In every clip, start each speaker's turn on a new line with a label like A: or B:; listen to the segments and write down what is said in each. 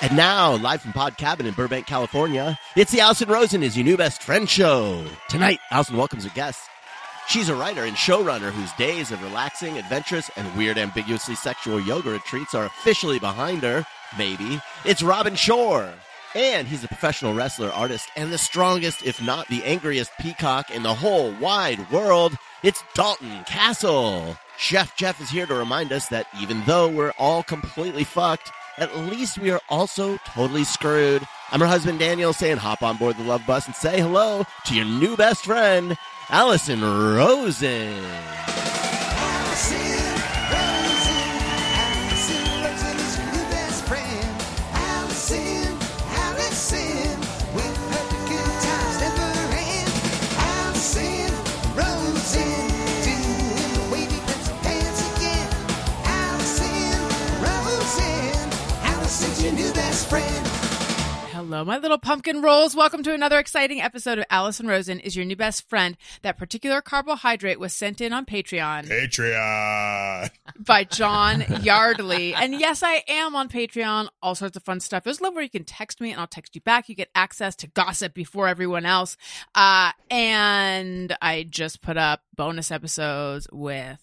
A: And now, live from Pod Cabin in Burbank, California, it's the Allison Rosen is your new best friend show. Tonight, Allison welcomes a guest. She's a writer and showrunner whose days of relaxing, adventurous, and weird, ambiguously sexual yoga retreats are officially behind her. Maybe. It's Robin Shore. And he's a professional wrestler, artist, and the strongest, if not the angriest, peacock in the whole wide world. It's Dalton Castle. Chef Jeff is here to remind us that even though we're all completely fucked, at least we are also totally screwed. I'm her husband Daniel saying hop on board the love bus and say hello to your new best friend, Allison Rosen.
B: Hello, my little pumpkin rolls. Welcome to another exciting episode of Allison Rosen is your new best friend. That particular carbohydrate was sent in on Patreon
C: Patreon.
B: by John Yardley. And yes, I am on Patreon. All sorts of fun stuff. There's a level where you can text me and I'll text you back. You get access to gossip before everyone else. Uh, and I just put up bonus episodes with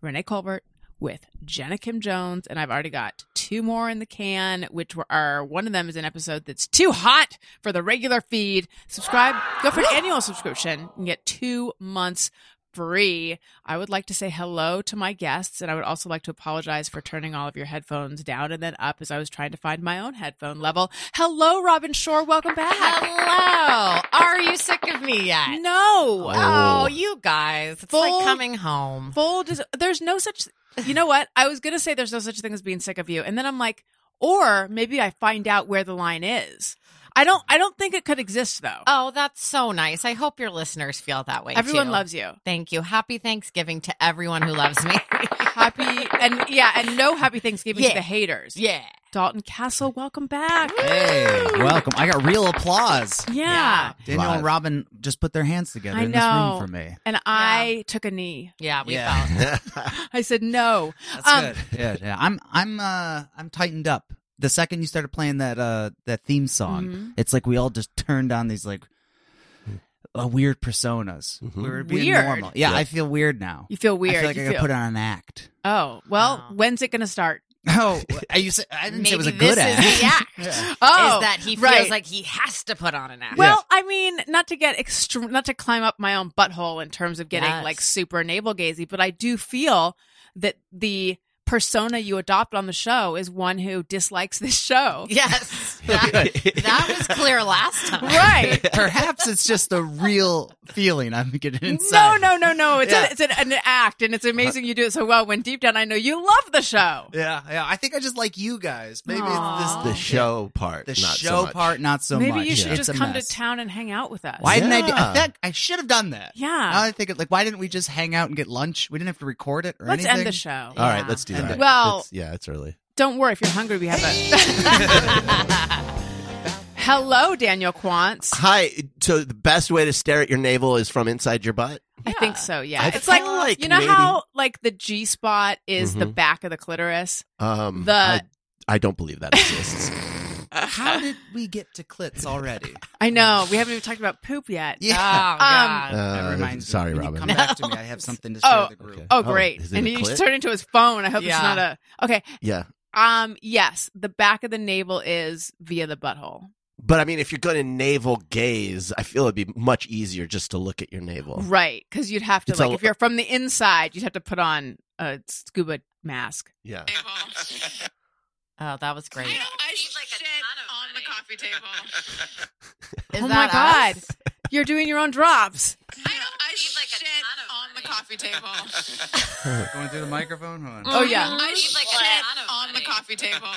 B: Renee Colbert, with Jenna Kim Jones, and I've already got two more in the can, which were, are one of them is an episode that's too hot for the regular feed. Subscribe, go for an annual subscription and get two months free. I would like to say hello to my guests, and I would also like to apologize for turning all of your headphones down and then up as I was trying to find my own headphone level. Hello, Robin Shore. Welcome back.
D: Hello. Are you sick of me yet?
B: No.
D: Oh, you guys. It's
B: Full-
D: like coming home.
B: full dis- there's no such you know what i was gonna say there's no such thing as being sick of you and then i'm like or maybe i find out where the line is i don't i don't think it could exist though
D: Oh, that's so nice. I hope your listeners feel that way.
B: everyone
D: too.
B: loves you
D: Thank you. Happy Thanksgiving to everyone who loves me.
B: happy and yeah and no happy thanksgiving
D: Yeah.
B: to the haters
D: yeah.
B: dalton castle welcome back
E: Hey, welcome. I got real applause.
B: yeah.
E: Daniel
A: Live.
E: and Robin just put their hands together
B: I
E: in
B: know.
E: this room for me.
B: and i took a knee
D: Yeah, we
E: Yeah.
D: felt.
B: i said no
E: That's
B: Um,
E: good. Yeah, yeah. I'm I'm uh I'm tightened up. The second you started playing that uh that theme song,
B: Mhm.
E: it's like we all just turned on these like uh, weird personas.
A: Mhm.
E: We were being
B: Weird.
E: normal. Mm-hmm. Yeah,
A: Yeah.
E: I feel weird now.
B: you feel
E: I
B: weird
E: feel like
B: you
E: I gotta
B: feel-
E: put on an act.
B: oh well
D: Wow.
B: when's it gonna start
E: Oh, I, you said, I didn't
D: Maybe
E: say it was a
D: this
E: good act.
D: is the act.
E: Yeah.
B: oh
D: is that he feels
B: right.
D: like he has to put on an act.
B: Well, I mean, not to get extreme, not to climb up my own butthole in terms of getting
D: Yes.
B: like super navel gazy, but I do feel that the persona you adopt on the show is one who dislikes this show.
D: Yes. That, that was clear last time. Oh,
B: Right.
E: Perhaps it's just the real feeling I'm getting
B: No,
E: inside.
B: no, no, no. It's,
E: Yeah.
B: a, it's an, an act, and it's amazing you do it so well when deep down I know you love the show.
E: Yeah, yeah. I think I just like you guys. Maybe it's
B: Aw.
E: this
A: The show part.
E: the
A: not so
E: show
A: much.
E: part, not so
B: Maybe
E: much.
B: you should
E: It's
B: just
E: a
B: come
E: mess.
B: to town and hang out with us.
E: Why didn't I do
A: Yeah.
E: that? I should have done that.
B: Yeah.
E: Now that I think it, like why didn't we just hang out and get lunch? We didn't have to record it or
B: Let's
E: anything. Uh,
B: end the show.
A: All right,
D: Yeah.
A: let's do
E: And-
A: that.
B: Well-
A: It's- yeah, it's early.
B: Don't worry if you're hungry. We have a. Hello, Daniel Quants.
A: Hi. So the best way to stare at your navel is from inside your butt.
B: I think so. Yeah,
A: I
B: it's like,
A: feel like
B: you know
A: maybe-
B: how like the G spot is the
A: Mhm.
B: back of the clitoris.
A: Um,
B: The-
A: I, I don't believe that exists.
E: How did we get to clits already?
B: I know we haven't even talked about poop yet.
D: Oh,
E: Yeah.
D: God.
A: Uh,
E: that reminds me.
A: sorry,
E: When you
A: Robin.
E: come back to me. I have something to share
B: Oh.
E: with the group.
A: Okay.
B: Oh,
A: Oh,
B: great!
A: is it
B: and
A: a
B: he
A: clit?
B: just turned into his phone. I hope it's
D: Yeah.
B: not a okay.
A: yeah.
B: Um, yes, the back of the navel is via the butthole.
A: But I mean, if you're going to navel gaze, I feel it'd be much easier just to look at your navel.
B: Right, because you'd have to
A: Oh. It's
B: like
A: a-
B: if you're from the inside, you'd have to put on a scuba mask.
A: Yeah.
D: oh, that was great.
B: on the coffee table. Oh
D: Is
B: my
D: that
B: God.
D: us?
B: You're doing your own drops.
E: Going through the microphone. Hold on.
B: Oh yeah.
F: I need like a on the coffee table.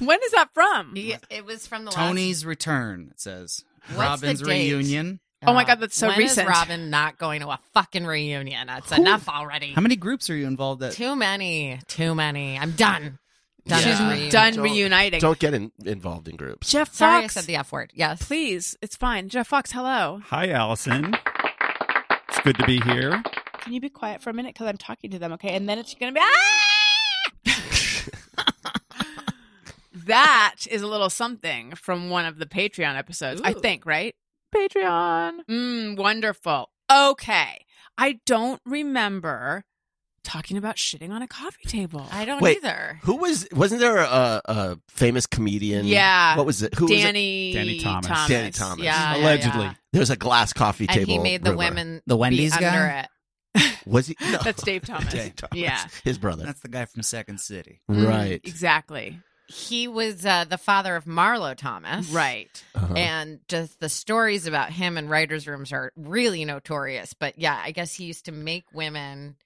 B: When is that from?
D: Yeah, It was from the
E: Tony's return. It says
D: What's
E: Robin's
D: the date?
E: reunion.
D: last. Uh,
B: Oh my God, that's so
D: when is
B: recent.
D: Robin not going to a fucking reunion? That's
E: Who-
D: enough already.
E: How many groups are you involved at?
D: Too many. Too many. I'm done. Done.
A: She's
D: with
A: done.
D: reunions.
B: Done
A: Don't-
B: reuniting.
A: Don't get in, involved in groups.
B: Jeff Fox.
D: Sorry, I said the F word. Yes.
B: Please, it's fine. Jeff Fox, hello.
G: Hi, Allison. It's good to be here.
B: Can you be quiet for a minute because I'm talking to them, okay? And then it's gonna be ah! that is a little something from one of the Patreon episodes, I
D: Ooh.
B: think, right? Patreon. Mm, wonderful. Okay. I don't remember talking about shitting on a coffee table.
D: I don't
A: Wait.
D: either.
A: Who was? Wasn't there a, a famous comedian?
B: Yeah.
A: What was it? Who was it?
B: Danny
G: Danny Thomas.
A: Danny Thomas.
B: Yeah, yeah,
G: Allegedly.
B: yeah.
A: There was a glass coffee
D: And
A: table.
D: he made the
A: rumor.
D: women
E: The Wendy's
D: be
E: guy?
D: under it.
A: Was he? No.
B: That's Dave Thomas.
A: Dave Thomas.
B: Yeah.
A: His brother.
E: That's the guy from Second City.
B: Mm,
A: right.
B: exactly.
D: He was uh, the father of Marlo Thomas.
B: Right.
A: Uh-huh.
D: And just the stories about him in writers' rooms are really notorious. But yeah, I guess he used to make women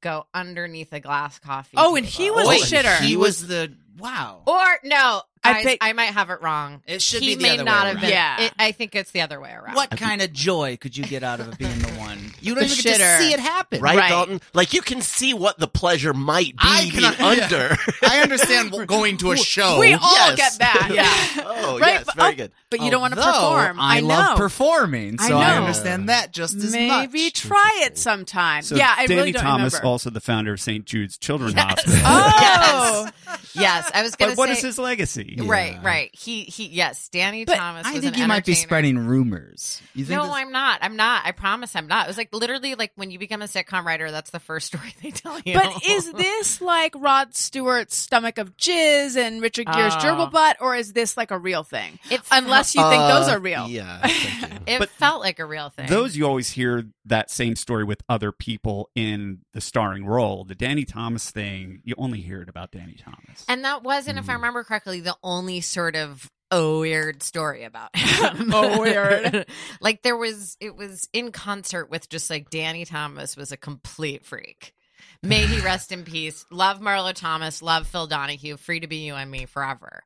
D: go underneath a glass coffee.
B: Oh, and he
D: table.
B: was
A: Oh,
B: a
A: and
B: shitter.
E: He was the wow.
D: Or no,
B: I
D: I
B: think-
D: I might have it wrong.
E: It should
D: he
E: be the
D: may
E: other
D: not
E: way
D: have
E: around.
D: been.
B: Yeah.
D: it- I think it's the other way around.
E: What kind of joy could you get out of it being the one? You
B: The
E: don't even get
B: shitter.
E: to see it happen.
A: Right,
B: Right.
A: Dalton? Like you can see what the pleasure might be
E: I
A: being
E: cannot- yeah.
A: under.
E: I understand w- going to a show.
B: we all
A: yes.
B: get that. Yeah.
A: oh,
B: Right,
A: yes,
B: but-
A: very
B: oh,
A: good.
B: But you don't want to
E: Although,
B: perform.
E: I,
B: know.
E: love performing, so
B: I
E: I,
B: know.
E: understand that just as much.
B: Maybe try it sometime.
G: So
B: yeah, I
G: Danny
B: really don't
G: Thomas,
B: remember.
G: also the founder of St. Jude's Children's Hospital.
B: Oh,
D: yes, I was going to
G: but
D: say.
G: what is his legacy?
D: Right,
E: Yeah.
D: right. He he. Yes, Danny
B: But
D: Thomas.
E: I
D: was
E: think
D: an
E: you might be
D: entertainer.
E: spreading rumors. You think
D: No,
E: this-
D: I'm not. I'm not. I promise, I'm not. It was like literally like when you become a sitcom writer, that's the first story they tell you.
B: but is this like Rod Stewart's stomach of jizz and Richard Gere's
D: Oh.
B: gerbil butt, or is this like a real thing?
D: it felt,
B: Unless you think those
A: Uh,
B: are real.
A: Yeah. thank you.
D: it
G: But
D: felt like a real thing?
G: Those you always hear that same story with other people in the starring role. The Danny Thomas thing, you only hear it about Danny Thomas.
D: and that wasn't, if I
A: Mhm.
D: remember correctly, the only sort of oh, weird story about him.
B: Oh, weird.
D: like there was, it was in concert with just like Danny Thomas was a complete freak. May he rest in peace. Love Marlo Thomas. Love Phil Donahue. Free to be you and me forever.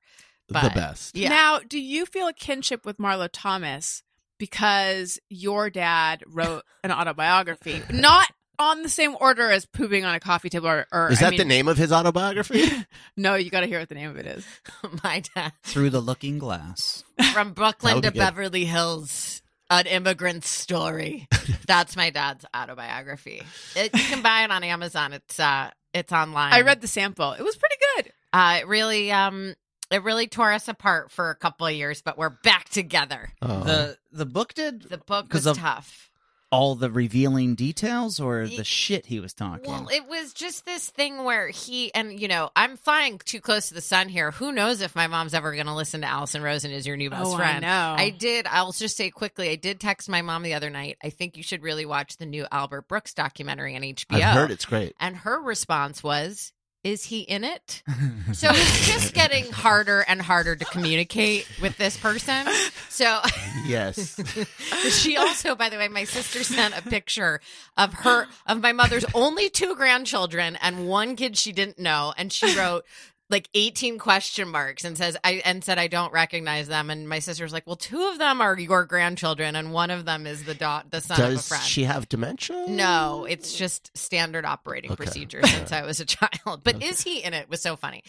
A: the
D: But-
A: best.
D: Yeah.
B: Now, do you feel a kinship with Marlo Thomas because your dad wrote an autobiography? Not on the same order as pooping on a coffee table or, or
A: Is that
B: I mean,
A: the name of his autobiography?
B: No, you gotta hear what the name of it is.
D: My dad.
E: through the looking glass.
D: From
A: That
D: Brooklyn
A: would
D: to
A: be good.
D: Beverly Hills, an immigrant's story. That's my dad's autobiography. It, you can buy it on Amazon. It's uh, it's online.
B: I read the sample. It was pretty good.
D: Uh, it really, um, it really tore us apart for a couple of years, but we're back together.
A: Oh.
E: the the book did
D: The book was
E: 'Cause of-
D: tough.
E: all the revealing details or
D: Ye-
E: the shit he was talking.
D: Well, it was just this thing where he and you know I'm flying too close to the sun here. Who knows if my mom's ever going to listen to Allison Rosen is your new best
B: oh,
D: friend?
B: I know.
D: I did. I'll just say quickly. I did text my mom the other night. I think you should really watch the new Albert Brooks documentary on HBO.
A: I've heard it's great.
D: And her response was, "Is he in it?" So it's just getting harder and harder to communicate with this person. So
A: Yes.
D: she also, by the way, my sister sent a picture of her of my mother's only two grandchildren and one kid she didn't know, and she wrote like 18 question marks and says I and said I don't recognize them and my sister's like well two of them are your grandchildren and one of them is the dot the son of a
A: Does
D: friend
A: she have dementia?
D: no, it's just standard operating
A: Okay.
D: procedure since I was a child. But is he in it was so funny.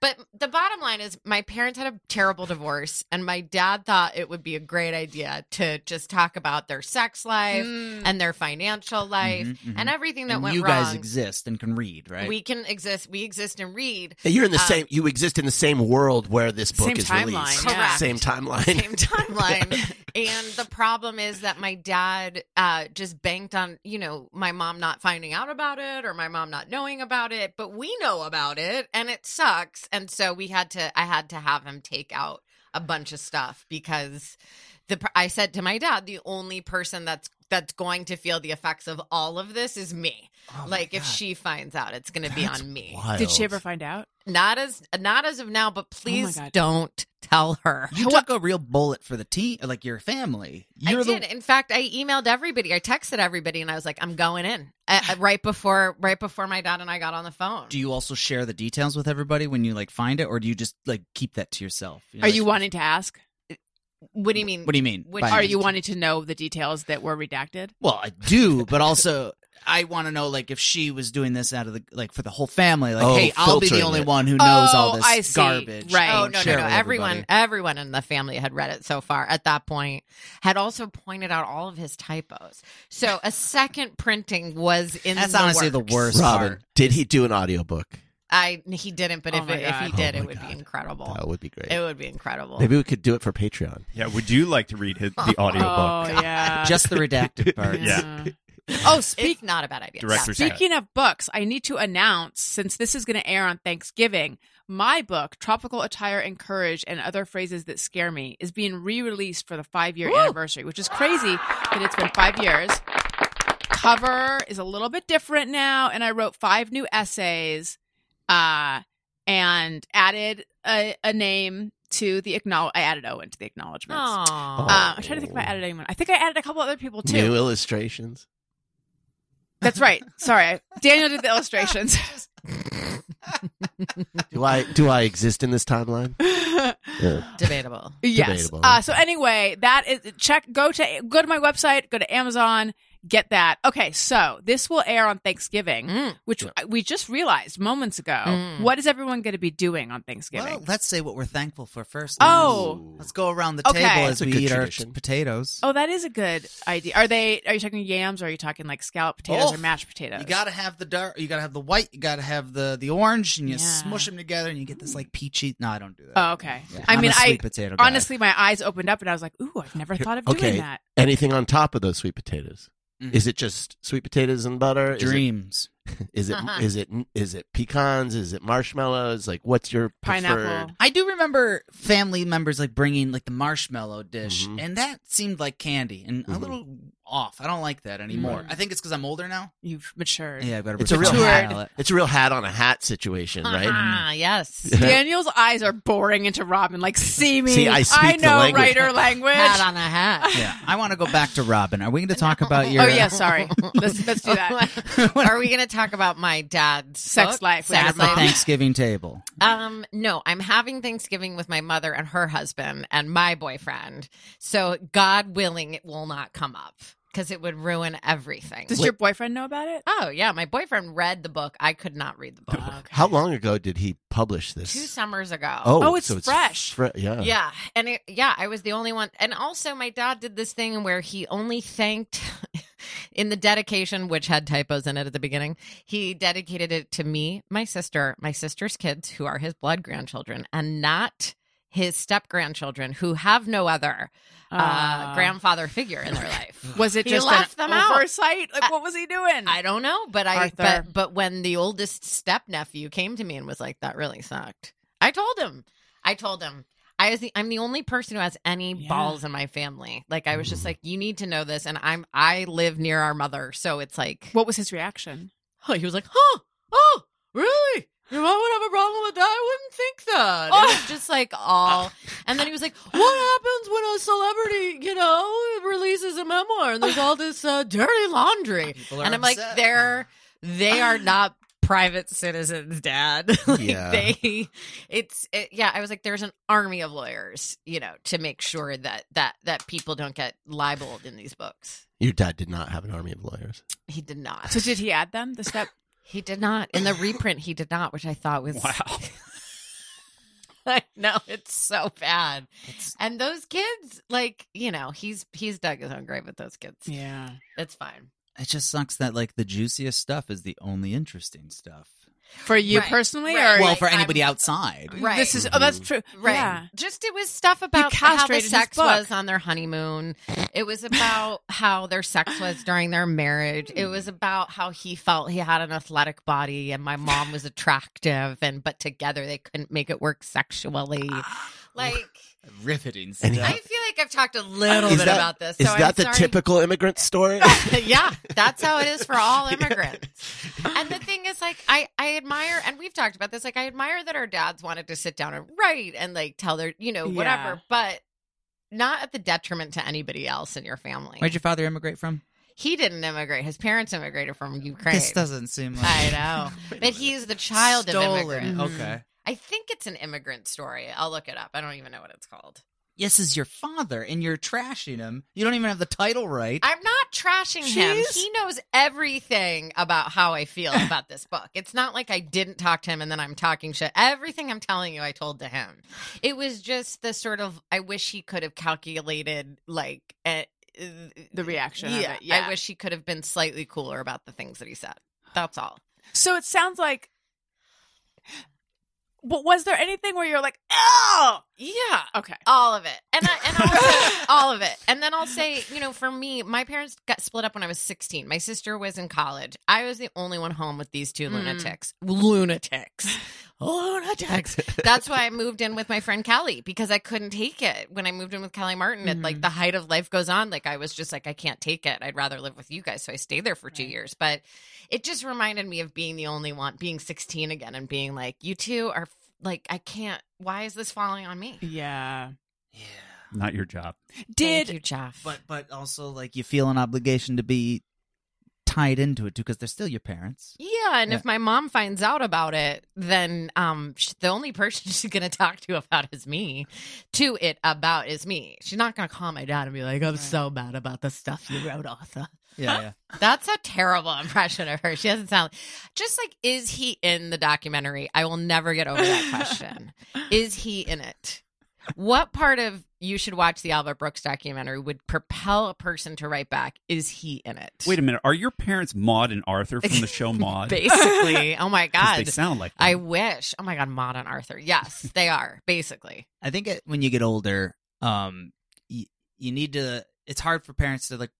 D: But the bottom line is my parents had a terrible divorce and my dad thought it would be a great idea to just talk about their sex life
B: Mm.
D: and their financial life
E: Mhm, mhm.
D: and everything that
E: And
D: went
E: you
D: wrong.
E: guys exist and can read, right?
D: We can exist we exist and read
A: You're in the
D: Um,
A: same. You exist in the same world where this book
B: Same
A: is
B: timeline,
A: released.
B: yeah.
A: Same timeline.
D: same timeline. and the problem is that my dad uh, just banked on, you know, my mom not finding out about it or my mom not knowing about it, but we know about it and it sucks. And so we had to, I had to have him take out a bunch of stuff because the, pr- I said to my dad, the only person that's, that's going to feel the effects of all of this is me.
A: Oh my
D: like if
A: God.
D: she finds out, it's going to be
A: That's
D: on me.
A: wild.
B: Did she ever find out?
D: Not as not as of now, but please
B: God.
D: don't tell her.
E: you took a real bullet for the team, like your family. You're
D: I
E: the
D: did. In fact, I emailed everybody. I texted everybody, and I was like, "I'm going in." Uh, uh, right before, right before my dad and I got on the phone.
E: Do you also share the details with everybody when you like find it, or do you just like keep that to yourself?
B: Are you wanting to ask?
D: what do you mean?
E: What do you mean?
D: Which-
E: by-
B: Are you wanting to know the details that were redacted?
E: Well, I do, but also I want to know like if she was doing this out of the like for the whole family. Like,
A: Oh,
E: hey, I'll be the
A: filtering
E: only
A: it.
E: one who knows all
B: Oh,
E: this
B: I see.
E: garbage.
B: Right.
D: Oh
E: Don't
D: no, no,
E: share
D: no!
E: with
D: Everyone,
E: everybody.
D: everyone in the family had read it so far. At that point, had also pointed out all of his typos. So a second printing was in.
E: That's
D: the
E: honestly the
D: works.
E: worst.
A: Robin,
E: Smart.
A: did he do an audiobook?
D: I he didn't, but
B: Oh
D: if,
B: my
D: it, if he
B: God.
D: did,
E: Oh
D: it
E: my
D: would be
E: God.
D: incredible.
A: That would be great.
D: It would be incredible.
A: Maybe we could do it for Patreon.
G: Yeah, would you like to read his, the
B: Oh,
G: audiobook?
B: yeah.
E: Just the redacted parts.
G: Yeah.
D: oh, speak not a bad idea.
G: Director's cut.
B: Speaking of books, I need to announce since this is going to air on Thanksgiving, my book, Tropical Attire and Courage and Other Phrases That Scare Me, is being re released for the five year
D: Woo!
B: anniversary, which is crazy that it's been five years. Cover is a little bit different now, and I wrote five new essays uh, and added a, a name to the acknowledge. I added Owen to the acknowledgements. Um,
D: Aww.
B: I'm trying to think if I added anyone. I think I added a couple other people too.
A: New illustrations.
B: That's right. Sorry. Daniel did the illustrations.
A: Do I do I exist in this timeline?
E: Oh.
A: Yeah.
D: Debatable.
B: Yes.
A: Debatable.
B: Uh, so anyway, that is check. Go to go to my website. Go to Amazon. Get that. Okay. So this will air on Thanksgiving,
D: Mm.
B: which I- we just realized moments ago.
D: Mm.
B: What is everyone going to be doing on Thanksgiving?
E: Well, let's say what we're thankful for first.
B: Oh.
A: Ooh.
E: let's go around the
B: Okay.
E: table
A: That's
E: as
A: a
E: we
A: good
E: eat
A: tradition.
E: our potatoes.
B: oh, that is a good idea. Are they? Are you talking yams? Or are you talking like scallop potatoes
E: Oh.
B: or mashed potatoes?
E: You gotta have the dark. You gotta have the white. You gotta have the the orange, and you
B: Yeah.
E: smush them together, and you get this like peachy. No, I don't do that.
B: Oh, okay.
E: Yeah.
B: I
E: I'm
B: mean,
E: a
B: I-
E: sweet potato guy.
B: Honestly, my eyes opened up and I was like, "Ooh, I've never thought of
A: Okay.
B: doing that."
A: Anything on top of those sweet potatoes?
E: Mhm.
A: Is it just sweet potatoes and butter? Is it-
E: dreams.
A: Is it is it is it pecans? Is it marshmallows? Like what's your
B: Pineapple.
A: preferred?
E: I do remember family members like bringing like the marshmallow dish,
A: Mhm.
E: and that seemed like candy and a
A: Mhm.
E: little off. I don't like that anymore.
B: Mhm.
E: I think it's because I'm older now.
B: You've matured.
E: Yeah, I've got
A: Mm-hmm. It's a real
E: reconcile it.
A: It's a real hat on a hat situation, right?
D: Ah, yes.
B: Daniel's eyes are boring into Robin. Like, see me.
A: See, I speak the
B: know
A: language.
B: writer language.
D: Hat on a hat.
E: Yeah, I want to go back to Robin. Are we going to talk about your?
B: Oh yeah, sorry. Let's let's do that.
D: Are we going to talk about my dad's
B: Sex
D: book?
B: life with
D: Sex
B: your
E: at the
B: mom.
D: life.
E: Thanksgiving table.
D: Um, no, I'm having Thanksgiving with my mother and her husband and my boyfriend. So God willing, it will not come up because it would ruin everything.
B: Does your boyfriend know about it?
D: oh yeah, my boyfriend read the book. I could not read the book.
A: How long ago did he publish this?
D: Two summers ago.
B: Oh, it's
A: so
B: fresh.
A: fre- yeah.
D: Yeah, and it, yeah, I was the only one. And also, my dad did this thing where he only thanked in the dedication, which had typos in it at the beginning. He dedicated it to me, my sister, my sister's kids, who are his blood grandchildren, and not his step grandchildren, who have no other uh,
B: Uh,
D: grandfather figure in their life.
B: Was it
D: He
B: just
D: left
B: an
D: them out.
B: oversight? Like, what was he doing?
D: I don't know, but I
B: Arthur.
D: but but when the oldest step nephew came to me and was like, "That really sucked," I told him. I told him. I was the, I'm the only person who has any
B: Yeah. Mm.
D: balls in my family. Like I was just
A: Mhm.
D: like, "You need to know this," and I'm I live near our mother, so it's like,
B: what was his reaction?
D: oh, he was like, "Huh? Oh, really?" Your mom would have a problem with that. I wouldn't think that. It was just like all. And then he was like, "What happens when a celebrity, you know, releases a memoir and there's all this uh, dirty laundry?"
E: People are
D: and I'm like,
E: upset.
D: they're they are not private citizens, Dad. like
A: Yeah.
D: they, it's it, yeah. I was like, there's an army of lawyers, you know, to make sure that that that people don't get libeled in these books.
A: Your dad did not have an army of lawyers.
D: He did not.
B: So did he add them? The step.
D: He did not in the reprint. He did not, which I thought was
G: Wow.
D: I know it's so bad.
E: It's-
D: And those kids, like you know, he's he's dug his own grave with those kids.
B: Yeah.
D: It's fine.
E: It just sucks that like the juiciest stuff is the only interesting stuff.
B: For you
D: Right,
B: personally,
D: right.
B: or
E: Well,
D: like,
E: for anybody
D: I'm-
E: outside,
D: Right.
B: this is oh, that's true.
D: Right.
B: Yeah.
D: Just it was stuff about how the
B: castrated his
D: sex
B: book.
D: was on their honeymoon. It was about how their sex was during their marriage. It was about how he felt he had an athletic body and my mom was attractive and but together they couldn't make it work sexually.
B: Uh,
D: Like
E: riveting
A: And
E: stuff.
D: I feel like I've talked a little
A: Is
D: bit
A: that-
D: about this. So
A: Is that
D: I'm
A: the
D: sorry.
A: typical immigrant story?
D: yeah, that's how it is for all immigrants. And the thing is, like, I I admire, and we've talked about this. Like, I admire that our dads wanted to sit down and write and like tell their, you know, whatever, but not at the detriment to anybody else in your family.
E: Where'd your father immigrate from?
D: he didn't immigrate. His parents immigrated from Ukraine.
E: This doesn't seem like
D: I know, but he's the child of immigrants.
E: Stolen.
B: immigrant.
E: Okay.
D: I think it's an immigrant story. I'll look it up. I don't even know what it's called.
E: This is your father, and you're trashing him. You don't even have the title right.
D: I'm not trashing him.
B: She's-
D: He knows everything about how I feel about this book. It's not like I didn't talk to him and then I'm talking shit. Everything I'm telling you, I told to him. It was just the sort of I wish he could have calculated like eh,
B: The reaction of
D: Yeah,
B: it, yeah.
D: I wish he could have been slightly cooler about the things that he said. That's all.
B: So it sounds like But was there anything where you're like, oh,
D: Yeah.
B: okay,
D: all of it and I, and also all of it and then i'll say you know for me my parents got split up when i was 16 my sister was in college i was the only one home with these two
B: Mm.
D: lunatics lunatics lunatics Oh, that's why i moved in with my friend kelly because i couldn't take it when i moved in with kelly martin at like
B: Mhm.
D: the height of life goes on like i was just like i can't take it i'd rather live with you guys so i stayed there for two
B: Right.
D: years but it just reminded me of being the only one being 16 again and being like you two are like i can't why is this falling on me
B: yeah.
E: Yeah.
G: Not your job.
B: Did
D: Thank you, Jeff.
E: But but also like you feel an obligation to be tied into it too because they're still your parents.
D: yeah, and
E: Yeah.
D: if my mom finds out about it, then um, sh- the only person she's going to talk to about is me. To it about is me. She's not going to call my dad and be like, "I'm
B: Right.
D: so mad about the stuff you wrote, Arthur."
E: Yeah, yeah.
D: That's a terrible impression of her. She doesn't sound just like is he in the documentary? I will never get over that question. is he in it? What part of you should watch the Albert Brooks documentary would propel a person to write back? Is he in it?
G: Wait a minute. Are your parents Maud and Arthur from the show Maud?
D: basically. Oh my
G: 'Cause
D: god.
G: they sound like
D: I
G: them.
D: wish. Oh my god, Maud and Arthur. Yes, they are basically.
E: I think it, when you get older, um, you, you need to. It's hard for parents to like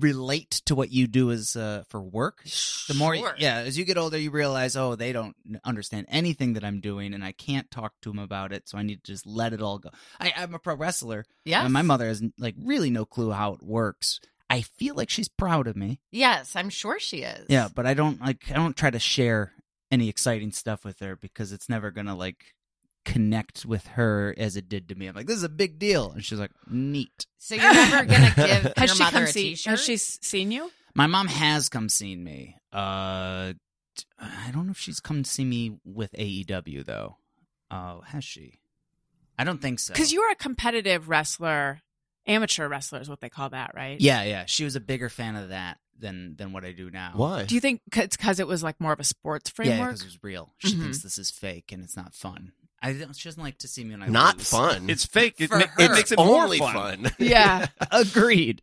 E: relate to what you do as uh, for work. The more,
D: Sure.
E: yeah, as you get older, you realize, oh, they don't n- understand anything that I'm doing, and I can't talk to them about it. So I need to just let it all go. I, I'm a pro wrestler,
D: Yes.
E: and my mother has like really no clue how it works. I feel like she's proud of me,
D: Yes, I'm sure she is.
E: yeah, but I don't like. I don't try to share any exciting stuff with her because it's never gonna like connect with her as it did to me. I'm like, this is a big deal, and she's like, neat.
D: So you're never gonna give
B: has
D: your
B: she
D: mother
B: come
D: a
B: see?
D: t-shirt.
B: Has she s- seen you?
E: My mom has come seen me. Uh, t- I don't know if she's come to see me with AEW though. Oh, has she? I don't think so.
B: Because you were a competitive wrestler, amateur wrestler is what they call that, right?
E: yeah, yeah. She was a bigger fan of that than than what I do now.
A: Why?
B: Do you think c- it's because it was like more of a sports
E: Yeah,
B: framework?
E: because it was real. She
B: Mhm.
E: thinks this is fake and it's not fun. I don't, she doesn't like to see me when I
A: Not
E: lose.
A: fun.
G: It's fake. It,
D: For
G: ma- it
D: her.
G: makes it more
A: only fun.
B: yeah.
E: Agreed.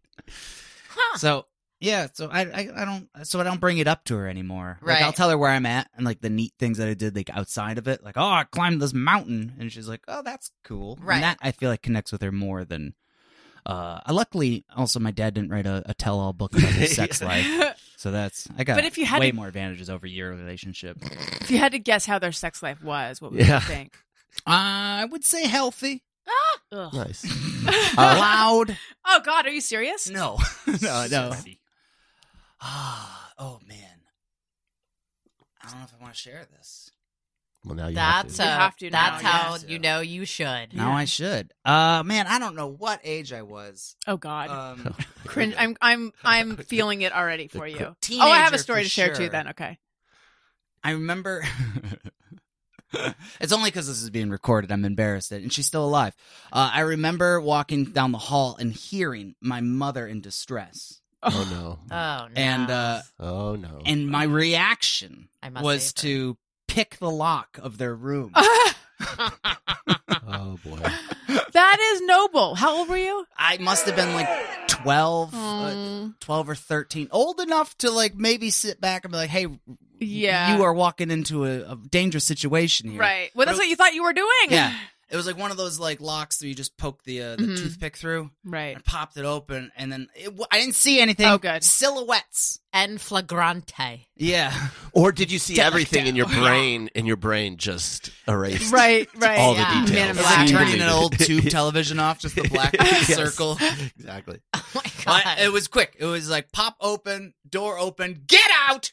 D: Huh.
E: So yeah, so I, I I don't so I don't bring it up to her anymore. Like, I'll
D: Right.
E: tell her where I'm at and like the neat things that I did like outside of it. Like oh, I climbed this mountain, and she's like, oh, that's cool.
D: Right.
E: And that I feel like connects with her more than. Uh, luckily, also my dad didn't write a, a tell-all book about his sex life, so that's I got.
B: But if you had
E: way
B: to-
E: more advantages over your relationship, uh,
B: if you had to guess how their sex life was, what would
A: Yeah.
B: you think?
E: Uh, I would say healthy,
B: Ugh.
A: nice.
E: Uh, loud.
B: Oh God, are you serious?
E: No, no, no. Ah, oh man, I don't know if I want to share this.
A: Well, now you
D: That's
A: have
D: a,
B: You have to now,
D: that's
E: you
D: how
E: have to.
D: you know you should.
E: Now I should. Uh, man, I don't know what age I was.
B: Oh God,
E: Um,
A: to.
B: cringe. I'm I'm I'm feeling it already for
A: The
B: you.
E: teenager,
B: Oh, I have a story
E: for
B: to share too.
E: sure.
B: Then okay.
E: I remember. it's only because this is being recorded. I'm embarrassed, and she's still alive. Uh, I remember walking down the hall and hearing my mother in distress,
A: Oh no.
D: Oh no.
E: And, uh,
A: Oh no.
E: and my reaction
D: I must
E: was
D: save
E: to pick the lock of their room.
A: oh boy.
B: that is noble. How old were you?
E: I must have been like 12, uh,
B: Mm,
E: 12 or thirteen, old enough to like maybe sit back and be like, "Hey,
B: yeah,
E: you are walking into a, a dangerous situation here."
B: right. Well, that's
E: But-
B: what you thought you were doing.
E: Yeah. It was like one of those like locks that you just poke the uh, the
B: Mhm.
E: toothpick through
B: right.
E: and popped it open, and then it w- I didn't see anything.
B: Oh, good.
E: silhouettes.
D: and flagrante.
E: Yeah,
A: Or did you see everything in your
B: Yeah.
A: brain in your brain just erased?
B: Right, right.
A: All the
D: yeah.
A: details.
B: Man in
E: it's
B: black.
E: like
A: You
E: turning
A: believe
E: an
A: it.
E: old tube television off, just the black
A: Yes.
E: circle.
A: Exactly.
D: Oh my god.
E: But it was quick. It was like pop open, door open, get out,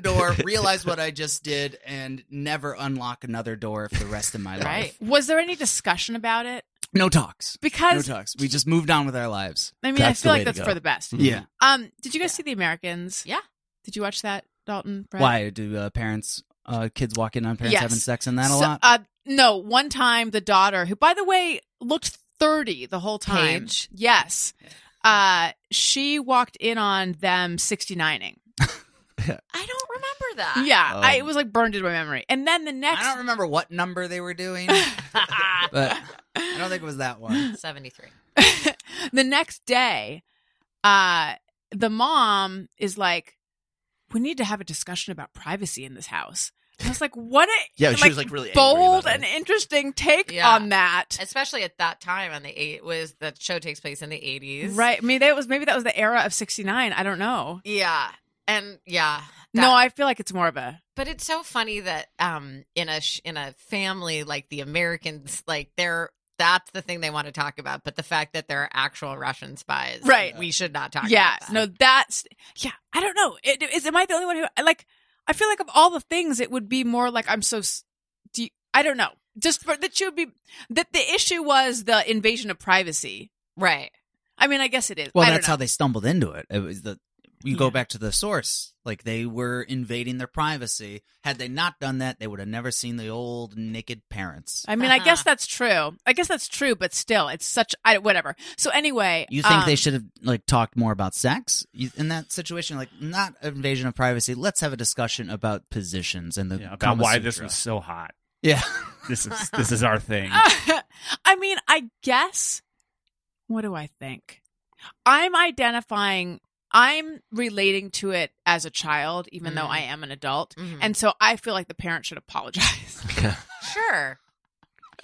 E: door, realize what I just did, and never unlock another door for the rest of my life.
D: Right.
B: Was there any discussion about it?
E: No talks. No
B: Because
E: talks. We just moved on with our lives.
B: I mean,
A: That's
B: I
A: the
B: feel
A: way
B: like
A: to
B: that's
A: go.
B: for the best.
A: Mhm.
E: Yeah.
B: Um, did you guys see The Americans?
D: Yeah.
B: Did you watch that, Dalton? Brett?
E: Why do uh, parents, uh, kids walk in on parents
B: Yes.
E: having sex in that a
B: So-
E: lot?
B: Uh, no, one time the daughter, who by the way looked thirty the whole time.
D: Paige?
B: Yes. Uh, she walked in on them 69ing.
D: I don't remember that.
B: Yeah, I,
A: Um,
B: it was like burned into my memory. And then the next,
E: Ah. I don't remember what number they were doing, but I don't think it was that one.
D: 73.
B: the next day, uh, the mom is like, "We need to have a discussion about privacy in this house." I was like, what a
A: Yeah, she
B: Like,
A: was like really angry about
B: bold
A: it.
B: and interesting take
D: Yeah.
B: on that.
D: especially at that time on the eight was the show takes place in the 80s
B: Right. I mean, that was maybe that was the era of '69. I don't know.
D: yeah and yeah
B: no,
D: that-
B: I feel like it's more of a
D: But it's so funny that um in a sh- in a family like the Americans like they're that's the thing they want to talk about, but the fact that there are actual Russian spies,
B: Right.
D: We should not talk.
B: yeah.
D: about that.
B: No, that's yeah. I don't know. It, is am I the only one who I like? I feel like of all the things, it would be more like I'm so. s- Do you- I don't know. Just for that, she would be that the issue was the invasion of privacy.
D: right?
B: I mean, I guess it is.
E: Well,
B: I don't
E: that's
B: know.
E: how they stumbled into it. It was the you
B: Yeah.
E: go back to the source. Like they were invading their privacy. Had they not done that, they would have never seen the old naked parents.
B: I mean, I
E: Uh-huh.
B: guess that's true. I guess that's true, but still, it's such I, whatever. So anyway,
E: You think they
B: um,
E: should have like talked more about sex You- in that situation? Like not invasion of privacy. Let's have a discussion about positions and
A: Mm-hmm.
E: the
G: Yeah, about
E: Kama
G: why this
E: Sutra.
G: was so hot.
E: Yeah,
G: This is this is our thing.
B: um, I mean, I guess. What do I think? I'm identifying. I'm relating to it as a child, even though
D: Mm.
B: I am an adult,
D: Mhm.
B: and so I feel like the parent should apologize.
D: sure.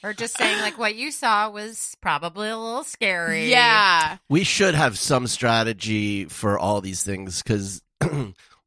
D: Or just saying like what you saw was probably a little scary.
B: yeah,
A: We should have some strategy for all these things because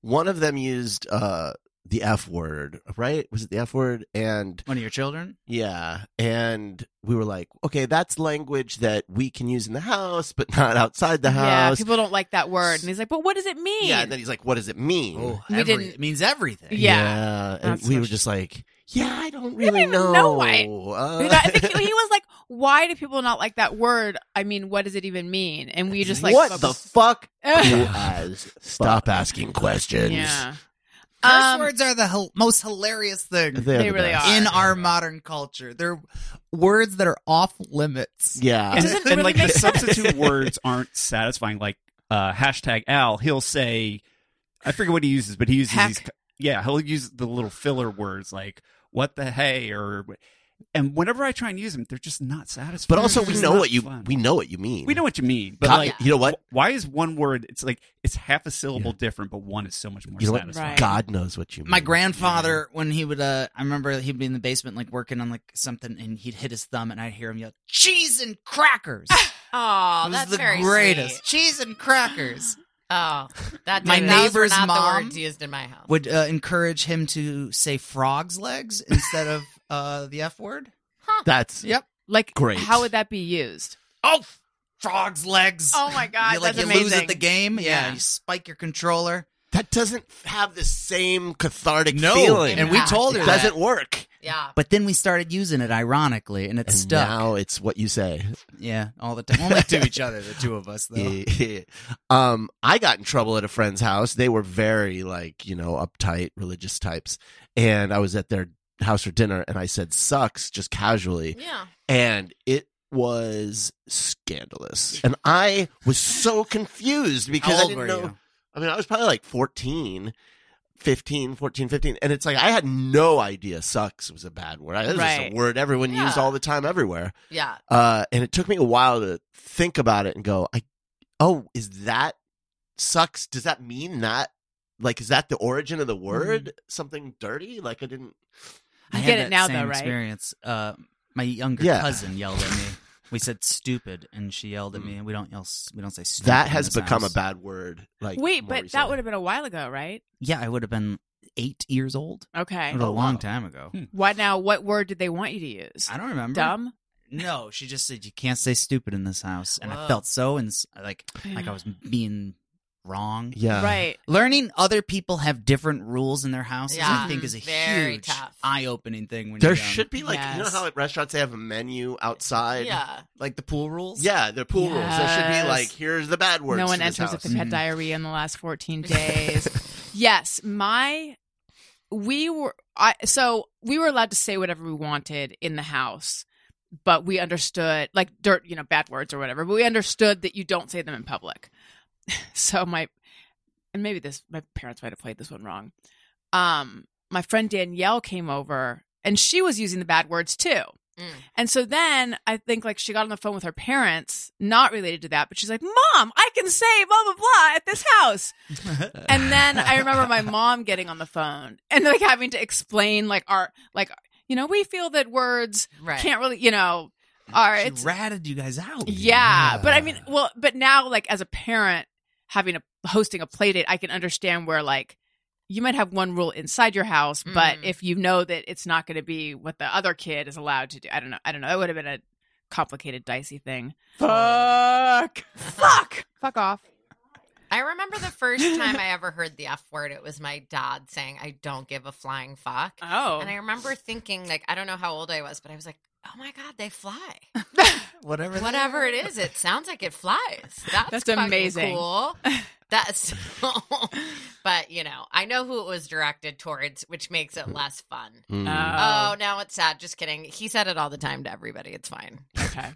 A: one of them used uh, the F word, right? Was it the F word? And
E: one of your children.
A: yeah, and we were like, okay, that's language that we can use in the house, but not outside the
B: yeah.
A: house.
B: People don't like that word, and he's like, "But what does it mean?"
A: Yeah, and then he's like, what does it mean?
G: Oh.
B: We
E: Oh, every-
B: didn't-
E: It means everything.
B: Yeah.
A: and
B: That's
A: we
B: what
A: were
B: she-
A: just like, yeah, I don't
B: don't
A: really
B: even know why-
A: Uh,
B: I think he he was like, "Why do people not like that word? I mean, what does it even mean?" And we just like,
A: what the fuck?
B: yeah.
A: Who has- Stop asking questions.
E: Curse
B: Um,
E: words are the hel- most hilarious thing
A: They're
B: They
A: the
B: really
A: best.
B: are.
E: in our modern culture. They're words that are off limits.
A: Yeah,
G: and,
B: doesn't
G: and,
B: really
G: like
B: make
G: the
B: sense.
G: substitute words aren't satisfying. Like uh, hashtag Al, he'll say, I forget what he uses, but he uses
B: Heck.
G: these. Yeah, he'll use the little filler words like "what the hey" or, and whenever I try and use them, they're just not satisfying.
A: But also,
G: They're
A: we
G: just
A: know
G: not
A: what you
G: fun.
A: we know what you mean.
G: we know what you mean, but
A: God,
G: like,
A: you know what?
G: wh- why is one word? It's like it's half a syllable different, but one is so much more
A: You know what?
G: satisfying.
B: Right.
A: God knows what you mean.
E: My grandfather, when he would, uh, I remember he'd be in the basement, like working on like something, and he'd hit his thumb, and I'd hear him yell, "Cheese and crackers!"
D: Oh,
E: it was
D: that's
E: the
D: very
E: greatest.
D: sweet.
E: Cheese and crackers
D: Oh, that
E: My
D: those were
E: neighbor's
D: not
E: mom
D: the words used in my house.
E: would uh, encourage him to say "frogs legs" instead of uh, the f word.
A: That's
E: Yep,
B: like,
A: Great.
B: How would that be used?
E: Oh, frogs legs.
B: Oh my god,
E: you, like
B: that's
E: you
B: amazing.
E: lose at the game. Yeah,
B: Yeah.
E: you spike your controller.
A: that doesn't have the same cathartic
E: No,
A: feeling.
E: and we
D: Impact.
E: told
A: it
E: her
A: doesn't
E: that.
A: work.
D: yeah.
E: But then we started using it ironically, and it's
A: And
E: stuck.
A: now it's what you say.
E: yeah, all the time. Only to each other, the two of us, though.
A: um, I got in trouble at a friend's house. They were very like you know uptight, religious types, and I was at their house for dinner, and I said "sucks" just casually,
D: Yeah.
A: and it was scandalous. And I was so confused because
E: How
A: I
E: old
A: didn't
E: were
A: know.
E: you?
A: I mean, I was probably like 14, 15, 14, 15. And it's like, I had no idea sucks was a bad word. I, this is
B: Right.
A: a word everyone
D: Yeah.
A: used all the time everywhere.
D: Yeah.
A: Uh, and it took me a while to think about it and go, I, oh, is that sucks? Does that mean that? Like, is that the origin of the word? Something dirty? Like, I didn't.
E: I
B: You
E: had
B: get it
E: that
B: now,
E: same
B: though, right?
E: Experience. Uh, my younger
A: Yeah.
E: cousin yelled at me. We said "stupid," and she yelled at me. We don't yell. s- We don't say "stupid."
A: Hmm. That
E: in
A: has
E: this
A: become
E: house.
A: a bad word. Like,
B: Wait,
A: more
B: but that
A: recently.
B: would have been a while ago, right?
E: Yeah, I would have been eight years old.
B: Okay.
E: It was a
A: Oh,
E: long
A: wow.
E: time ago.
G: Hmm.
B: Why now? What word did they want you to use?
E: I don't remember.
B: Dumb.
E: No, she just said you can't say "stupid" in this house, and
D: Whoa.
E: I felt so and like like
B: Yeah.
E: I was being wrong.
A: Yeah.
B: Right.
E: Learning other people have different rules in their houses,
D: Yeah.
E: I think, is
B: Mm,
E: a
D: Very
E: huge
D: tough.
E: eye-opening thing. When
A: There
E: you're young.
A: should be like you know
B: Yes.
A: how at restaurants they have a menu outside.
D: Yeah.
E: like the pool rules.
A: yeah, the pool rules. There should
B: Yes.
A: be like here's the bad words.
B: No one
A: to this
B: enters if
A: house.
B: they've had
E: Mhm.
B: diarrhea in the last 14 days. yes, my we were I so we were allowed to say whatever we wanted in the house, but we understood like dirt, you know, bad words or whatever, but we understood that you don't say them in public. so my and maybe this my parents might have played this one wrong. Um my friend Danielle came over and she was using the bad words too.
D: Mm.
B: And so then I think like she got on the phone with her parents, not related to that, but she's like, Mom, I can say blah, blah, blah at this house. And then I remember my mom getting on the phone and like having to explain like our, like, you know, we feel that words
D: Right.
B: can't really, you know, are,
E: She
B: it's,
E: ratted you guys out.
B: yeah. But I mean, well, but now like as a parent having a, hosting a play date, I can understand where like, you might have one rule inside your house, but
D: Mm.
B: if you know that it's not going to be what the other kid is allowed to do, I don't know. I don't know. That would have been a complicated, dicey thing. Fuck. Fuck. Fuck off.
D: I remember the first time I ever heard the F word, it was my dad saying, I don't give a flying fuck.
B: Oh.
D: And I remember thinking, like, I don't know how old I was, but I was like, oh my God, they fly.
E: whatever. they
D: Whatever
E: are.
D: it is, it sounds like it flies. That's,
B: That's
D: fucking
B: amazing.
D: Cool. That's, but you know, I know who it was directed towards, which makes it less fun.
A: Hmm.
B: Uh,
D: Oh, now it's sad. Just kidding. He said it all the time to everybody. It's fine.
B: okay.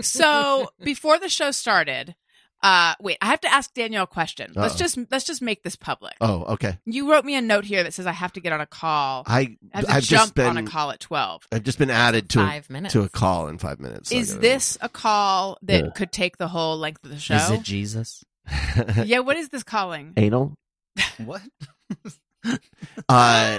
B: so before the show started, uh, wait, I have to ask Danielle a question. Let's
A: Uh-oh.
B: just let's just make this public.
A: oh, okay.
B: You wrote me a note here that says I have to get on a call.
A: I
B: I have to
A: I've just
B: jump on a
A: been
B: call at twelve.
A: I've just been added to a,
D: Five minutes.
A: to a call in five minutes. so I
B: is
A: gotta-
B: this a call that
A: Yeah.
B: could take the whole length of the show?
E: Is it Jesus?
B: yeah, what is this calling?
A: anal?
E: What?
A: Uh,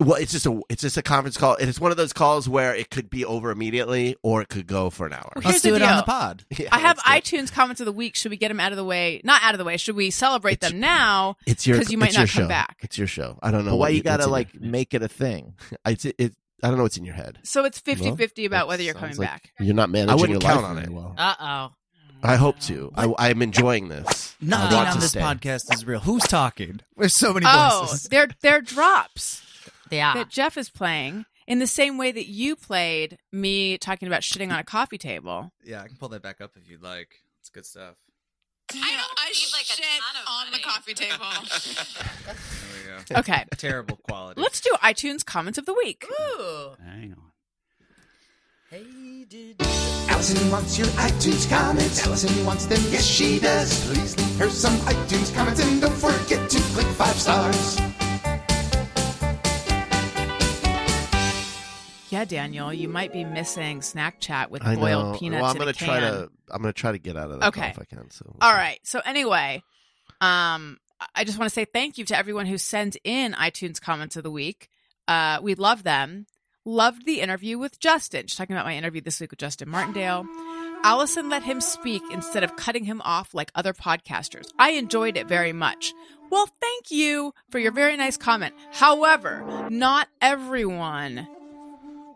A: well, it's just a it's just a conference call, and it's one of those calls where it could be over immediately or it could go for an hour.
B: Well, Here's
E: Let's
B: the
E: do it on
B: deal.
E: the pod.
A: Yeah,
B: I have
A: let's do it.
B: iTunes comments of the week. Should we get them out of the way? Not out of the way. Should we celebrate
A: It's-
B: them now?
A: It's your
B: 'Cause you might
A: it's
B: not
A: your
B: come
A: show.
B: back.
A: It's your show. I don't know
C: But why
A: what
C: you gotta
A: what's in
C: like
A: your-
C: make it a thing?
A: It's it, it. I don't know what's in your head.
B: So it's 50
A: Well,
B: 50 about
C: that
B: whether you're coming
C: sounds like-
B: back.
A: You're not managing
C: I wouldn't
A: your
C: count
A: life
C: on
A: very
C: it.
A: Well.
D: Uh oh.
A: I hope to. I, I'm enjoying this.
E: Nothing
A: want
E: on
A: to
E: this
A: stay.
E: podcast is real. Who's talking? There's so many
B: Oh,
E: voices.
B: they're, they're drops
D: Yeah.
E: Ah.
B: that Jeff is playing in the same way that you played me talking about shitting on a coffee table.
E: Yeah, I can pull that back up if you'd like. It's good stuff.
F: I don't. I
D: Leave, like, a
F: shit
D: ton of
F: on the
D: money.
F: coffee table.
E: There we go.
B: Okay.
E: Terrible quality.
B: Let's do iTunes comments of the week.
D: Ooh.
G: Hang on.
H: Allison wants your iTunes comments. Allison wants them, yes she does. Please leave her some iTunes comments and don't forget to click five stars.
B: Yeah, Daniel, you might be missing snack chat with
A: I know.
B: boiled peanuts.
A: Well, I'm
B: in
A: gonna
B: a
A: try
B: can.
A: to. I'm gonna try to get out of that
B: Okay.
A: call if I can. So.
B: All right. So anyway, um, I just want to say thank you to everyone who sends in iTunes comments of the week. Uh, we love them. Loved the interview with Justin. She's talking about my interview this week with Justin Martindale. Allison let him speak instead of cutting him off like other podcasters. I enjoyed it very much. Well, thank you for your very nice comment. However, not everyone.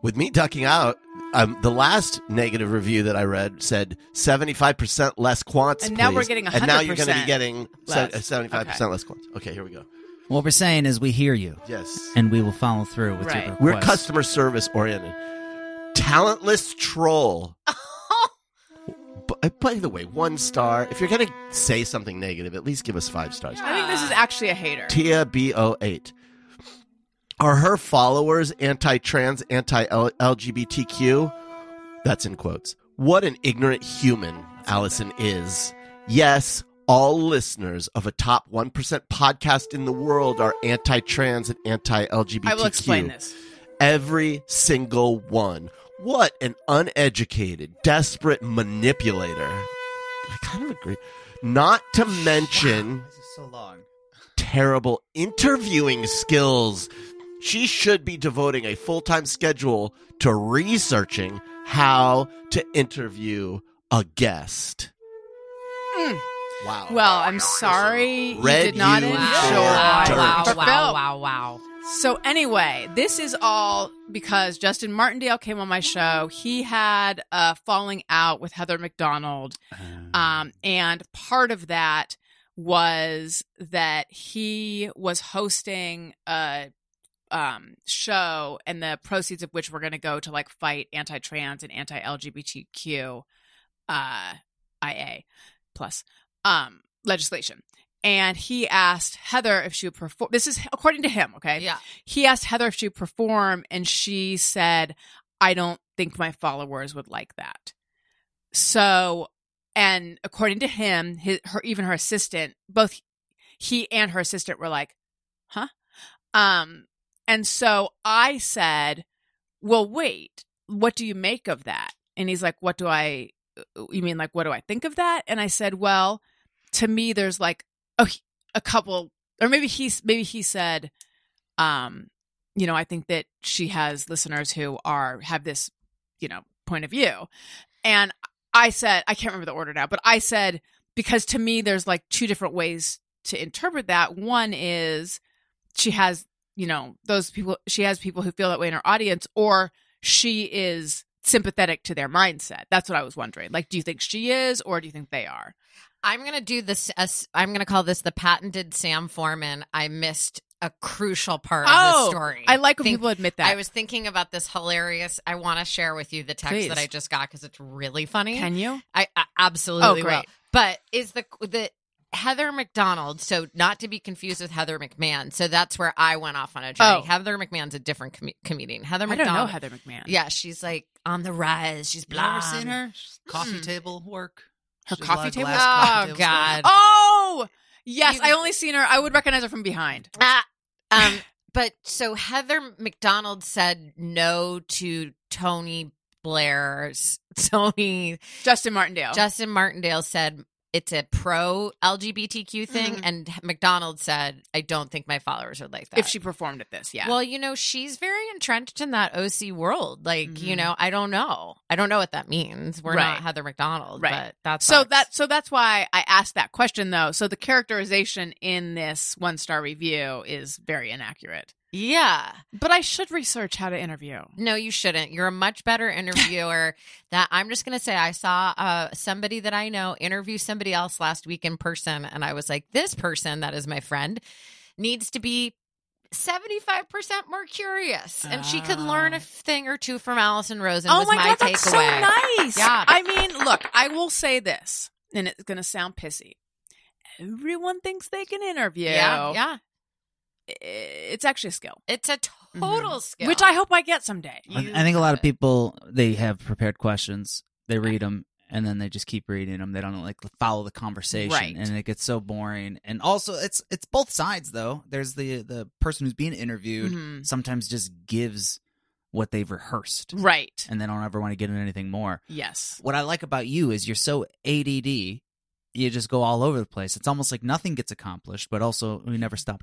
A: With me ducking out, um, the last negative review that I read said 75% less quants.
B: And now we're
A: please.
B: getting
A: And now you're going to be
B: 100%
A: getting se-
B: less.
A: uh, 75% less quants. Okay, here we go.
E: What we're saying is we hear you
A: Yes.
E: and we will follow through with
B: Right.
E: your request.
A: We're customer service oriented. Talentless troll. B- uh, by the way, one star. If you're going to say something negative, at least give us five stars.
B: I think this is actually a hater.
A: Tia B08. Are her followers anti trans, anti LGBTQ? That's in quotes. What an ignorant human Allison is. Yes, all listeners of a top 1% podcast in the world are anti trans and anti LGBTQ.
B: I will explain this.
A: Every single one. What an uneducated, desperate manipulator. I kind of agree. Not to mention
E: This is so long.
A: terrible interviewing skills. She should be devoting a full time schedule to researching how to interview a guest.
B: Mm.
E: Hmm.
A: Wow.
B: Well, I'm sorry you
A: Red
B: did not
A: you
B: enjoy.
A: for
D: Wow,
A: dirt.
D: wow,
B: For
D: wow,
B: Phil.
D: wow, wow.
B: So anyway, this is all because Justin Martindale came on my show. He had a falling out with Heather McDonald,
G: Mm.
B: um, and part of that was that he was hosting a um, show, and the proceeds of which were going to go to like fight anti-trans and anti-LGBTQ uh, IA plus um, legislation. And he asked Heather if she would perform. This is according to him, okay?
D: Yeah.
B: he asked Heather if she would perform, and she said, I don't think my followers would like that. So, and according to him, his, her, even her assistant, both he and her assistant were like, huh? Um, and so I said, well, wait, what do you make of that? And he's like, what do I, you mean like, what do I think of that? And I said, well, to me, there's like a, a couple, or maybe he's, maybe he said, um, you know, I think that she has listeners who are, have this, you know, point of view. And I said, I can't remember the order now, but I said, because to me, there's like two different ways to interpret that. One is she has, you know, those people, she has people who feel that way in her audience, or she is sympathetic to their mindset. That's what I was wondering. Like, do you think she is, or do you think they are?
D: I'm gonna do this. As, I'm gonna call this the patented Sam Foreman. I missed a crucial part of
B: Oh,
D: the story.
B: I like when
D: Think-
B: people admit that.
D: I was thinking about this hilarious. I want to share with you the text
B: Please.
D: that I just got because it's really funny.
B: Can you?
D: I, I absolutely
B: Oh,
D: will.
B: great.
D: But is the the Heather McDonald? So not to be confused with Heather McMahon. So that's where I went off on a journey.
B: Oh.
D: Heather McMahon's a different com- comedian. Heather
B: I
D: McDonald.
B: don't know Heather McMahon.
D: Yeah, she's like on the rise. She's
E: You ever
D: blonde.
E: seen her? Coffee
D: Mm.
E: table work.
B: Hmm. Her
E: She did a
B: coffee
E: lot of
B: table
D: work?
E: glass coffee
D: Oh,
E: table
D: God.
E: stuff.
B: Oh, yes.
D: You-
B: I only seen her. I would recognize her from behind.
D: Ah, um, but so Heather McDonald said no to Tony Blair's Tony
B: Justin Martindale.
D: Justin Martindale said it's a pro LGBTQ thing,
B: Mhm.
D: and McDonald said I don't think my followers would like that.
B: if she performed at this, yeah.
D: Well, you know, she's very entrenched in that OC world. Like, you
B: Mhm.
D: know, I don't know. I don't know what that means. We're
B: Right.
D: not Heather McDonald,
B: Right.
D: but that's
B: so that so that's why I asked that question though. So the characterization in this one star review is very inaccurate.
D: yeah.
B: But I should research how to interview.
D: No, you shouldn't. You're a much better interviewer. that I'm just gonna say, I saw uh, somebody that I know interview somebody else last week in person, and I was like, this person that is my friend needs to be. 75% more curious and she could learn a
B: Ah.
D: thing or two from Allison Rosen
B: oh
D: was
B: my, god,
D: takeaway.
B: that's so nice.
D: Yeah.
B: I mean, look, I will say this, and it's gonna sound pissy. Everyone thinks they can interview.
D: Yeah, yeah.
B: It's actually a skill,
D: It's a total skill.
B: which I hope I get someday.
D: You
E: I, I think a lot of
D: got it.
E: people they have prepared questions, they read them, and then they just keep reading them. They don't like follow the conversation,
B: Right.
E: and it gets so boring. And also, it's it's both sides though. There's the the person who's being interviewed
B: Mhm.
E: sometimes just gives what they've rehearsed,
B: Right.
E: and they don't ever want to get into anything more.
B: Yes.
E: What I like about you is you're so ADD. You just go all over the place. It's almost like nothing gets accomplished, but also we never stop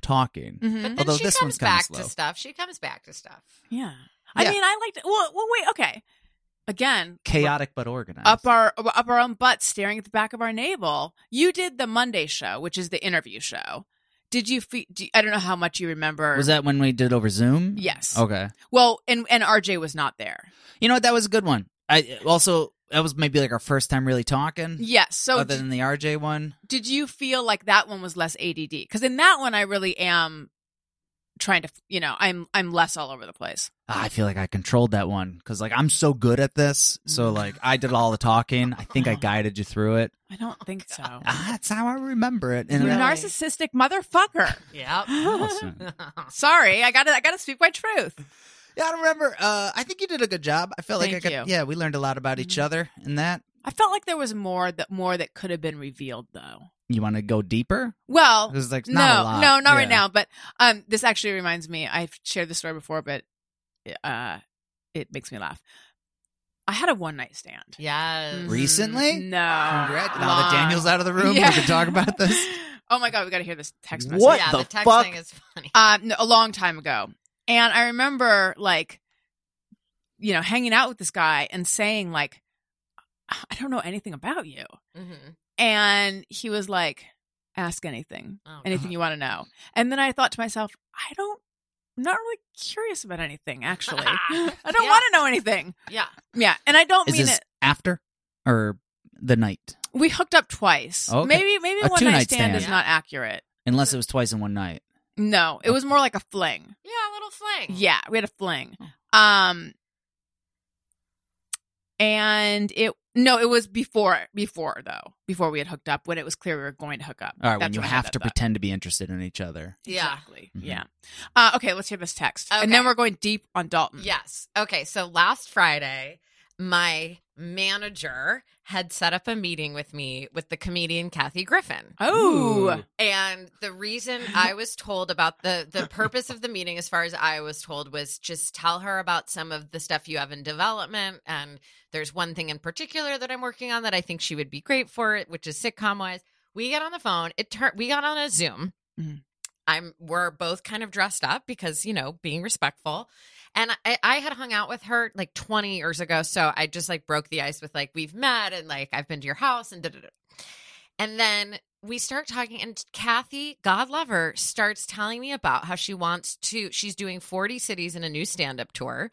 B: Mhm.
E: talking.
D: But then
E: Although
D: she
E: this
D: comes
E: one's kinda
D: back
E: slow.
D: to stuff. She comes back to stuff.
B: Yeah. I
E: Yeah.
B: mean, I liked. Well, well, wait. Okay. Again,
E: Chaotic but organized.
B: up our up our own butt, staring at the back of our navel. You did the Monday show, which is the interview show. Did you? Fe- do, I don't know how much you remember.
E: was that when we did over Zoom?
B: Yes.
E: Okay.
B: well, and and RJ was not there.
E: You know what? That was a good one. I also that was maybe like our first time really talking.
B: Yes. So
E: Mm. other
B: d-
E: than the RJ one,
B: did you feel like that one was less ADD? Because in that one, I really am trying to. You know, I'm I'm less all over the place.
E: Ah, I feel like I controlled that one because like I'm so good at this. So like I did all the talking. I think I guided you through it.
B: I don't think so.
E: Ah, that's how I remember it.
B: You
E: And that-
B: narcissistic motherfucker.
G: Allison.
B: Sorry, I gotta I gotta speak my truth.
E: yeah, I don't remember. Uh, I think you did a good job. I felt like
B: Thank
E: I could.
B: you. Mm-hmm.
E: Yeah, we learned a lot about each other in that.
B: I felt like there was more that more that could have been revealed though.
E: You want to go deeper?
B: Well,
E: There's like
B: no,
E: not a lot.
B: no, not
E: Yeah.
B: right now. But um, this actually reminds me. I've shared this story before, but uh, it makes me laugh. I had a one night stand
D: Yes.
B: Mhm.
E: Recently?
B: No,
E: Congrat- Now
B: Long-
E: that Daniel's out of the room,
B: Yeah.
E: we can talk about this.
B: oh my god, we got to hear this text message.
A: What
D: yeah,
A: the
D: the, text
A: fuck?
D: thing is funny.
B: Uh, no, a long time ago, and I remember like, you know, hanging out with this guy and saying like, I don't know anything about you,
D: Mhm.
B: and he was like, ask anything.
D: Oh,
B: anything
D: God.
B: you want to know. And then I thought to myself, I don't, I'm not really curious about anything, actually. I don't
D: Yeah.
B: want to know anything.
D: Yeah.
B: Yeah. And I don't
E: Is
B: mean
E: this
B: it.
E: after or the night?
B: We hooked up twice.
E: Oh, Okay.
B: Maybe, maybe
E: A
B: one night
E: two-night
B: stand,
E: stand.
B: is
D: Yeah.
B: not accurate.
E: Unless it was twice in one night.
B: No,
E: Oh.
B: it was more like a fling.
D: Yeah, a little fling.
B: Yeah. We had a fling.
E: Oh.
B: Um, and it, no, it was before, before though, before we had hooked up when it was clear we were going to hook up.
E: All right, when
B: That's
E: you
B: when I had
E: have
B: that
E: to
B: thought.
E: pretend to be interested in each other.
D: Yeah.
B: Exactly.
E: Mhm.
B: Yeah. Uh, okay, let's hear this text. And
D: Okay.
B: then we're going deep on Dalton.
D: Yes. Okay. So last Friday, my manager had set up a meeting with me with the comedian Kathy Griffin.
B: Oh,
D: And the reason I was told about the the purpose of the meeting, as far as I was told, was just tell her about some of the stuff you have in development. And there's one thing in particular that I'm working on that I think she would be great for it, which is sitcom wise. We got on the phone. It turned. We got on a Zoom.
B: Mhm.
D: I'm. We're both kind of dressed up because you know being respectful. And I, I had hung out with her like 20 years ago, so I just like broke the ice with like we've met and like I've been to your house and da da da. And then we start talking, and Kathy, God love her, starts telling me about how she wants to, she's doing 40 cities in a new stand up tour.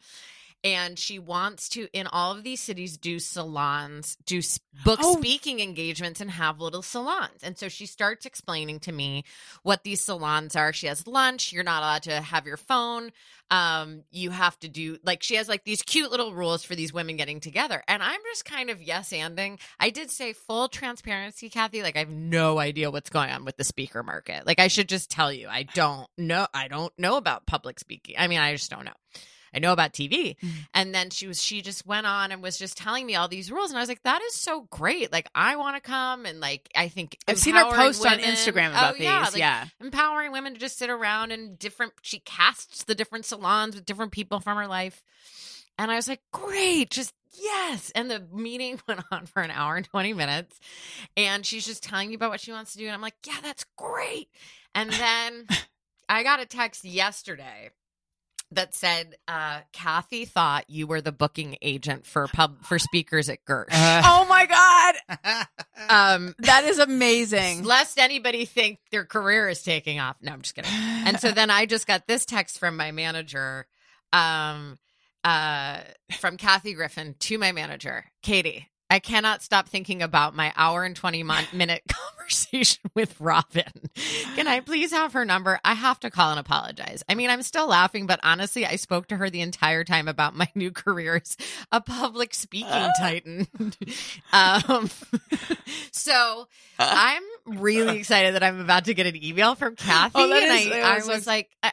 D: And she wants to, in all of these cities, do salons, do s- book
B: Oh.
D: speaking engagements, and have little salons. And so she starts explaining to me what these salons are. She has lunch. You're not allowed to have your phone. Um, you have to do, like, she has like these cute little rules for these women getting together. And I'm just kind of yes anding. I did say full transparency, Kathy. Like, I have no idea what's going on with the speaker market. Like, I should just tell you, I don't know. I don't know about public speaking. I mean, I just don't know. I know about TV.
B: Mm-hmm.
D: And then she was, she just went on and was just telling me all these rules. And I was like, that is so great. Like, I want to come. And like, I think
B: I've seen her
D: empowering
B: post on
D: women-
B: Instagram
D: Oh,
B: about
D: yeah,
B: these.
D: like,
B: yeah.
D: empowering women to just sit around and different she casts the different salons with different people from her life and i was like great just yes and the meeting went on for an hour and 20 minutes and she's just telling me about what she wants to do and i'm like yeah that's great and then i got a text yesterday that said uh, kathy thought you were the booking agent for pub for speakers at gersh
B: Oh my god,
D: um
B: that is amazing.
D: lest anybody think their career is taking off no i'm just kidding and so then I just got this text from my manager, um, uh, from Kathy Griffin to my manager, Katie. I cannot stop thinking about my hour and 20 mon- minute conversation with Robin. Can I please have her number? I have to call and apologize. I mean, I'm still laughing, but honestly, I spoke to her the entire time about my new career as a public speaking
B: Ah.
D: titan. um, so I'm really excited that I'm about to get an email from Kathy.
B: Oh, that
D: and
B: is-
D: I,
B: that
D: I
B: was
D: was
B: a-
D: like, I,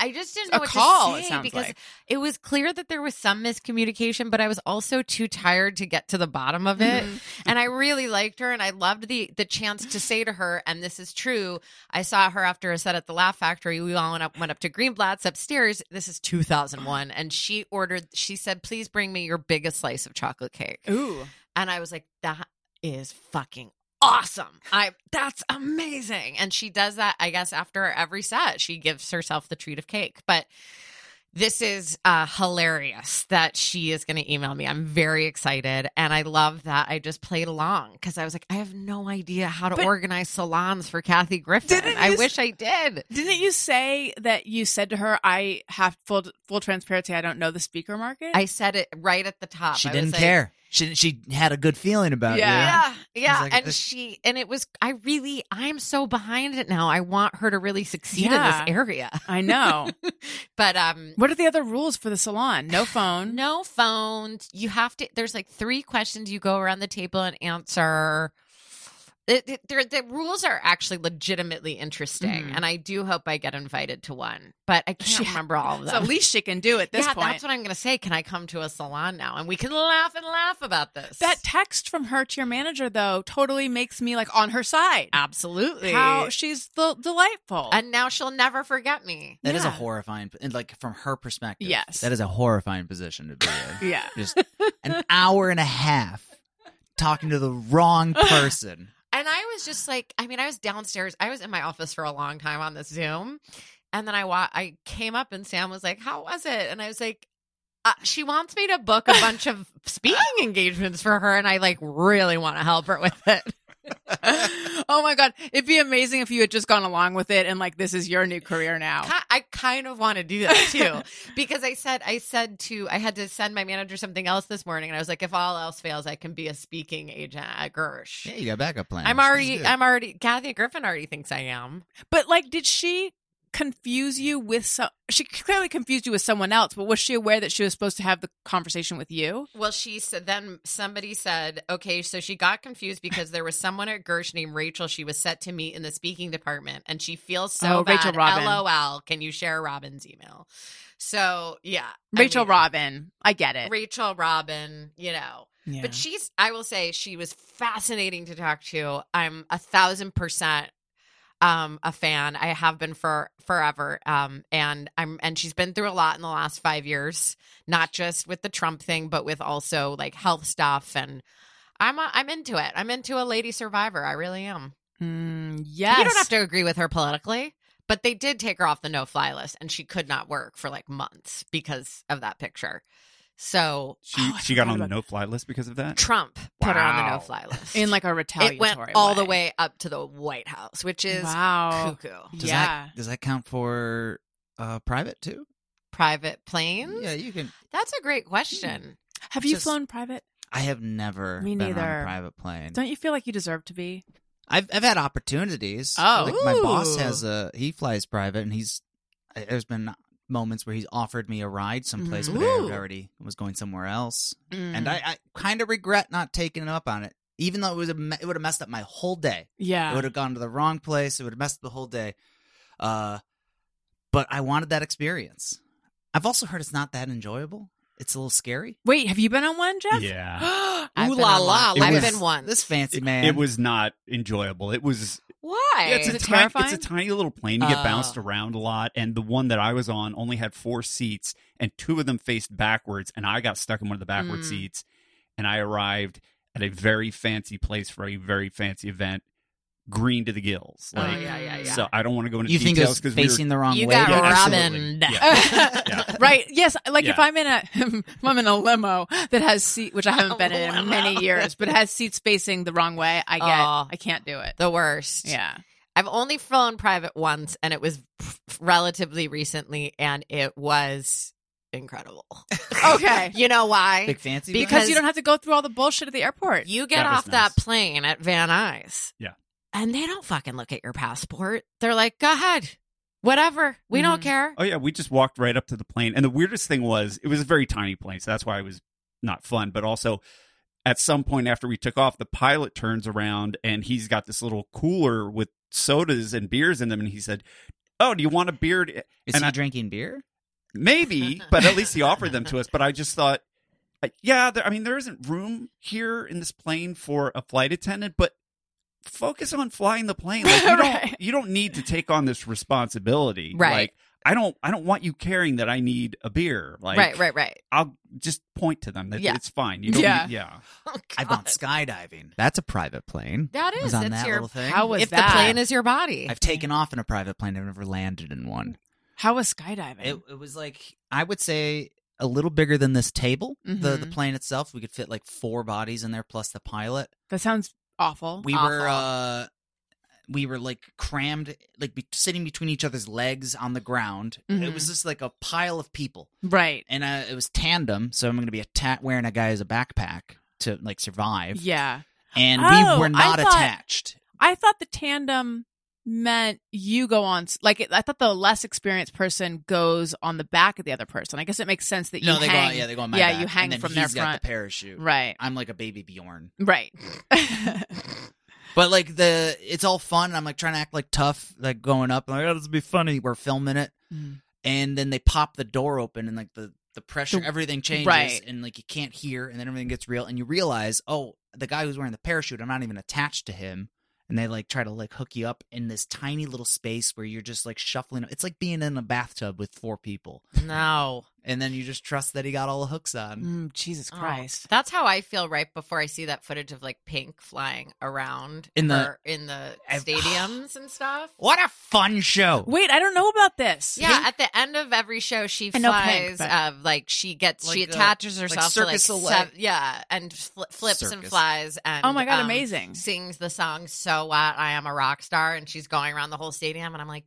D: I just didn't know
B: A
D: what
B: call,
D: to
B: it
D: say
B: sounds
D: because
B: like.
D: it was clear that there was some miscommunication, but I was also too tired to get to the bottom of it. And I really liked her, and I loved the the chance to say to her, and this is true. I saw her after a set at the Laugh Factory. We all went up went up to Greenblatt's upstairs. This is 2001, and she ordered. She said, "Please bring me your biggest slice of chocolate cake."
B: Ooh,
D: And I was like, that is fucking awesome. I that's amazing. And she does that, I guess, after every set. She gives herself the treat of cake. But this is uh, hilarious that she is going to email me. I'm very excited. And I love that I just played along because I was like, I have no idea how to
B: But-
D: organize salons for Kathy Griffin.
B: Didn't
D: I
B: you s-
D: wish I did.
B: didn't you say that you said to her, "I have full full transparency. I don't know the speaker market."
D: I said it right at the top.
E: she
D: I was
E: didn't
D: like,
E: care. She she had a good feeling about
B: Yeah.
D: Yeah,
E: you.
D: yeah.
E: It's like
D: and
E: this-
D: she and it was I really I'm so behind it now. I want her to really succeed
B: Yeah.
D: in this area.
B: I know.
D: But um
B: what are the other rules for the salon? No phone.
D: no phones. You have to there's like three questions you go around the table and answer. It, it- there- the rules are actually legitimately interesting,
B: Mhm.
D: and I do hope I get invited to one. But I can't
B: She-
D: remember all of
B: It's
D: them.
B: at least she can do at this
D: yeah,
B: point.
D: that's what I'm going to say. Can I come to a salon now, and we can laugh and laugh about this?
B: that text from her to your manager though totally makes me like on her side.
D: absolutely.
B: How she's the delightful.
D: and now she'll never forget me.
E: That is a
B: Yeah.
E: horrifying, and like from her perspective,
B: Yes.
E: that is a horrifying position to be in.
B: yeah.
E: Just an hour and a half talking to the wrong person.
D: And I was just like, I mean, I was downstairs. I was in my office for a long time on the Zoom, and then I wa- I came up and Sam was like, "How was it?" And I was like, uh, "She wants me to book a bunch of speaking engagements for her, and I like really want to help her with it."
B: oh my god, it'd be amazing if you had just gone along with it and like this is your new career now.
D: Ki- I kind of want to do that too because I said I said to I had to send my manager something else this morning, and I was like, "If all else fails, I can be a speaking agent at Gersh."
E: Yeah, you got backup plans.
D: I'm
E: That's
D: already,
E: good.
D: I'm already. Kathy Griffin already thinks I am.
B: But like, did she confuse you with some? She clearly confused you with someone else. But was she aware that she was supposed to have the conversation with you?
D: Well, she said, then somebody said, okay, so she got confused because there was someone at Gersh named Rachel she was set to meet in the speaking department, and she feels so
B: Oh,
D: bad.
B: Rachel Robin.
D: LOL, can you share Robin's email? So, yeah. I
B: Rachel
D: mean,
B: Robin, I get it.
D: Rachel Robin, you know.
B: Yeah.
D: But she's, I will say, she was fascinating to talk to. I'm a thousand percent um a fan. I have been for forever. Um and I'm and she's been through a lot in the last five years, not just with the Trump thing, but with also like health stuff and I'm a, I'm into it. I'm into a lady survivor. I really am.
B: Mm, yes.
D: You don't have to agree with her politically, but they did take her off the no fly list and she could not work for like months because of that picture. So
G: She
B: Oh, I
G: she got
B: forgot
G: on the
B: about-
G: no fly list because of that.
D: Trump put her on the
G: Wow.
D: no fly list.
B: in like a retaliatory.
D: it went all the way up to the White House, which is
B: wow.
D: cuckoo.
E: Does
B: Yeah.
E: That, does that count for uh, private too?
D: Private planes?
E: Yeah, you can.
D: That's a great question.
B: Have you
E: Just-
B: flown private?
E: I have never
B: Me
E: been on
B: neither.
E: a private plane.
B: Don't you feel like you deserve to be?
E: I've I've had opportunities.
B: Oh.
E: like my boss
B: Ooh.
E: has a he flies private, and he's I- there's been moments where he's offered me a ride someplace, but I
B: Mm-hmm. Ooh. Mm.
E: had already was going somewhere else,
D: Mm.
E: and I, I kind of regret not taking up on it, even though it was a, me- it would have messed up my whole day. It
B: yeah.
E: would have gone to the wrong place. It would have messed up the whole day. Uh, but I wanted that experience. I've also heard it's not that enjoyable. It's a little scary.
B: Wait, have you been on one, Jeff?
G: Yeah.
D: I've
B: Ooh
D: been
B: la
D: on
B: la!
D: one.
G: It
B: look at
D: I've
G: was-
D: been once.
E: This fancy
G: It-
E: man.
G: It was not enjoyable. It was
D: Why?
G: Yeah, it's a
B: Is it
G: tiny, it's a
B: terrifying?
G: tiny little plane. You get
D: Oh.
G: bounced around a lot, and the one that I was on only had four seats, and two of them faced backwards, and I got stuck in one of the backward
D: Mm.
G: seats, and I arrived at a very fancy place for a very fancy event, green to the gills.
D: Oh,
G: Like,
D: yeah, yeah, yeah.
G: so I don't want to go into
E: you think it
G: details
E: was
G: because
E: facing the wrong
D: you
E: um, way?
D: got
G: Yeah,
D: Robin.
G: absolutely. Yeah. Yeah.
B: Right. Yes. Like if
G: Yeah.
B: I'm in a, if I'm in a limo that has seat, which I haven't
D: A
B: been in in
D: limo.
B: many years, but has seats facing the wrong way. I get.
D: Aw.
B: I can't do it.
D: The worst.
B: Yeah.
D: I've only flown private once, and it was relatively recently, and it was incredible.
B: Okay.
D: you know why?
E: Big fancy man?
B: Because
D: Because-
B: you don't have to go through all the bullshit at the airport.
D: You get
G: That was
D: off that
G: nice.
D: plane at Van Nuys.
G: Yeah.
D: And they don't fucking look at your passport. They're like, go ahead. Whatever. We don't
B: Mhm.
D: care.
G: Oh yeah, we just walked right up to the plane, and the weirdest thing was it was a very tiny plane, so that's why it was not fun. But also, at some point after we took off, the pilot turns around and he's got this little cooler with sodas and beers in them, and he said, "Oh, do you want a beer?"
E: Is
G: And
E: he
G: I-
E: drinking beer?
G: Maybe, but at least he offered them to us. But I just thought, uh, yeah, there, I mean, there isn't room here in this plane for a flight attendant, but focus on flying the plane. Like, you
B: Right.
G: don't you don't need to take on this responsibility,
D: Right.
G: Like, I don't I don't want you caring that I need a beer. Like,
D: right, right, right.
G: I'll just point to them. That
D: Yeah.
G: it's fine. You don't.
B: Yeah.
G: Need, yeah.
D: Oh,
E: I've gone
D: God.
E: skydiving. That's a private plane.
D: That
E: I
D: is.
E: was on
D: That's
E: that
D: your.
E: little thing.
B: How was
D: if
B: that?
D: the plane is your body.
E: I've taken off in a private plane. I've never landed in one.
B: How was skydiving?
E: It, it was like I would say a little bigger than this table. The the
D: Mm-hmm.
B: Mhm.
E: plane itself, we could fit like four bodies in there plus the pilot.
B: that sounds awful.
E: We were
D: Awful.
E: uh we were like crammed, like be- sitting between each other's legs on the ground. It
B: Mhm.
E: was just like a pile of people,
B: right.
E: and uh, it was tandem. So I'm going to be atta- wearing a guy as a backpack to like survive.
B: Yeah.
E: And
B: Oh,
E: we were
B: I
E: not
B: thought-
E: attached.
B: I thought the tandem meant you go on s- like it, I thought the less experienced person goes on the back of the other person. I guess it makes sense that you
E: No, they go.
B: hang.
E: On, yeah, they go on my
B: yeah,
E: back,
B: you hang
E: and then
B: from their
E: he's got
B: front.
E: the parachute.
B: Right.
E: I'm like a baby Bjorn.
B: Right.
D: Mm.
E: But like the, it's all fun. and I'm like trying to act like tough, like going up. I'm like, oh, this will be funny. We're filming it,
B: Mm.
E: and then they pop the door open, and like the the pressure,
B: The-
E: everything changes,
B: right.
E: and like you can't hear, and then everything gets real, and you realize, oh, the guy who's wearing the parachute, I'm not even attached to him. And they like try to like hook you up in this tiny little space where you're just like shuffling. It's like being in a bathtub with four people,
D: no.
E: and then you just trust that he got all the hooks on.
B: Mm, Jesus
D: Oh,
B: Christ.
D: that's how I feel right before I see that footage of like Pink flying around
E: In the-
D: her- in the
E: Ev-
D: stadiums and stuff.
E: What a fun show!
B: Wait, I don't know about this.
D: Yeah, at the end of every show, she
B: I
D: flies.
B: know Pink, but-
D: uh, like she gets, she
E: Like, uh,
D: attaches herself
E: Cirque du
D: to
E: Soleil.
D: like sev- yeah, and fl- flips and
E: Circus.
D: flies. And
B: Oh my god,
D: um,
B: amazing.
D: Sings the song "So What." I am a rock star, and she's going around the whole stadium, and I'm like,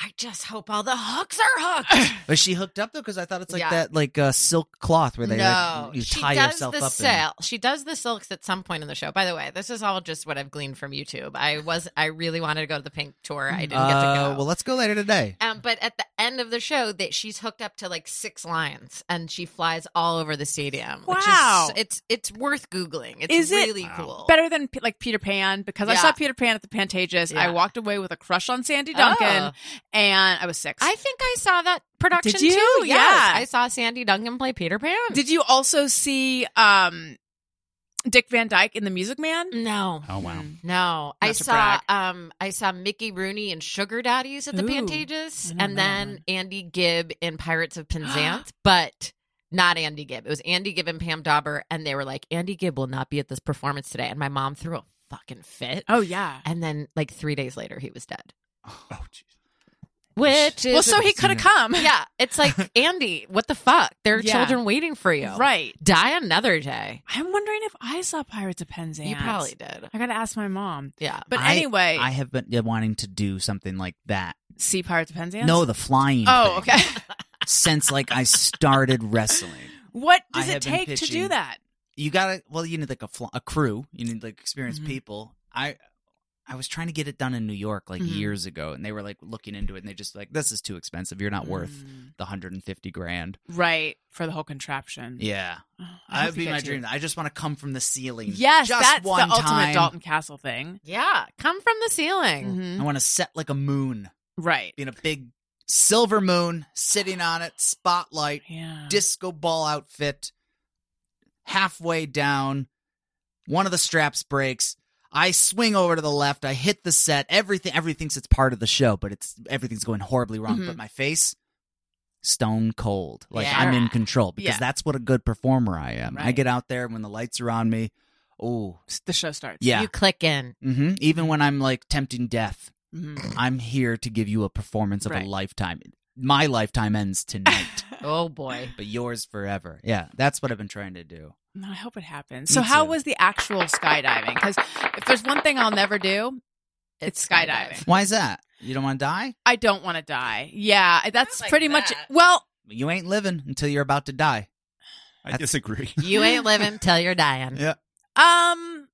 D: I just hope all the hooks are hooked.
E: But she hooked up though, because I thought it's like
D: Yeah.
E: that like uh, silk cloth where they
D: no,
E: like, you
D: she
E: tie
D: does
E: yourself
D: the
E: up.
D: sil- She does the silks at some point in the show. By the way, this is all just what I've gleaned from YouTube. I was, I really wanted to go to the Pink tour. I
E: in.
D: didn't get to
E: Uh,
D: go.
E: well, let's go later today.
D: Um, but at the end of the show, that she's hooked up to like six lions, and she flies all over the stadium. Which
B: Wow.
D: is, it's it's worth googling. It's
B: Is it-
D: really
G: Wow.
D: cool.
B: Better than P- like Peter Pan because I
D: Yeah.
B: saw Peter Pan at the Pantages. I
D: Yeah.
B: walked away with a crush on Sandy Duncan,
D: Oh.
B: and I was six.
D: I think I saw that production
B: Did you?
D: too. Yes.
B: Yeah.
D: I saw Sandy Duncan play Peter Pan.
B: Did you also see um Dick Van Dyke in The Music Man?
D: No.
G: Oh wow.
B: Mm.
D: No, I
B: Not to
D: saw
B: brag.
D: um I saw Mickey Rooney and Sugar Daddies at the
B: Ooh,
D: Pantages,
B: I know
D: and
B: that
D: then
B: one.
D: Andy Gibb in Pirates of Penzance, but not Andy Gibb. It was Andy Gibb and Pam Dauber, and they were like, Andy Gibb will not be at this performance today. And my mom threw a fucking fit.
B: Oh yeah.
D: And then like three days later, he was dead.
G: Oh jeez.
D: Which is
B: Well, so he could have come.
D: yeah, it's like Andy, what the fuck? There are
B: Yeah.
D: children waiting for you.
B: Right.
D: die another day.
B: I'm wondering if I saw Pirates of Penzance.
D: You probably did.
B: I gotta ask my mom.
D: Yeah,
B: But
E: I-
B: anyway,
E: I have been wanting to do something like that.
B: see Pirates of Penzance.
E: No, the flying.
B: Oh,
E: thing,
B: okay.
E: Since like I started wrestling.
B: What does
E: I
B: it
E: have been
B: take to do
E: pitching-
B: that?
E: you gotta well you need like a, fl- a crew you need like experienced
B: Mhm.
E: people i i was trying to get it done in new york like
B: Mhm.
E: years ago and they were like looking into it and they just like this is too expensive you're not worth
B: Mm,
E: the 150 grand
B: right for the whole contraption.
E: yeah
B: Oh, I
E: that
B: hope
E: would
B: you
E: be
B: get
E: my
B: to-
E: dream i just want to come from the ceiling
B: Yes,
E: just
B: that's
E: one
B: the ultimate
E: time.
B: Dalton Castle thing. Mm-hmm.
D: yeah. Come from the ceiling.
E: i want to set like a moon
B: Right.
E: being a big silver moon sitting on it spotlight
B: Yeah.
E: disco ball outfit halfway down one of the straps breaks i swing over to the left i hit the set everything everything thinks it's part of the show but it's everything's going horribly wrong
B: Mhm.
E: but my face stone cold like
D: Yeah.
E: i'm in control because
B: Yeah.
E: that's what a good performer i am i
B: Right.
E: get out there when the lights are on me oh
B: the show starts.
E: yeah
D: You click in.
E: hmm even
B: Mm-hmm.
E: when i'm like tempting death
B: Mhm.
E: i'm here to give you a performance of
B: Right.
E: a lifetime my lifetime ends tonight
D: Oh boy.
E: but yours forever. Yeah, that's what I've been trying to do.
B: No, I hope it happens.
E: Me
B: So, how
E: too.
B: was the actual skydiving? Because if there's one thing I'll never do, it's skydiving.
E: Why is that? You don't want to die?
B: I don't want to die. Yeah, that's
D: like
B: pretty much.
D: that.
B: Well,
E: You ain't living until you're about to die.
G: I disagree.
D: You ain't living till you're dying.
E: Yeah.
B: um,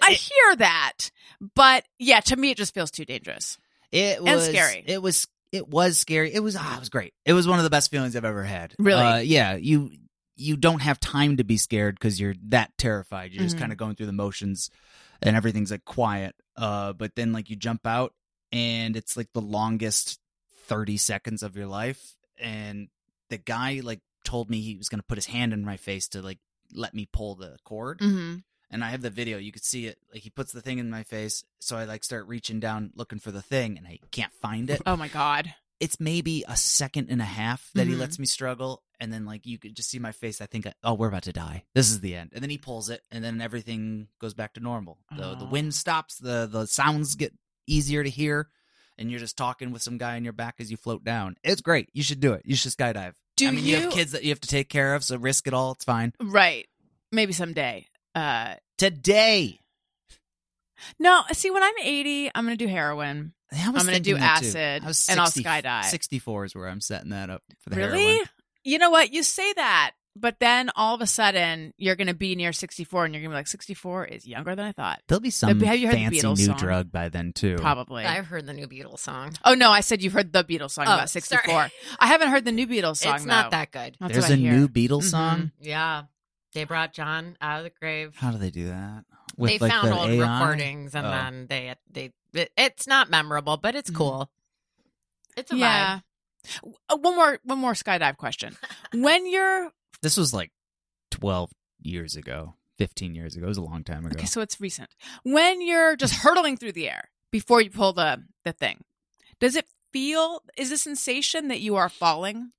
B: I
E: It-
B: hear that, but yeah, to me it just feels too dangerous.
E: It was
B: scary.
E: It was it was scary. It was ah, it was great. It was one of the best feelings I've ever had.
B: Really?
E: Uh, yeah. You you don't have time to be scared because you're that terrified. You're just
B: Mhm.
E: kind of going through the motions, and everything's like quiet. Uh, but then like you jump out, and it's like the longest thirty seconds of your life. And the guy like told me he was gonna put his hand in my face to like let me pull the cord.
B: Mm-hmm.
E: and I have the video. You could see it. Like he puts the thing in my face, so I like start reaching down looking for the thing, and I can't find it.
B: Oh my god.
E: It's maybe a second and a half that he
B: Mhm.
E: lets me struggle, and then like you could just see my face. I think, oh, we're about to die. This is the end. And then he pulls it, and then everything goes back to normal. The the
B: Oh.
E: wind stops. The the sounds get easier to hear, and you're just talking with some guy on your back as you float down. It's great. You should do it. You should skydive.
B: Do
E: I mean, you have
B: you-
E: kids that you have to take care of, so risk it all. It's fine.
B: Right. Maybe someday. Uh,
E: Today.
B: no. See, when I'm 80, I'm gonna do heroin.
E: Yeah, I
B: I'm gonna
E: thinking
B: do
E: that, too.
B: acid,
E: I was
B: and I'll skydive.
E: 64 is where I'm setting that up for the
B: really?
E: heroin.
B: You know what? You say that, but then all of a sudden you're gonna be near 64, and you're gonna be like, 64 is younger than I thought.
E: There'll be some
B: Have you heard the
E: fancy new
B: Beatles song?
E: drug by then too.
B: Probably.
D: I've heard the new Beatles song.
B: Oh no, I said you've heard the Beatles song
D: Oh,
B: about 64.
D: sorry.
B: I haven't heard the new Beatles song
D: it's not
B: though.
D: that good.
B: That's
E: There's
B: what I
E: a
B: hear. Mm-hmm.
E: new Beatles song.
D: Yeah. They brought John out of the grave.
E: How do they do that?
D: They found old
E: AI?
D: recordings and
E: Oh. Mm-hmm.
D: then they they it, it's not memorable, but it's
B: Mhm.
D: cool. It's a
B: Yeah.
D: vibe.
B: W- uh, One more one more skydive question. When you're
E: This was like 12 years ago, 15 years ago. It was a long time ago.
B: okay, so it's recent. When you're just hurtling through the air before you pull the the thing, does it feel? Is the sensation that you are falling?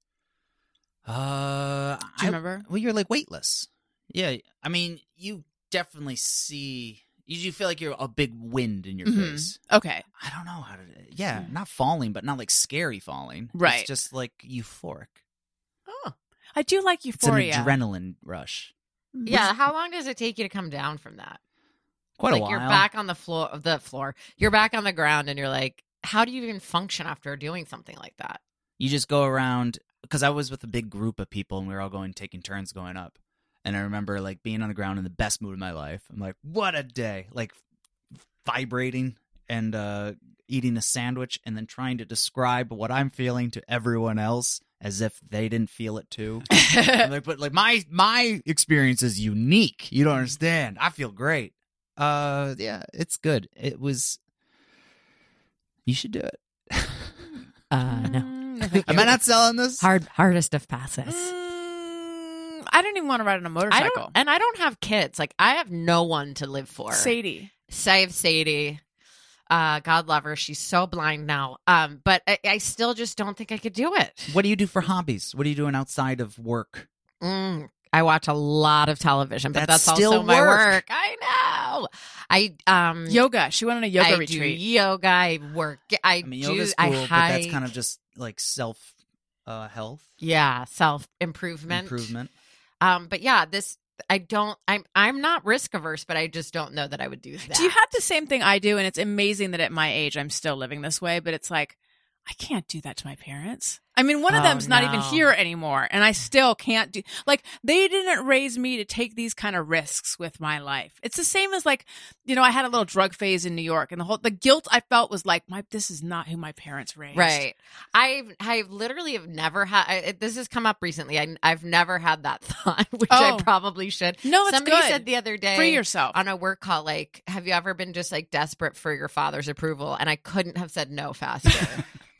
E: uh,
B: Do you
E: I,
B: remember?
E: well, you're like weightless. Yeah, I mean, you definitely see. You, you feel like you're a big wind in your
B: Mhm.
E: face.
B: Okay,
E: I don't know how to. Yeah,
D: Hmm.
E: not falling, but not like scary falling.
B: Right.
E: It's just like euphoric.
B: I do like
E: It's
B: euphoria.
E: an adrenaline rush.
D: Yeah, how long does it take you to come down from that?
E: Quite
D: like
E: a while.
D: you're back on the floor of the floor. You're back on the ground and you're like, how do you even function after doing something like that?
E: You just go around because I was with a big group of people and we were all going taking turns going up. And I remember like being on the ground in the best mood of my life. I'm like, what a day! Like vibrating and uh, eating a sandwich and then trying to describe what I'm feeling to everyone else as if they didn't feel it too. I'm like, but like my my experience is unique. You
D: Mm-hmm.
E: don't understand. I feel great. Uh, yeah, it's good. It was. You should do it.
D: Uh
B: Mm, I think
E: Am
B: you're-
E: I not selling this?
D: Hard hardest of passes.
B: Mm, I don't even want to ride on a
D: Mm, I
B: motorcycle.
D: don't, and I don't have kids. Like I have no one to live for.
B: Sadie.
D: Save Sadie. Uh, God love her. She's so blind now. Um, but I, I still just don't think I could do it.
E: What do you do for hobbies? What are you doing outside of work?
D: Mm, I watch a lot of television, but
E: That's
D: that's,
E: still
D: also my
E: work.
D: work. I know. I um
B: Yoga. She went on a yoga
D: I
B: retreat.
D: do yoga. I work. I,
E: I mean,
D: do.
E: yoga's
D: I
E: cool,
D: hike.
E: but that's kind of just like self uh, health
D: yeah, self improvement.
E: improvement.
D: Um, but yeah, this I don't. I'm I'm not risk averse, but I just don't know that I would do that.
B: Do you have the same thing I do? And it's amazing that at my age I'm still living this way, but it's like, I can't do that to my parents. I mean, one of
D: Oh,
B: them's not even
D: no.
B: here anymore, and I still can't do like they didn't raise me to take these kind of risks with my life. It's the same as like, you know, I had a little drug phase in New York, and the whole the guilt I felt was like, my this is not who my parents raised.
D: Right. I've I've literally have never had this has come up recently. I I've never had that thought, which
B: Oh.
D: I probably should.
B: No, it's
D: Somebody
B: good.
D: said the other day
B: Free yourself.
D: on a work call, like, have you ever been just like desperate for your father's approval? And I couldn't have said no faster.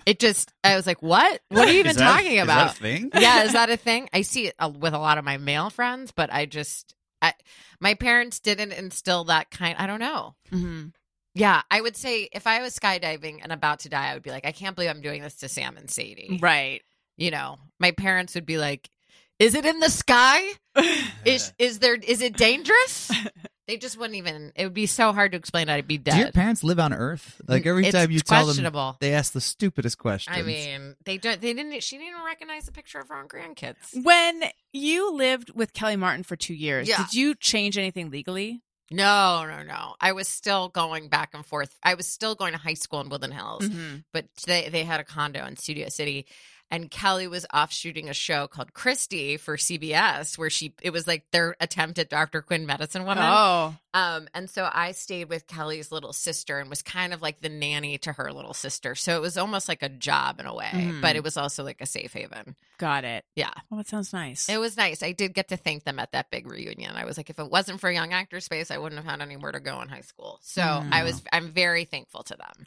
D: it just I was like, what? What are you even
G: Is that-
D: talking
G: is
D: about?
G: that a thing?
D: yeah, is that a thing? I see it uh, with a lot of my male friends, but I just I, my parents didn't instill that kind. I don't know.
B: hmm
D: Yeah, I would say if I was skydiving and about to die, I would be like, I can't believe I'm doing this to Sam and Sadie.
B: Right.
D: You know, my parents would be like, Is it in the sky? Is is there is it dangerous? they just wouldn't even. It would be so hard to explain. I'd be dead.
E: Do your parents live on Earth? Like every
D: It's
E: time you tell them,
D: questionable.
E: they ask the stupidest questions.
D: I mean, they don't. They didn't. She didn't even recognize the picture of her own
E: Mm.
D: grandkids.
B: When you lived with Kelly Martin for two years,
D: Yeah.
B: did you change anything legally?
D: No, no, no. I was still going back and forth. I was still going to high school in Woodland Hills.
B: Mhm.
D: but they they had a condo in Studio City, and Kelly was off shooting a show called Christie for CBS, where she it was like their attempt at Dr. Quinn Medicine Woman.
B: Oh,
D: Um, and so I stayed with Kelly's little sister and was kind of like the nanny to her little sister. So it was almost like a job in a way,
B: Mhm.
D: but it was also like a safe haven.
B: got it.
D: Yeah.
B: Well, that sounds nice.
D: It was nice. I did get to thank them at that big reunion. I was like, if it wasn't for Young Actor Space, I wouldn't have had anywhere to go in high school. So
B: Mm.
D: I was I'm very thankful to them.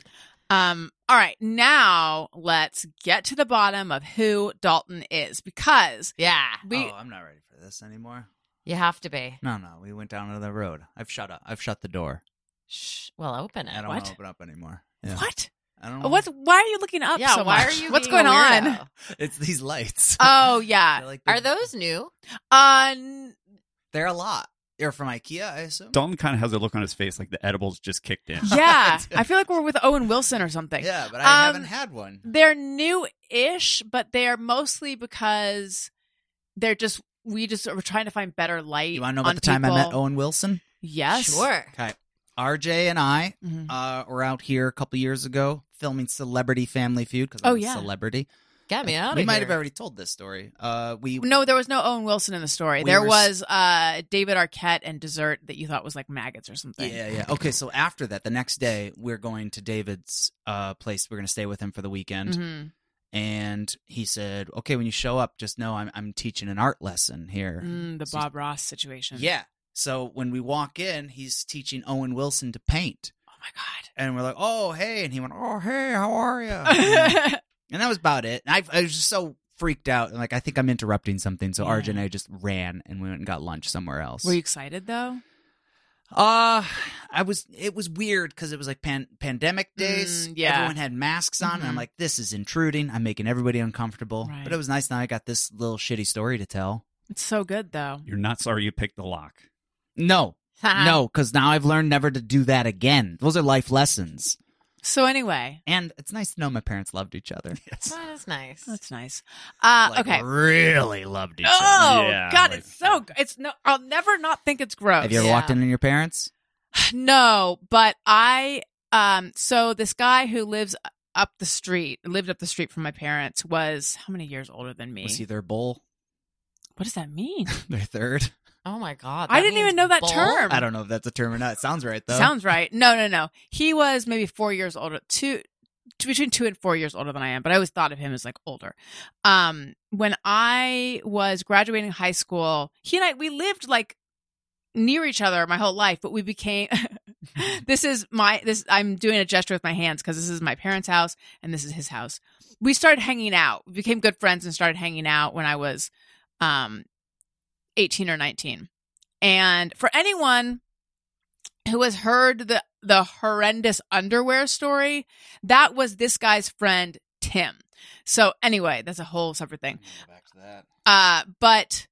B: Um, all right, now let's get to the bottom of who Dalton is because
D: Yeah.
B: we
E: oh, I'm not ready for this anymore.
D: You have to be.
E: No, no, we went down to the road. I've shut up. I've shut the door.
D: Shh. Well, open
E: I
D: it.
E: don't
B: What?
E: want to open up anymore. Yeah.
B: Oh, what?
E: I don't.
B: What's why are you looking up
D: yeah,
B: so
D: why
B: much?
D: are you?
B: What's
D: being a
B: going on?
D: weirdo?
E: It's these lights.
B: Oh yeah.
E: They're like
D: Are
E: big-
D: those new?
B: Uh
E: They're a lot. They're from IKEA, I assume.
G: Dalton kind of has a look on his face like the edibles just kicked in.
B: yeah. I feel like we're with Owen Wilson or something.
E: Yeah, but I
B: Um,
E: haven't had one.
B: They're new-ish, but they're mostly because they're just we just are trying to find better light.
E: You want to know about
B: on
E: the time I met
B: people.
E: Owen Wilson?
B: Yes.
D: Sure.
E: Okay. RJ and I
B: Mhm.
E: uh, were out here a couple years ago filming Celebrity Family Feud because I'm
B: Oh,
E: a
B: yeah.
E: celebrity.
D: Get me out
E: we
D: of
E: might
D: here.
E: have already told this story. Uh, we
B: No, there was no Owen Wilson in the story.
E: We
B: there
E: were s-
B: was uh, David Arquette and dessert that you thought was like maggots or something.
E: Yeah, yeah. Okay, so after that, the next day, we're going to David's uh, place. We're going to stay with him for the weekend.
B: Mhm.
E: And he said, okay, when you show up, just know I'm, I'm teaching an art lesson here.
B: Mm, the
E: So-
B: Bob Ross situation.
E: Yeah. So when we walk in, he's teaching Owen Wilson to paint.
B: Oh my
E: And we're like, oh, hey. And he went, oh, hey, how are you? and
B: god.
E: that was about it. And I, I was just so freaked out. And like, I think I'm interrupting something. So
B: Yeah.
E: Arjun and I just ran and we went and got lunch somewhere else.
B: Were you excited though?
E: Uh I was it was weird because it was like pan- pandemic days.
B: Mm, yeah.
E: Everyone had masks on, and I'm
B: Mhm.
E: like, this is intruding. I'm making everybody uncomfortable.
B: Right.
E: But it was nice now I got this little shitty story to tell.
B: It's so good though.
G: You're not sorry you picked the lock.
E: No.
B: Ah.
E: no, because now I've learned never to do that again. Those are life lessons.
B: So anyway,
E: And it's nice to know my parents loved each other.
D: That is nice.
B: that's nice. Uh,
E: Like,
B: okay.
E: Really loved each other.
B: Oh
G: Yeah,
B: god,
G: like-
B: it's so. good. It's no. I'll never not think it's gross.
E: Have you ever walked
D: Yeah.
E: in on your parents?
B: No, but I um so this guy who lives up the street, lived up the street from my parents was how many years older than me?
E: Was he their bull?
B: what does that mean?
E: Their third?
D: Oh my god.
B: I
D: that
B: didn't
D: means
B: even know that
D: bull?
B: term.
E: I don't know if that's a term or not. It sounds right though.
B: Sounds right. No, no, no. He was maybe four years older, two t- between two and four years older than I am, but I always thought of him as like older. Um, when I was graduating high school, he and I we lived like near each other my whole life, but we became. this is my this. I'm doing a gesture with my hands because this is my parents' house and this is his house. We started hanging out, we became good friends, and started hanging out when I was, um, 18 or 19. And for anyone who has heard the the horrendous underwear story, that was this guy's friend Tim. So anyway, that's a whole separate thing.
E: Back to that.
B: Uh, but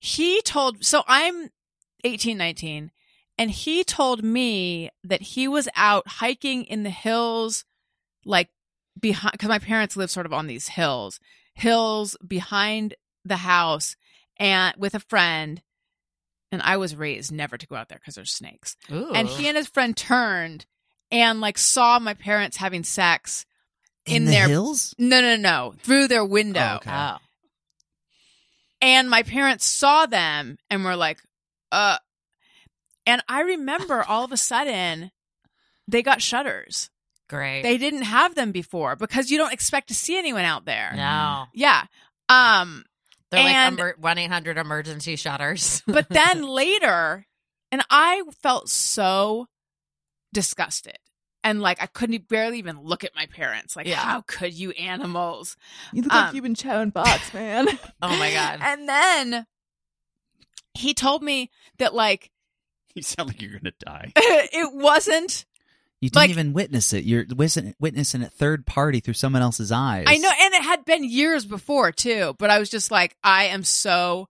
B: he told, so I'm 18, 19, and he told me that he was out hiking in the hills, like behind, because my parents live sort of on these hills, hills behind the house and with a friend. And I was raised never to go out there because there's snakes. And he and his friend turned and like saw my parents having sex. In
E: the
B: their-
E: hills.
B: No, no, no, through their window. Uh,
E: Oh, okay.
D: Oh.
B: and my parents saw them and were like uh and i remember all of a sudden they got shutters
D: Great.
B: they didn't have them before because you don't expect to see anyone out there
D: no.
B: yeah um
D: They're
B: And-
D: like one eight hundred emergency shutters.
B: but then later and i felt so disgusted and like i couldn't e, barely even look at my parents like
D: Yeah.
B: how could you animals
C: You look
B: Um,
C: like you've been chowing bots, man.
D: oh my god.
B: and then he told me that like
G: You sound like you're gonna die.
B: it wasn't
E: You didn't
B: Like-
E: even witness it. You're witnessing, witnessing it third party through someone else's eyes.
B: I know, and it had been years before too. But I was just like, I am so.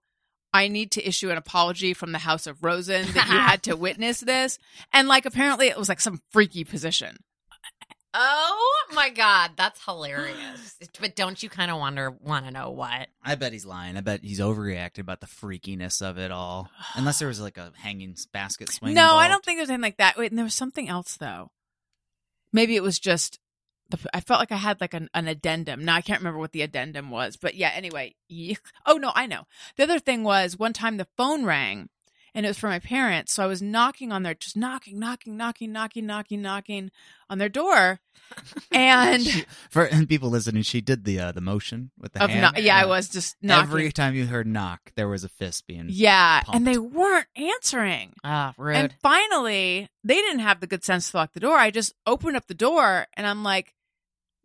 B: I need to issue an apology from the House of Rosen that you had to witness this, and like apparently it was like some freaky position.
D: Oh my god, that's hilarious. But don't you kind of wonder want to know what?
E: I bet he's lying. I bet he's overreacted about the freakiness of it all. Unless there was like a hanging s- basket
B: No,
E: swing.
B: I
E: involved.
B: don't think there's anything like that. Wait, and there was something else though. Maybe it was just. The, I felt like I had like an, an addendum. Now I can't remember what the addendum was, but yeah. Anyway, yeek. oh no, I know. The other thing was one time the phone rang, and it was for my parents. So I was knocking on their, just knocking, knocking, knocking, knocking, knocking, knocking on their door, and
E: For and people listening, she did the uh, the motion with the
B: of
E: hand.
B: no, yeah, I was just knocking.
E: Every time you heard knock, there was a fist being.
B: yeah, and
E: pumped.
B: they weren't answering.
D: Ah, rude.
B: And finally, they didn't have the good sense to lock the door. I just opened up the door and I'm like,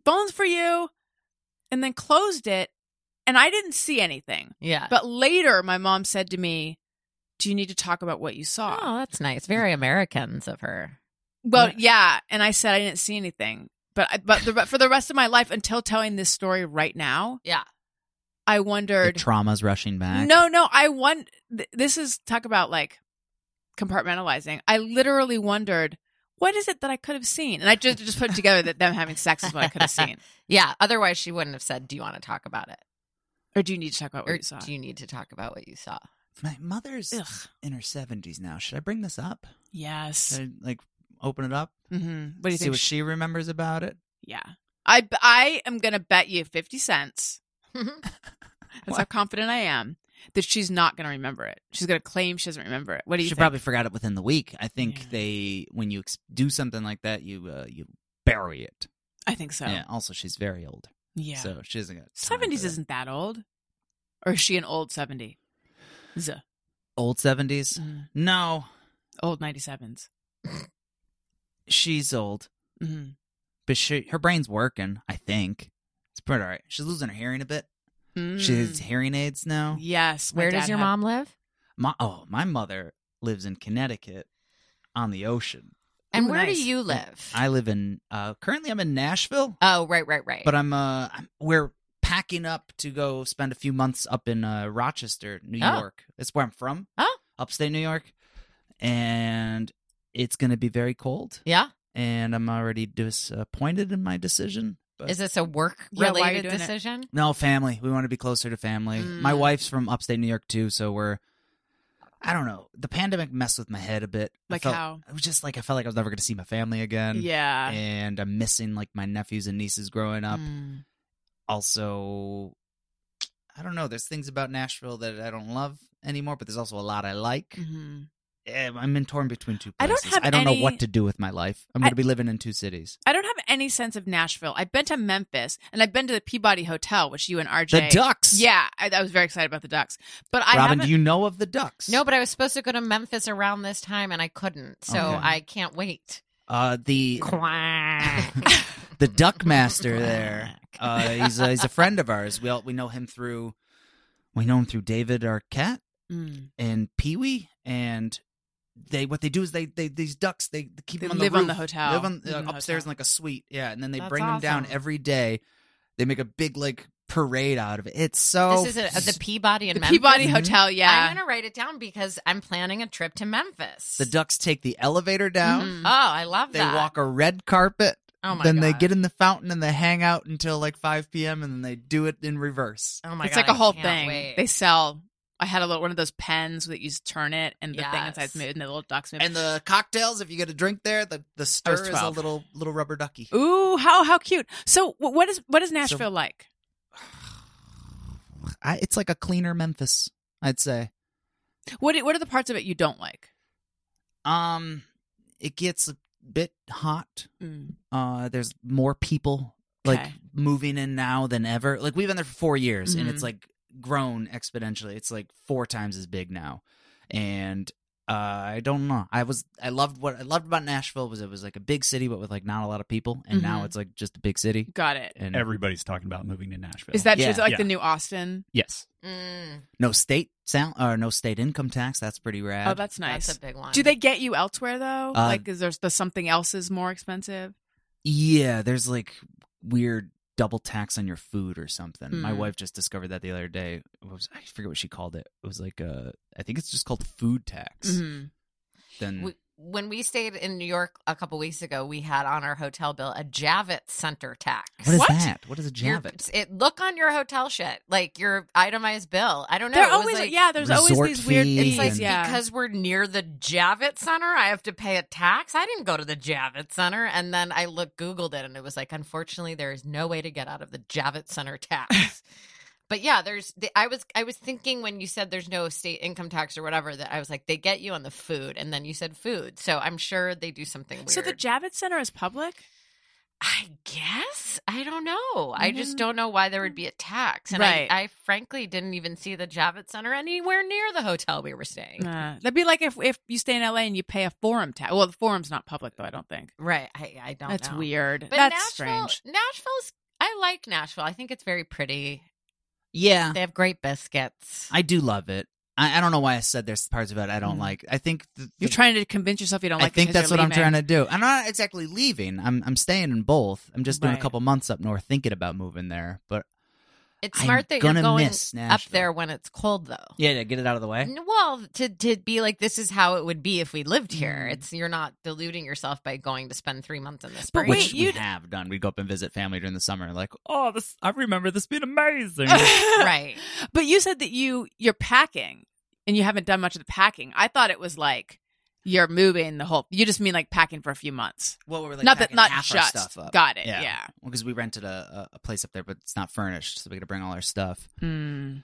B: "Bones for you," and then closed it, and I didn't see anything.
D: yeah.
B: But later, my mom said to me, "Do you need to talk about what you saw?"
D: oh, that's nice. Very Americans of her.
B: Well, yeah, and I said I didn't see anything, but I, but the, but for the rest of my life until telling this story right now,
D: Yeah.
B: I
E: The
B: wondered.
E: trauma's rushing back.
B: no, no, I want th- this is talk about like compartmentalizing. I literally wondered what is it that I could have seen, and I just just put together that them having sex is what I could have seen,
D: Yeah. Otherwise, she wouldn't have said, "Do you want to talk about it?"
B: or do you need to talk about what
D: Or
B: you saw?
D: do you need to talk about what you saw?
E: My mother's
B: Ugh.
E: in her seventies now. Should I bring this up?
B: Yes.
E: Should I, like open it up?
B: hmm What do you
E: see
B: think?
E: what she remembers about it?
B: yeah, I I am gonna bet you fifty cents. That's how confident I am that she's not gonna remember it. She's gonna claim she doesn't remember it. What do you
E: she
B: think?
E: probably forgot it within the week. I think
B: Yeah.
E: they when you ex- do something like that, you uh, you bury it.
B: I think so.
E: Yeah. Also, she's very old,
B: Yeah.
E: so she isn't. got time for
B: Seventies
E: that.
B: isn't that old, or is she an old seventy? Z.
E: old seventies.
B: Mm.
E: No,
B: Old ninety sevens.
E: she's old,
B: Mm-hmm.
E: but she her brain's working. I think it's pretty all right. She's losing her hearing a bit. She has hearing aids now.
B: Mm. Yes. my
D: Where
B: dad
D: does your
B: had-
D: mom live?
E: My oh, my mother lives in Connecticut on the ocean.
D: And
B: Ooh,
D: where
B: nice.
D: do you live?
E: I live in uh currently I'm in Nashville,
D: oh, right, right, right.
E: but I'm uh I'm, we're packing up to go spend a few months up in uh Rochester, New
D: Oh.
E: York. That's where I'm from.
D: Oh.
E: Upstate New York. And it's going to be very cold
D: yeah.
E: and I'm already disappointed in my decision. But
D: Is this a work
B: Yeah, why are you
D: related
B: doing it?
D: decision?
E: No, family. We want to be closer to family.
B: Mm.
E: My wife's from upstate New York too, so we're I don't know. The pandemic messed with my head a bit. I
B: Like
E: felt-
B: how?
E: It was just like I felt like I was never going to see my family again.
B: Yeah.
E: And I'm missing like my nephews and nieces growing up.
B: Mm.
E: Also, I don't know. There's things about Nashville that I don't love anymore, but there's also a lot I like.
B: Mhm.
E: Eh, I'm in torn between two
B: I don't
E: places.
B: have
E: I don't
B: any-
E: know what to do with my life. I'm
B: I-
E: going to be living in two cities.
B: I don't have any sense of Nashville. I've been to Memphis and I've been to the Peabody Hotel, which you and RJ.
E: The Ducks.
B: Yeah, I, I was very excited about the Ducks, but I
E: Robin,
B: haven't.
E: do you know of the Ducks?
D: No, but I was supposed to go to Memphis around this time and I couldn't. So
E: Okay.
D: I can't wait.
E: Uh, the
D: Quack.
E: the duck master there. Uh, he's a, he's a friend of ours. We all, we know him through we know him through David Arquette
B: Mm.
E: and Pee-wee and they what they do is they, they these ducks they, they keep
B: They
E: them on
B: live
E: the
B: on the
E: roof,
B: hotel.
E: live on
B: Live in the
E: upstairs
B: hotel.
E: in like a suite yeah and then they
D: That's
E: bring them down
D: awesome.
E: every day they make a big like parade out of it it's so
D: This is a, uh, the Peabody in
B: Uh, oh. The
D: Memphis.
B: Peabody
E: Mhm.
B: Hotel, yeah.
D: I'm gonna write it down because I'm planning a trip to Memphis.
E: the ducks take the elevator down
B: Mhm.
D: Oh, I love
E: they
D: that.
E: walk a red carpet
D: Oh my
E: then
D: god.
E: they get in the fountain and they hang out until like 5 p.m and then they do it in reverse
D: Oh my
B: it's
D: god.
B: like a
D: I
B: whole
D: can't
B: thing.
D: wait.
B: They sell. I had a little one of those pens that you just turn it and the thing
D: Yes.
B: inside's moved and the little ducks move.
E: and the cocktails if you get a drink there the, the stir is a
B: 12.
E: little little rubber ducky
B: Ooh, how how cute! So wh- what is what is Nashville like?
E: I, it's like a cleaner memphis i'd say
B: What do- what are the parts of it you don't like?
E: Um, it gets a bit hot.
B: Mm.
E: Uh, there's more people like
B: Okay.
E: moving in now than ever. Like we've been there for four years, and it's
B: Mhm.
E: like grown exponentially. It's like four times as big now, and uh, I don't know. I was I loved what I loved about Nashville was it was like a big city, but with like not a lot of people, and now
B: Mhm.
E: it's like just a big city.
B: Got it.
E: And
G: Everybody's talking about moving to Nashville.
B: Mm. Is that true?
E: Yeah.
B: Is it like
G: Yeah.
B: the new Austin? Oh,
G: yes?
D: Mm,
E: no state sound or no state income tax. That's pretty rad.
B: Oh, that's nice.
D: That's a big one.
B: do they get you elsewhere though?
E: Uh,
B: like, is there the something else is more expensive?
E: Yeah, there's like weird double tax on your food or something. My
B: Mm.
E: wife just discovered that the other day. It was, I forget what she called it. It was like uh, I think it's just called food tax.
B: Mhm.
E: Then
D: We- when we stayed in New York a couple weeks ago, we had on our hotel bill a Javits Center tax.
E: what is
B: What?
E: that? What is a
D: Your-
E: javits?
D: It look on your hotel shit, like your itemized bill. I don't know.
B: There
D: it was
B: always
D: like,
B: yeah. There's always
E: resort
B: these weird.
E: fees
B: It's
D: It's like
E: and-
B: yeah.
D: because we're near the Javits Center, I have to pay a tax. I didn't go to the Javits Center, and then I looked Googled it, and it was like, unfortunately, there is no way to get out of the Javits Center tax. but yeah, there's. The, I was I was thinking when you said there's no state income tax or whatever that I was like they get you on the food, and then you said food, so I'm sure they do something weird.
B: so the Javits Center is public.
D: I guess I don't know. I just
B: Mm.
D: don't know why there would be a tax, and
B: Right.
D: I, I frankly didn't even see the Javits Center anywhere near the hotel we were staying.
B: Uh, that'd be like if if you stay in LA and you pay a forum tax. Well, the forum's not public though. I don't think.
D: Right. I, I don't
B: That's
D: know.
B: weird.
D: But
B: That's
D: Nashville,
B: strange.
D: Nashville's. I like Nashville. I think it's very pretty.
E: Yeah,
D: They have great biscuits.
E: Uh. I do love it. I, I don't know why I said there's parts of it I don't
B: Mm.
E: like. I think the,
B: You're
E: the-
B: trying to convince yourself you don't
E: I
B: like.
E: think that's what I'm trying to do. I'm not exactly leaving. I'm I'm staying in both. I'm just doing
B: Right.
E: a couple months up north, thinking about moving there. But
D: it's
E: I'm
D: smart that
E: gonna
D: you're going
E: miss
D: up
E: Nashville.
D: there when it's cold, though.
E: yeah, to get it out of the way.
D: N- Well, to to be like this is how it would be if we lived here. It's you're not deluding yourself by going to spend three months in this.
B: But
D: break.
E: which
B: wait, you-
E: we have done. We'd go up and visit family during the summer. Like, oh, this I remember this being amazing.
D: right?
B: But you said that you you're packing and you haven't done much of the packing. I thought it was like you're moving the whole. You just mean like packing for a few months.
E: well, we were like
B: not that
E: packing
B: not
E: half our
B: just
E: stuff up.
B: got it.
E: Yeah.
B: Yeah.
E: because we rented a, a a place up there, but it's not furnished, so we got to bring all our stuff.
B: Mm.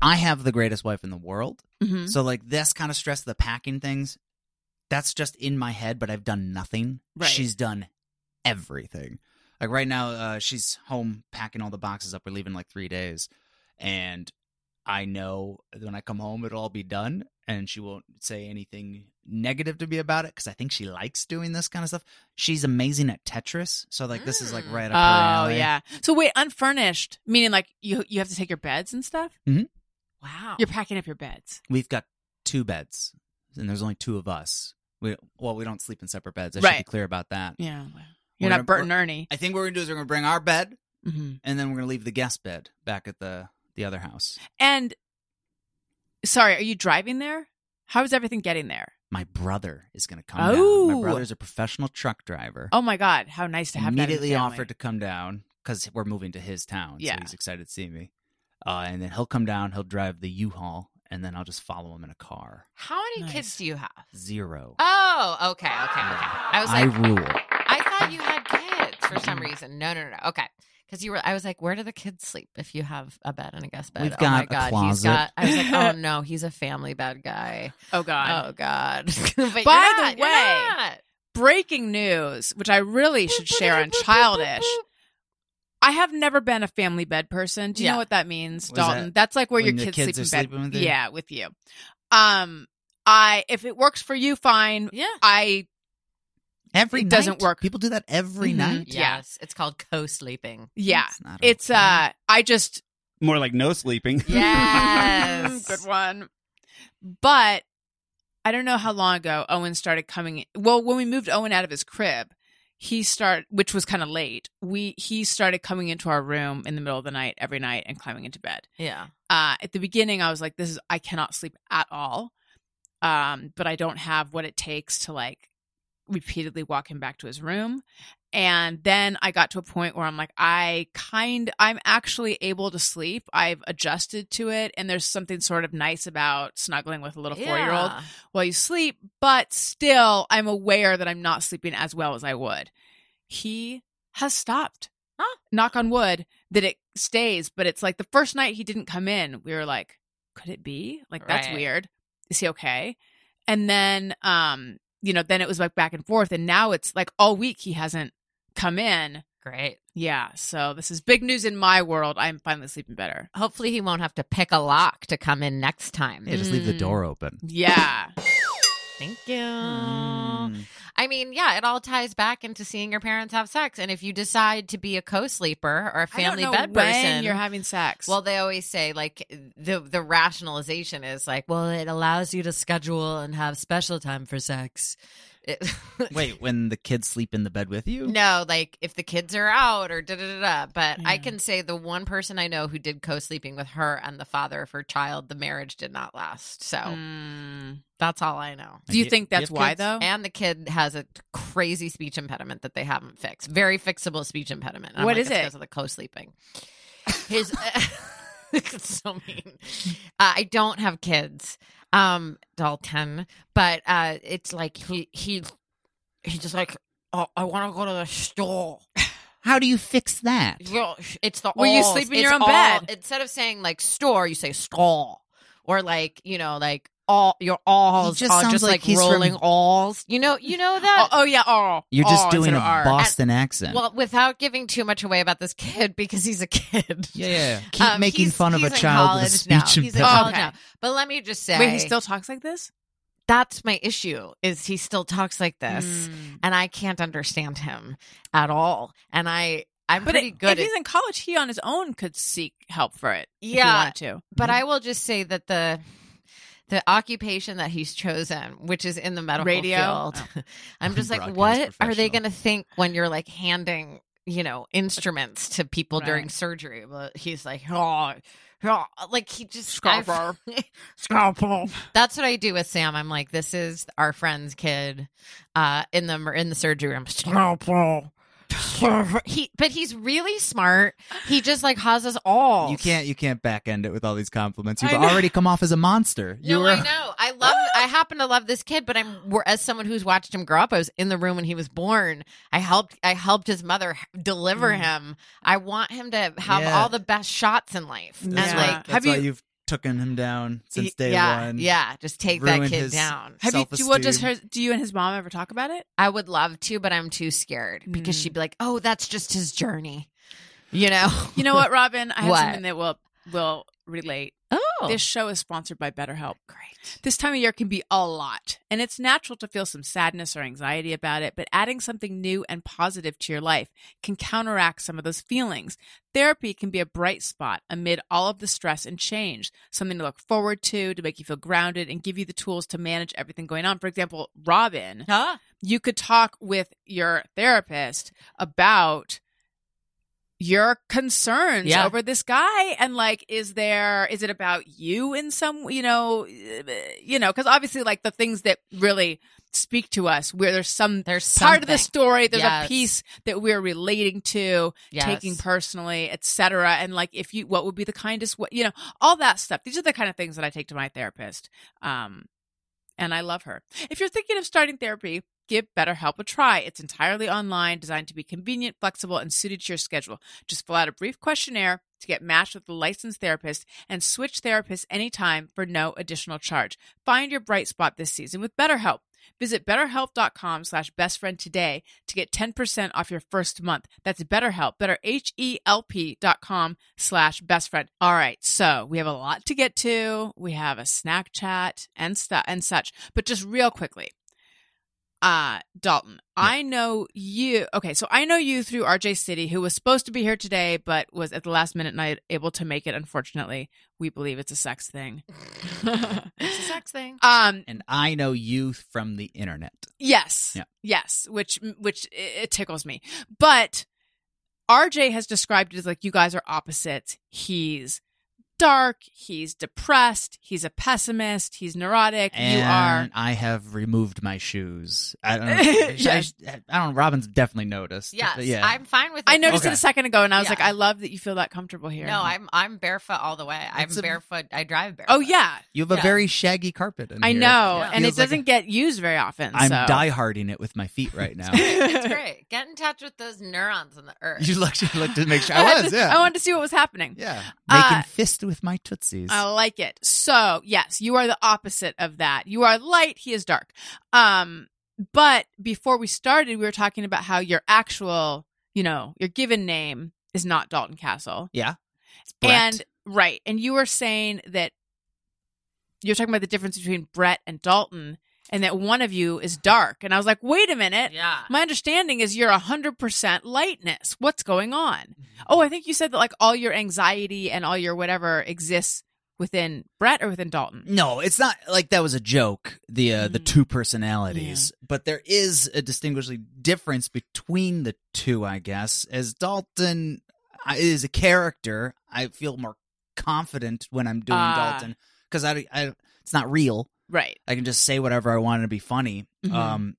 E: I have the greatest wife in the world,
B: Mhm.
E: so like this kind of stress, the packing things, that's just in my head. But I've done nothing.
B: Right.
E: She's done everything. Like right now, uh, she's home packing all the boxes up. We're leaving in, like three days, and I know when I come home, it'll all be done, and she won't say anything negative to me about it because I think she likes doing this kind of stuff. She's amazing at Tetris, so like this is like
D: Mm.
E: right up her
B: Oh
E: alley.
B: yeah. So wait, unfurnished meaning like you you have to take your beds and stuff.
D: Wow.
B: You're packing up your beds.
E: we've got two beds, and there's only two of us. We well, we don't sleep in separate beds. I should be
B: Right.
E: clear about that.
B: Yeah.
E: We're
B: You're
E: gonna-
B: not Bert and Ernie.
E: I think what we're gonna do is we're gonna bring our bed,
B: hmm
E: and then we're gonna leave the guest bed back at the the other house.
B: And sorry, are you driving there? How is everything getting there?
E: My brother is gonna come. down.
B: Oh.
E: my brother's a professional truck driver.
B: Oh my God, how nice to have
E: immediately
B: that in the family.
E: offered to come down because we're moving to his town.
B: Yeah.
E: So he's excited to see me. Uh, and then he'll come down, he'll drive the U Haul, and then I'll just follow him in a car.
D: How many
B: Nice.
D: kids do you have?
E: Zero.
D: Oh, okay, okay, okay. I was
E: I
D: like,
E: rule.
D: I thought you had kids for some reason. No, no, no. no. Okay. Because you were, I was like, where do the kids sleep if you have a bed and a guest bed?
E: We've
D: oh
E: got
D: my
E: a
D: God. He's
E: closet.
D: got, I was like, oh no, he's a family bed guy.
B: Oh God.
D: Oh God. but you're
B: By the
D: not, you're
B: way,
D: not.
B: Breaking news, which I really should share on Childish. I have never been a family bed person. Do you
D: Yeah.
B: know what that means,
E: What is
B: Dalton?
E: that?
B: That's like where
E: When
B: your
E: the
B: kids, sleep
E: kids
B: in
E: are
B: bed.
E: sleeping with you?
B: Yeah, with you. Um, I if it works for you, fine.
D: Yeah.
B: I
E: Every
B: It
E: night.
B: doesn't work.
E: People do that every
B: Mhm.
E: night.
B: Yeah.
D: Yes. It's called co sleeping.
B: yeah.
E: That's not
B: It's
E: okay.
B: uh I just mm,
G: More like no sleeping.
D: Yes.
B: good one. But I don't know how long ago Owen started coming. Well, when we moved Owen out of his crib, he start which was kind of late. We he started coming into our room in the middle of the night every night and climbing into bed.
D: Yeah.
B: Uh, at the beginning, I was like, "This is I cannot sleep at all," um, but I don't have what it takes to like repeatedly walk him back to his room. And then I got to a point where I'm like, I kind, I'm actually able to sleep. I've adjusted to it, and there's something sort of nice about snuggling with a little four year old
D: Yeah.
B: while you sleep, but still I'm aware that I'm not sleeping as well as I would. He has stopped.
D: Huh.
B: Knock on wood that it stays, but it's like the first night he didn't come in, we were like, could it be? Like that's
D: Right.
B: weird. Is he okay? And then um, you know, then it was like back and forth and now it's like all week he hasn't come in.
D: Great.
B: Yeah, so this is big news in my world. I'm finally sleeping better.
D: Hopefully, he won't have to pick a lock to come in next time.
E: Yeah, just leave the
B: Mm.
E: door open.
B: Yeah.
D: Thank you.
E: Mm.
D: I mean, yeah, it all ties back into seeing your parents have sex. And if you decide to be a co sleeper or a family
B: I don't know
D: bed
B: when
D: person,
B: you're having sex.
D: well, they always say like the the rationalization is like, well, it allows you to schedule and have special time for sex. It-
E: Wait, when the kids sleep in the bed with you?
D: no, like if the kids are out or da da da da. But I
B: Yeah.
D: can say the one person I know who did co sleeping with her and the father of her child, the marriage did not last. So
B: Mm.
D: that's all I know.
B: Do you
E: Like,
B: think
E: you
B: that's
E: have
B: why
E: kids?
B: though?
D: And the kid has a crazy speech impediment that they haven't fixed. Very fixable speech impediment.
B: What
D: What is
B: is it?"
D: like, It's because of the co-sleeping. His. it's so mean. Uh, I don't have kids. Um, Dalton, but uh, it's like he he he just like oh, I want to go to the store.
E: How do you fix that?
D: Yeah, It's the
B: Were you
D: alls.
B: sleep in your
D: It's
B: own
D: all-
B: bed?
D: instead of saying like store, you say stall or like you know like all your alls
E: He just
D: are
E: sounds
D: just
E: like
D: like,
E: he's from-
D: rolling alls. You know you know that
B: Oh, oh, yeah, oh,
E: You're
B: oh,
E: just doing
B: instead
E: a
B: of R.
E: Boston accent.
D: Well, without giving too much away about this kid because he's a kid.
E: yeah, yeah. yeah. Keep
D: Um,
E: making
D: he's-
E: fun of a
D: he's in
E: child with a
D: college now.
E: speech
D: He's in
E: impediment.
D: college
B: Okay.
D: now. But let me just say,
B: Wait, he still talks like this?
D: that's my issue is he still talks like this,
B: Mm.
D: and I can't understand him at all. And I, I'm
B: But
D: pretty
B: it- if
D: good. at-
B: he's in college, he on his own could seek help for it. if he
D: Yeah.
B: wanted to.
D: but I will just say that the the occupation that he's chosen, which is in the medical
B: Radio?
D: field, I'm just like,
A: Broadcast
D: what are
A: professional.
D: they going to think when you're like handing, you know, instruments to people
B: Right.
D: during surgery? But he's like, oh, oh," like he just
B: Scalpel.
D: I've- That's what I do with Sam. I'm like, this is our friend's kid, uh, in the in the surgery room. Scalpel. he, but he's really smart. He just like has us all.
E: Oh, You can't you can't back end it with all these compliments. You've
B: I know.
E: already come off as a monster. You
D: no,
E: were
D: I know. I love. I happen to love this kid, but I'm we're- as someone who's watched him grow up. I was in the room when he was born. I helped. I helped his mother h- deliver him. I want him to have
E: Mm. Yeah.
D: all the best shots in life. And
E: that's
B: Yeah.
E: why,
D: like,
E: that's
B: have
E: why
B: you-
E: you've taken him down since
D: y-
E: day
D: yeah,
E: one.
D: yeah. Just take that
E: Ruined
D: kid
E: his-
D: down.
B: Have you, do, well, does her,
E: Self-esteem.
B: do you and his mom ever talk about it?
D: I would love to, but I'm too scared because
B: Mm.
D: she'd be like, "Oh, that's just his journey," you know.
B: You know what, Robin? I have
D: What?
B: something that will will relate.
D: Oh,
B: This show is sponsored by BetterHelp.
D: great.
B: This time of year can be a lot, and it's natural to feel some sadness or anxiety about it, but adding something new and positive to your life can counteract some of those feelings. Therapy can be a bright spot amid all of the stress and change, something to look forward to, to make you feel grounded, and give you the tools to manage everything going on. For example, Robin,
D: Huh?
B: you could talk with your therapist about your concerns
D: Yeah.
B: over this guy and like is there is it about you in some you know uh, you know because obviously like the things that really speak to us where there's some
D: There's
B: part of the
D: something.
B: story there's a
D: Yes.
B: piece that we're relating to
D: Yes.
B: taking personally etc and like if you what would be the kindest way you know all that stuff these are the kind of things that i take to my therapist um and I love her. If you're thinking of starting therapy, give BetterHelp a try. It's entirely online, designed to be convenient, flexible, and suited to your schedule. Just fill out a brief questionnaire to get matched with a licensed therapist and switch therapists anytime for no additional charge. Find your bright spot this season with BetterHelp. Visit betterhelp.com slash bestfriend today to get 10% off your first month. That's BetterHelp, better H-E-L-P dot com slash bestfriend. All right, so we have a lot to get to. We have a snack chat and stuff and such. But just real quickly, uh Dalton. I know you. Okay, so I know you through RJ City, who was supposed to be here today, but was at the last minute not able to make it. Unfortunately, we believe it's a sex thing.
D: It's a sex thing.
B: um.
E: And I know you from the internet.
B: Yes.
E: Yeah.
B: Yes. Which which it tickles me, but RJ has described it as like you guys are opposites. He's dark. He's depressed. He's a pessimist. He's neurotic.
E: And
B: you are.
E: I have removed my shoes. I don't know. I-
B: Yes.
E: I, I don't know. Robin's definitely noticed.
D: Yes,
E: But yeah.
D: I'm fine with. It.
B: I noticed it
E: Okay.
B: a second ago, and I was
D: Yeah.
B: like, I love that you feel that comfortable here.
D: No, I'm I'm barefoot all the way. I'm
E: It's a-
D: barefoot. I drive barefoot.
B: Oh yeah,
E: you have a
D: yeah.
E: very shaggy carpet in
B: I
E: here.
B: know,
D: Yeah.
B: and it
E: Feels like
B: doesn't get used very often.
E: I'm
B: so.
E: dieharding it with my feet right now.
D: it's great. Get in touch with those neurons in the earth.
E: you looked, you looked to make sure
B: I
E: I
B: had
E: was.
B: to-
E: Yeah.
B: I wanted to see what was happening.
E: yeah.
B: Uh, oh,
E: Making fist with my tootsies.
B: I like it. So, yes, you are the opposite of that. You are light, he is dark. Um, but before we started, we were talking about how your actual, you know, your given name is not Dalton Castle.
E: yeah.
B: And right, and you were saying that you're talking about the difference between Brett and Dalton and that one of you is dark. And I was like, "Wait a minute.
D: yeah.
B: My understanding is you're 100% lightness. What's going on?
E: Mm-hmm.
B: Oh, I think you said that like all your anxiety and all your whatever exists within Brett or within Dalton.
E: No, it's not like that was a joke. The uh, the
B: Mhm.
E: two personalities, but there is a distinguishing difference between the two, I guess. As Dalton I- is a character, I feel more confident when I'm doing
B: Ah.
E: Dalton because I, I it's not real.
B: Right.
E: I can just say whatever I want and be funny.
B: Mhm.
E: Um,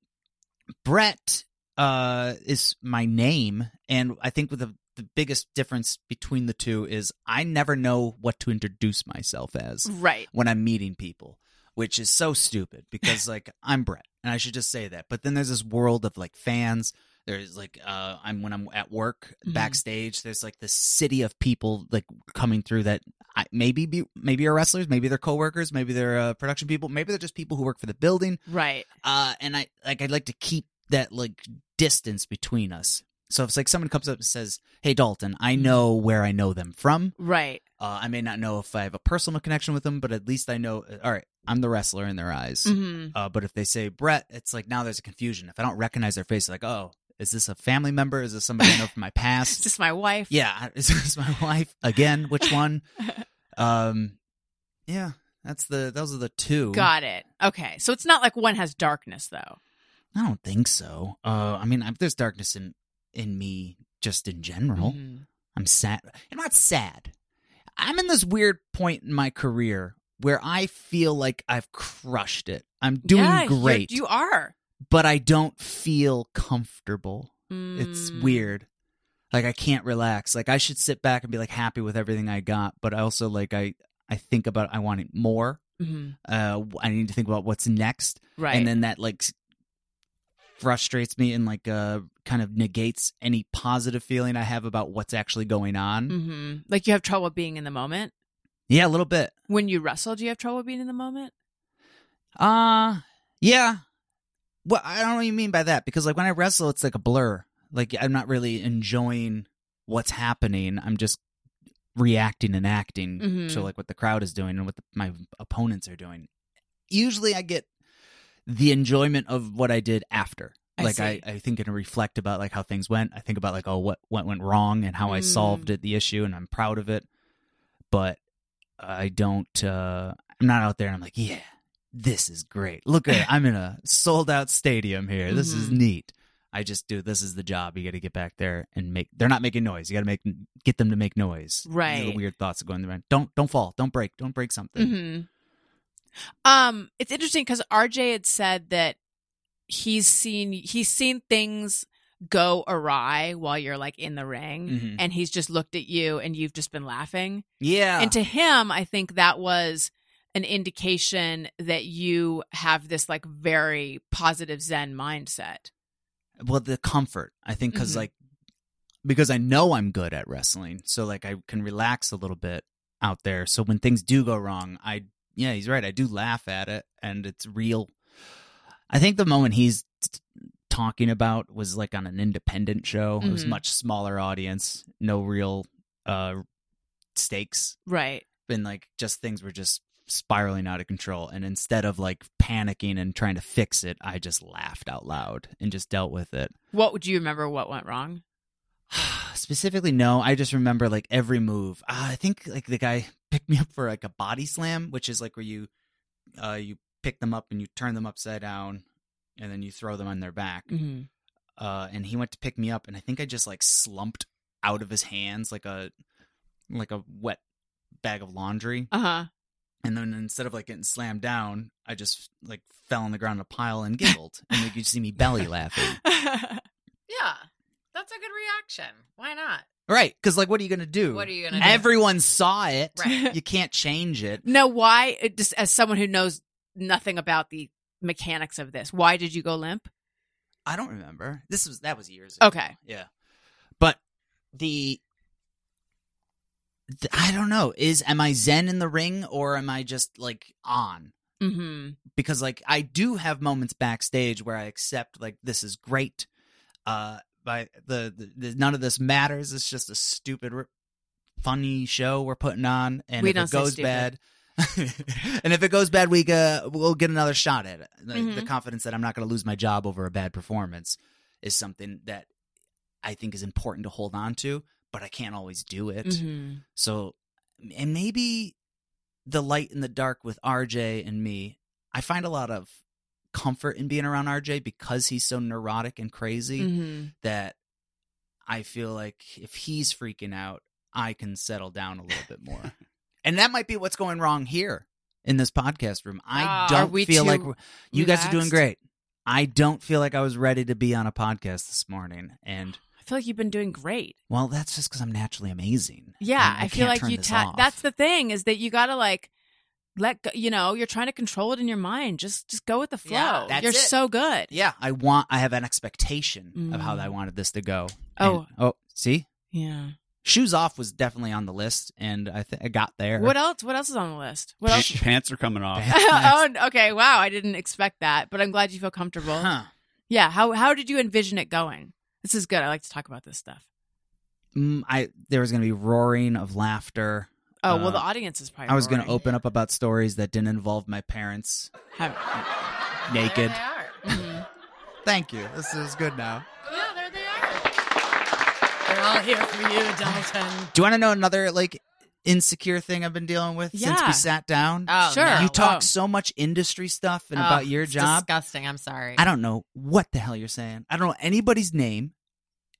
E: Brett uh, is my name, and I think with the the biggest difference between the two is I never know what to introduce myself as
B: Right.
E: when I'm meeting people, which is so stupid because like I'm Brett and I should just say that. But then there's this world of like fans. There's like uh I'm when I'm at work
B: Mhm.
E: backstage, there's like this city of people like coming through that I, maybe be maybe are wrestlers, maybe they're coworkers, maybe they're uh, production people, maybe they're just people who work for the building.
B: Right.
E: Uh and I like I'd like to keep that like distance between us. So if it's like someone comes up and says, "Hey Dalton, I know where I know them from.
B: Right.
E: Uh, I may not know if I have a personal connection with them, but at least I know. uh, All right, I'm the wrestler in their eyes.
B: Mhm.
E: Uh, but if they say Brett, it's like now there's a confusion. If I don't recognize their face, like, oh, is this a family member? Is this somebody I know from my
B: Is
E: past?
B: this my wife?
E: yeah, is this my wife again? Which one? Um, yeah, that's the those are the two.
B: Got it. Okay. So it's not like one has darkness though.
E: I don't think so. Uh, I mean, I, there's darkness in in me just in general.
B: Mhm.
E: I'm sad. I'm not sad. I'm in this weird point in my career where I feel like I've crushed it. I'm doing
B: Yeah, you're-
E: great,
B: You are.
E: but I don't feel comfortable. It's
B: Mm.
E: weird. Like I can't relax. Like I should sit back and be like happy with everything I got, but I also like I I think about I want it more.
B: Mhm.
E: Uh I need to think about what's next
B: Right.
E: and then that like s- frustrates me and like uh kind of negates any positive feeling I have about what's actually going on.
B: Mhm. Like you have trouble being in the moment.
E: Yeah, a little bit.
B: When you wrestle, do you have trouble being in the moment?
E: Uh yeah. Well, I don't know what you mean by that because like when I wrestle, it's like a blur. Like I'm not really enjoying what's happening. I'm just reacting and acting
B: Mhm.
E: to like what the crowd is doing and what the, my opponents are doing. Usually, I get the enjoyment of what I did after.
B: I
E: like I,
B: see.
E: I think and reflect about like how things went. I think about like oh what what went wrong and how I solved
B: Mm.
E: it, the issue, and I'm proud of it. But I don't. uh I'm not out there and I'm like yeah this is great. Look at it. I'm in a sold out stadium here. This is
B: Mhm.
E: neat. I just do this is the job. You got to get back there and make. They're not making noise. You got to make get them to make noise. These are
B: Right.
E: The weird thoughts that go in the mind. Don't don't fall. Don't break. Don't break something.
B: hmm Um, it's interesting because RJ had said that he's seen he's seen things go awry while you're like in the ring,
E: Mhm.
B: and he's just looked at you and you've just been laughing.
E: Yeah.
B: And to him, I think that was an indication that you have this like very positive Zen mindset.
E: well, the comfort. I think because
B: Mhm.
E: like because I know I'm good at wrestling, so like I can relax a little bit out there. So when things do go wrong, I yeah, he's right. I do laugh at it, and it's real. I think the moment he's t- talking about was like on an independent show. It was
B: Mhm.
E: much smaller audience, no real uh stakes,
B: Right.
E: and like just things were just spiraling out of control. And instead of like panicking and trying to fix it, I just laughed out loud and just dealt with it.
B: What would you remember? What went wrong?
E: Specifically, no. I just remember like every move. Uh, I think like the guy picked me up for like a body slam, which is like where you uh, you pick them up and you turn them upside down, and then you throw them on their back.
B: Mm-hmm.
E: Uh, and he went to pick me up, and I think I just like slumped out of his hands like a like a wet bag of laundry.
B: Uh huh.
E: And then instead of like getting slammed down, I just like fell on the ground in a pile and giggled, and like you see me belly laughing.
D: Yeah. That's a good reaction. Why not?
E: Right, because like, what are you gonna do?
D: What are you gonna do?
E: Everyone saw it.
D: Right.
E: You can't change it.
B: now, why? it- Just as someone who knows nothing about the mechanics of this, why did you go limp?
E: I don't remember. This was that was years ago.
B: Okay.
E: Yeah, but the, the I don't know. Is am I zen in the ring or am I just like on?
B: Mm-hmm.
E: because like I do have moments backstage where I accept like this is great. Uh, by the, the, the none of this matters. It's just a stupid, r- funny show we're putting on, and
B: We
E: if
B: don't
E: it
B: say
E: goes
B: stupid.
E: bad, and if it goes bad, we uh, we'll get another shot at it. The, the
B: Mhm.
E: confidence that I'm not going to lose my job over a bad performance is something that I think is important to hold on to, but I can't always do it.
B: mm-hmm.
E: So, and maybe the light and the dark with RJ and me, I find a lot of comfort in being around RJ because he's so neurotic and crazy
B: Mm-hmm.
E: that I feel like if he's freaking out, I can settle down a little bit more. and that might be what's going wrong here in this podcast room. I
D: Ah,
B: are
E: don't
B: we
E: feel
B: too
E: like we're- you guys are doing
B: relaxed?
E: great. I don't feel like I was ready to be on a podcast this morning. And
B: I feel like you've been doing great.
E: well, that's just because I'm naturally amazing.
B: Yeah,
E: And
B: I, feel
E: can't
B: like
E: turn
B: you.
E: this
B: Ta-
E: off.
B: that's the thing is that you gotta like let go. You know, you're trying to control it in your mind. Just just go with the flow.
D: Yeah,
E: that's
B: you're
E: it.
B: so good.
E: Yeah, I want. I have an expectation of how
B: Mm.
E: I wanted this to go.
B: Oh.
E: And- oh, see,
B: Yeah.
E: shoes off was definitely on the list, and I th- I got there.
B: What else? What else is on the list? What
G: Pa-
B: else?
G: Pants are coming off.
E: Pants.
B: oh, okay. Wow, I didn't expect that, but I'm glad you feel comfortable.
E: Huh.
B: Yeah. How how did you envision it going? This is good. I like to talk about this stuff.
E: Mm, I there was gonna be roaring of laughter.
B: Oh well,
E: Uh,
B: the audience is probably.
E: I was gonna
B: roaring.
E: open up about stories that didn't involve my parents
B: Have-
E: naked.
D: There they are.
B: Mhm.
E: Thank you. This is good now.
D: yeah, Oh, there they are. They're all here for you, Dalton.
E: Do you want to know another like insecure thing I've been dealing with since
B: Yeah.
E: we sat down?
D: Oh,
B: Sure.
D: no.
E: you talk
B: wow.
E: so much industry stuff and
D: Oh,
E: about your
D: it's
E: job.
D: Disgusting. I'm sorry.
E: I don't know what the hell you're saying. I don't know anybody's name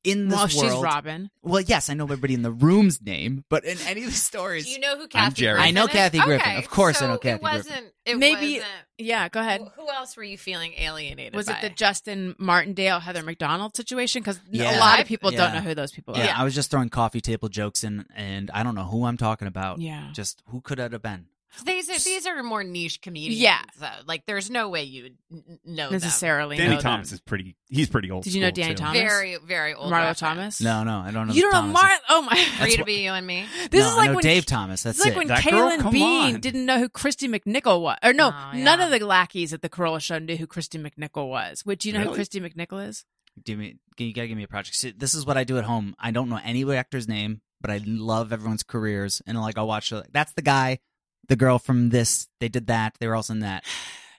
E: in this
B: well,
E: world.
B: she's Robin.
E: Well, yes, I know everybody in the room's name, but in any of the stories,
D: Do you know who Kathy?
G: I'm Jerry.
D: Griffin
E: I know
D: is?
E: Kathy Griffin.
D: Okay,
E: Of course I
D: so
E: know Kathy
D: It
E: Griffin.
D: wasn't. It
B: Maybe-
D: wasn't-
B: Yeah. Go ahead.
D: Who else were you feeling alienated?
B: Was it
D: by?
B: the Justin Martindale Heather McDonald situation? Because
E: Yeah.
B: a lot of people don't
E: Yeah.
B: know who those people
E: yeah,
B: are.
E: I was just throwing coffee table jokes in, and I don't know who I'm talking about.
B: Yeah.
E: Just who could it have been?
D: These are these are more niche comedians.
B: Yeah.
D: though. like there's no way you would n- know
B: Necessarily.
G: Danny
B: know
G: Thomas
B: them.
G: is pretty. He's pretty old.
B: Did you know
G: school,
B: Danny
G: too.
D: them.
B: Thomas?
D: Very very old.
B: Marlo
D: reference.
B: Thomas.
E: No, no, I don't know.
B: You
E: the
B: don't know
E: Thomas.
B: Marlo? Oh my.
D: Free
E: That's
D: to
E: what-
D: be you and me.
B: This
E: no,
B: is
E: I
B: like
E: know
B: when
E: Dave Thomas. That's
B: it's like
E: it.
B: when
G: That girl?
B: Kaylin
G: Come
B: Bean
G: on.
B: didn't know who Christy McNichol was, or no,
D: Oh, yeah.
B: none of the lackeys at the Corolla show knew who Christy McNichol was. Would you know who
G: Really?
B: Christy McNichol is?
E: Do me, you gotta give me a project. See, this is what I do at home. I don't know any actor's name, but I love everyone's careers, and like I'll watch. the- That's the guy, the girl from this. They did that. They were also in that,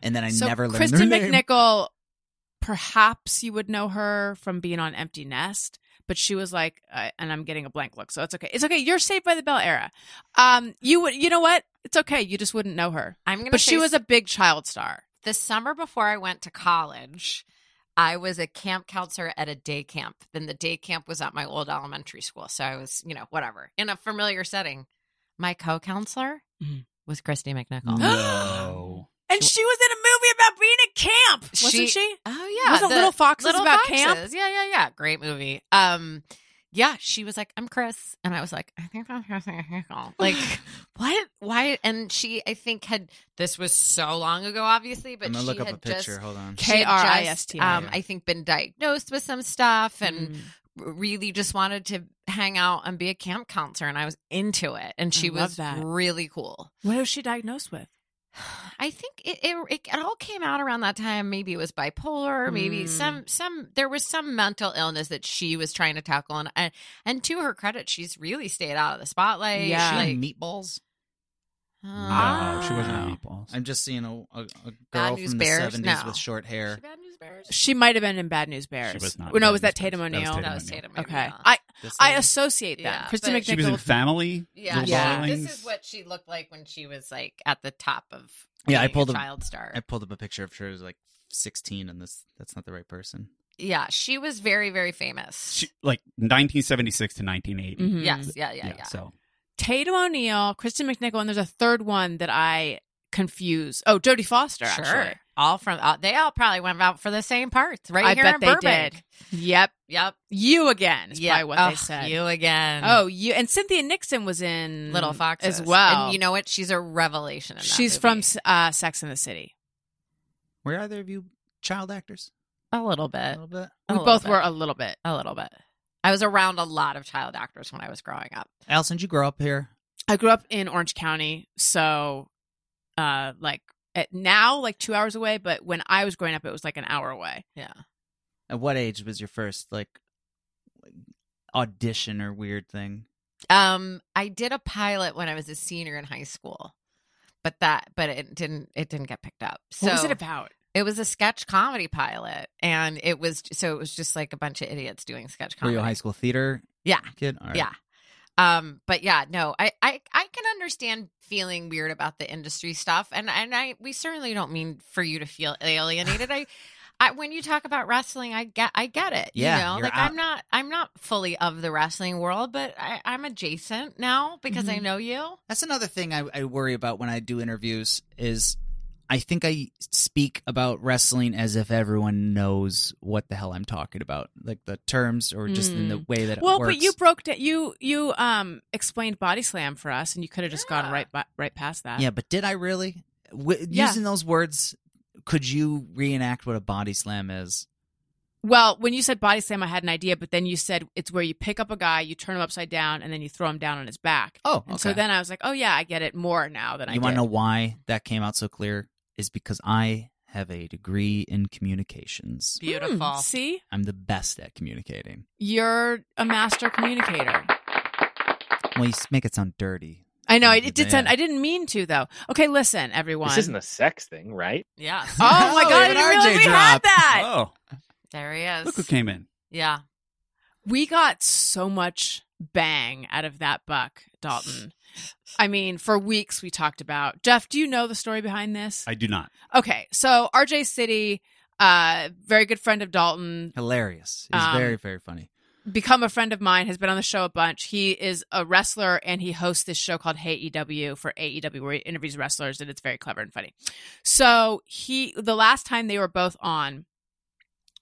E: and then I
B: so
E: never learned
B: Christy
E: their name.
B: McNichol. Perhaps you would know her from being on Empty Nest, but she was like, uh, and I'm getting a blank look, so it's okay. It's okay. You're Saved by the Bell era. Um, you would, you know what? It's okay. You just wouldn't know her,
D: I'm gonna.
B: but
D: say
B: she was a big child star.
D: the summer before I went to college, I was a camp counselor at a day camp. Then the day camp was at my old elementary school. So I was, you know, whatever, in a familiar setting. My co counselor
B: Mhm.
D: was Christy McNichol.
G: No.
B: And she was in a movie about being at camp, wasn't she?
D: She- Oh, yeah.
B: Wasn't
D: the
B: Little Foxes
D: Little
B: about
D: Foxes.
B: camp?
D: Yeah, yeah, yeah. Great movie. Um, yeah, she was like, I'm Chris. And I was like, I think that's Christy McNichol. Like, what? Why? And she, I think, had, this was so long ago, obviously, but
E: I'm gonna
D: she
E: look up
D: had
E: a picture.
D: just
E: Hold on.
B: K-
D: She had just,
B: KRIST.
D: Um, I think been diagnosed with some stuff and
G: Hmm.
D: really just wanted to hang out and be a camp counselor, and I was into it. And she
B: I love
D: was
B: that.
D: really cool.
B: what was she diagnosed with?
D: I think it, it it all came out around that time. Maybe it was bipolar. Maybe
B: Mm.
D: some some there was some mental illness that she was trying to tackle, and and, and to her credit, she's really stayed out of the spotlight.
B: Yeah.
E: She
D: Like, uh,
E: in meatballs.
G: No, she wasn't
E: No.
G: in meatballs.
E: I'm just seeing a, a, a
D: Bad
E: girl
D: News
E: from the
D: Bears?
E: 70s
D: No.
E: with short hair.
D: Bad News Bears?
B: She might have been in Bad News Bears.
G: She was not
B: Oh,
G: in
B: no,
G: Bad
B: was that
G: News Bears.
B: Tatum
G: That was
B: O'Neill?
G: Tatum
D: That was Tatum O'Neill.
B: Okay. I
E: This
B: I
E: lady.
B: associate that.
D: Yeah,
B: Kristen
D: but-
B: McNichol.
G: She was in Family.
D: Yeah,
G: Little
D: yeah.
G: Darlings.
D: This is what she looked like when she was like at the top of
E: Yeah, I
D: being a
E: pulled a-
D: child star.
E: I pulled up a picture of her. She was like 16, and this that's not the right person.
D: yeah, she was very very famous.
G: She, like 1976 to 1980.
B: Mhm.
D: yes, yeah, yeah,
G: Yeah,
D: yeah.
G: So
B: Tatum O'Neill, Kristen McNichol, and there's a third one that I confuse. Oh, Jodie Foster, actually.
D: all from all, they all probably went out for the same parts right
B: I
D: here
B: bet
D: in
B: they
D: Burbank.
B: did. Yep.
D: Yep,
B: You again is probably what they
D: Ugh,
B: said.
D: You again?
B: Oh, you and Cynthia Nixon was in
D: Little Fox
B: Mm, as well.
D: And you know what? She's a revelation. In that
B: she's
D: movie.
B: from uh, Sex and the City.
E: Were either of you child actors?
D: a little
E: A
D: bit.
E: little bit.
D: A
B: We
D: little
B: both
D: bit.
B: were a little bit.
D: a little bit. I was around a lot of child actors when I was growing up.
E: Allison, did you grow up here?
B: I grew up in Orange County, so uh, like at now like two hours away. But when I was growing up, it was like an hour away.
D: Yeah.
E: At what age was your first like audition or weird thing?
D: Um, I did a pilot when I was a senior in high school, but that but it didn't it didn't get picked up. So
B: what was it about?
D: it was a sketch comedy pilot, and it was so it was just like a bunch of idiots doing sketch
E: Were
D: comedy.
E: you a high school theater
D: Yeah,
E: kid? All right.
D: yeah. Um, but yeah, no, I, I I can understand feeling weird about the industry stuff, and and I we certainly don't mean for you to feel alienated. I. I, when you talk about wrestling, I get, I get it.
E: Yeah,
D: you know,
E: you're
D: like
E: out-
D: I'm not, I'm not fully of the wrestling world, but I, I'm adjacent now because I
B: Mhm.
D: know you.
E: That's another thing I, I worry about when I do interviews is I think I speak about wrestling as if everyone knows what the hell I'm talking about, like the terms or just in the way that
B: Hmm. Well,
E: it works.
B: but you broke down. You you um explained body slam for us, and you could have just gone
D: Yeah.
B: right by, right past that.
E: yeah, but did I really w-
B: Yeah.
E: using those words? Could you reenact what a body slam is?
B: Well, when you said body slam, I had an idea, but then you said it's where you pick up a guy, you turn him upside down, and then you throw him down on his back.
E: Oh,
B: And so then I was like, oh yeah, I get it more now than I.
E: you want
B: did.
E: to know why that came out so clear? Is because I have a degree in communications.
D: Beautiful.
B: Mm, see,
E: I'm the best at communicating.
B: you're a master communicator.
E: Well, you s- make it sound dirty.
B: I know it, it did
E: Yeah.
B: sound. I didn't mean to though. Okay, listen, everyone.
I: This isn't a sex thing, right?
D: Yeah.
B: oh my
E: No,
B: god, I
E: even
B: didn't realize
E: RJ
B: we had
E: dropped.
B: that.
G: oh,
D: There he is.
G: look who came in.
D: Yeah.
B: We got so much bang out of that buck, Dalton. I mean, for weeks we talked about Jeff. Do you know the story behind this?
G: I do not.
B: Okay, so RJ City, uh, very good friend of Dalton,
E: Hilarious. It's
B: Um,
E: very, very funny.
B: become a friend of mine, has been on the show a bunch. He is a wrestler and he hosts this show called Hey EW for AEW where he interviews wrestlers and it's very clever and funny. So he the last time they were both on,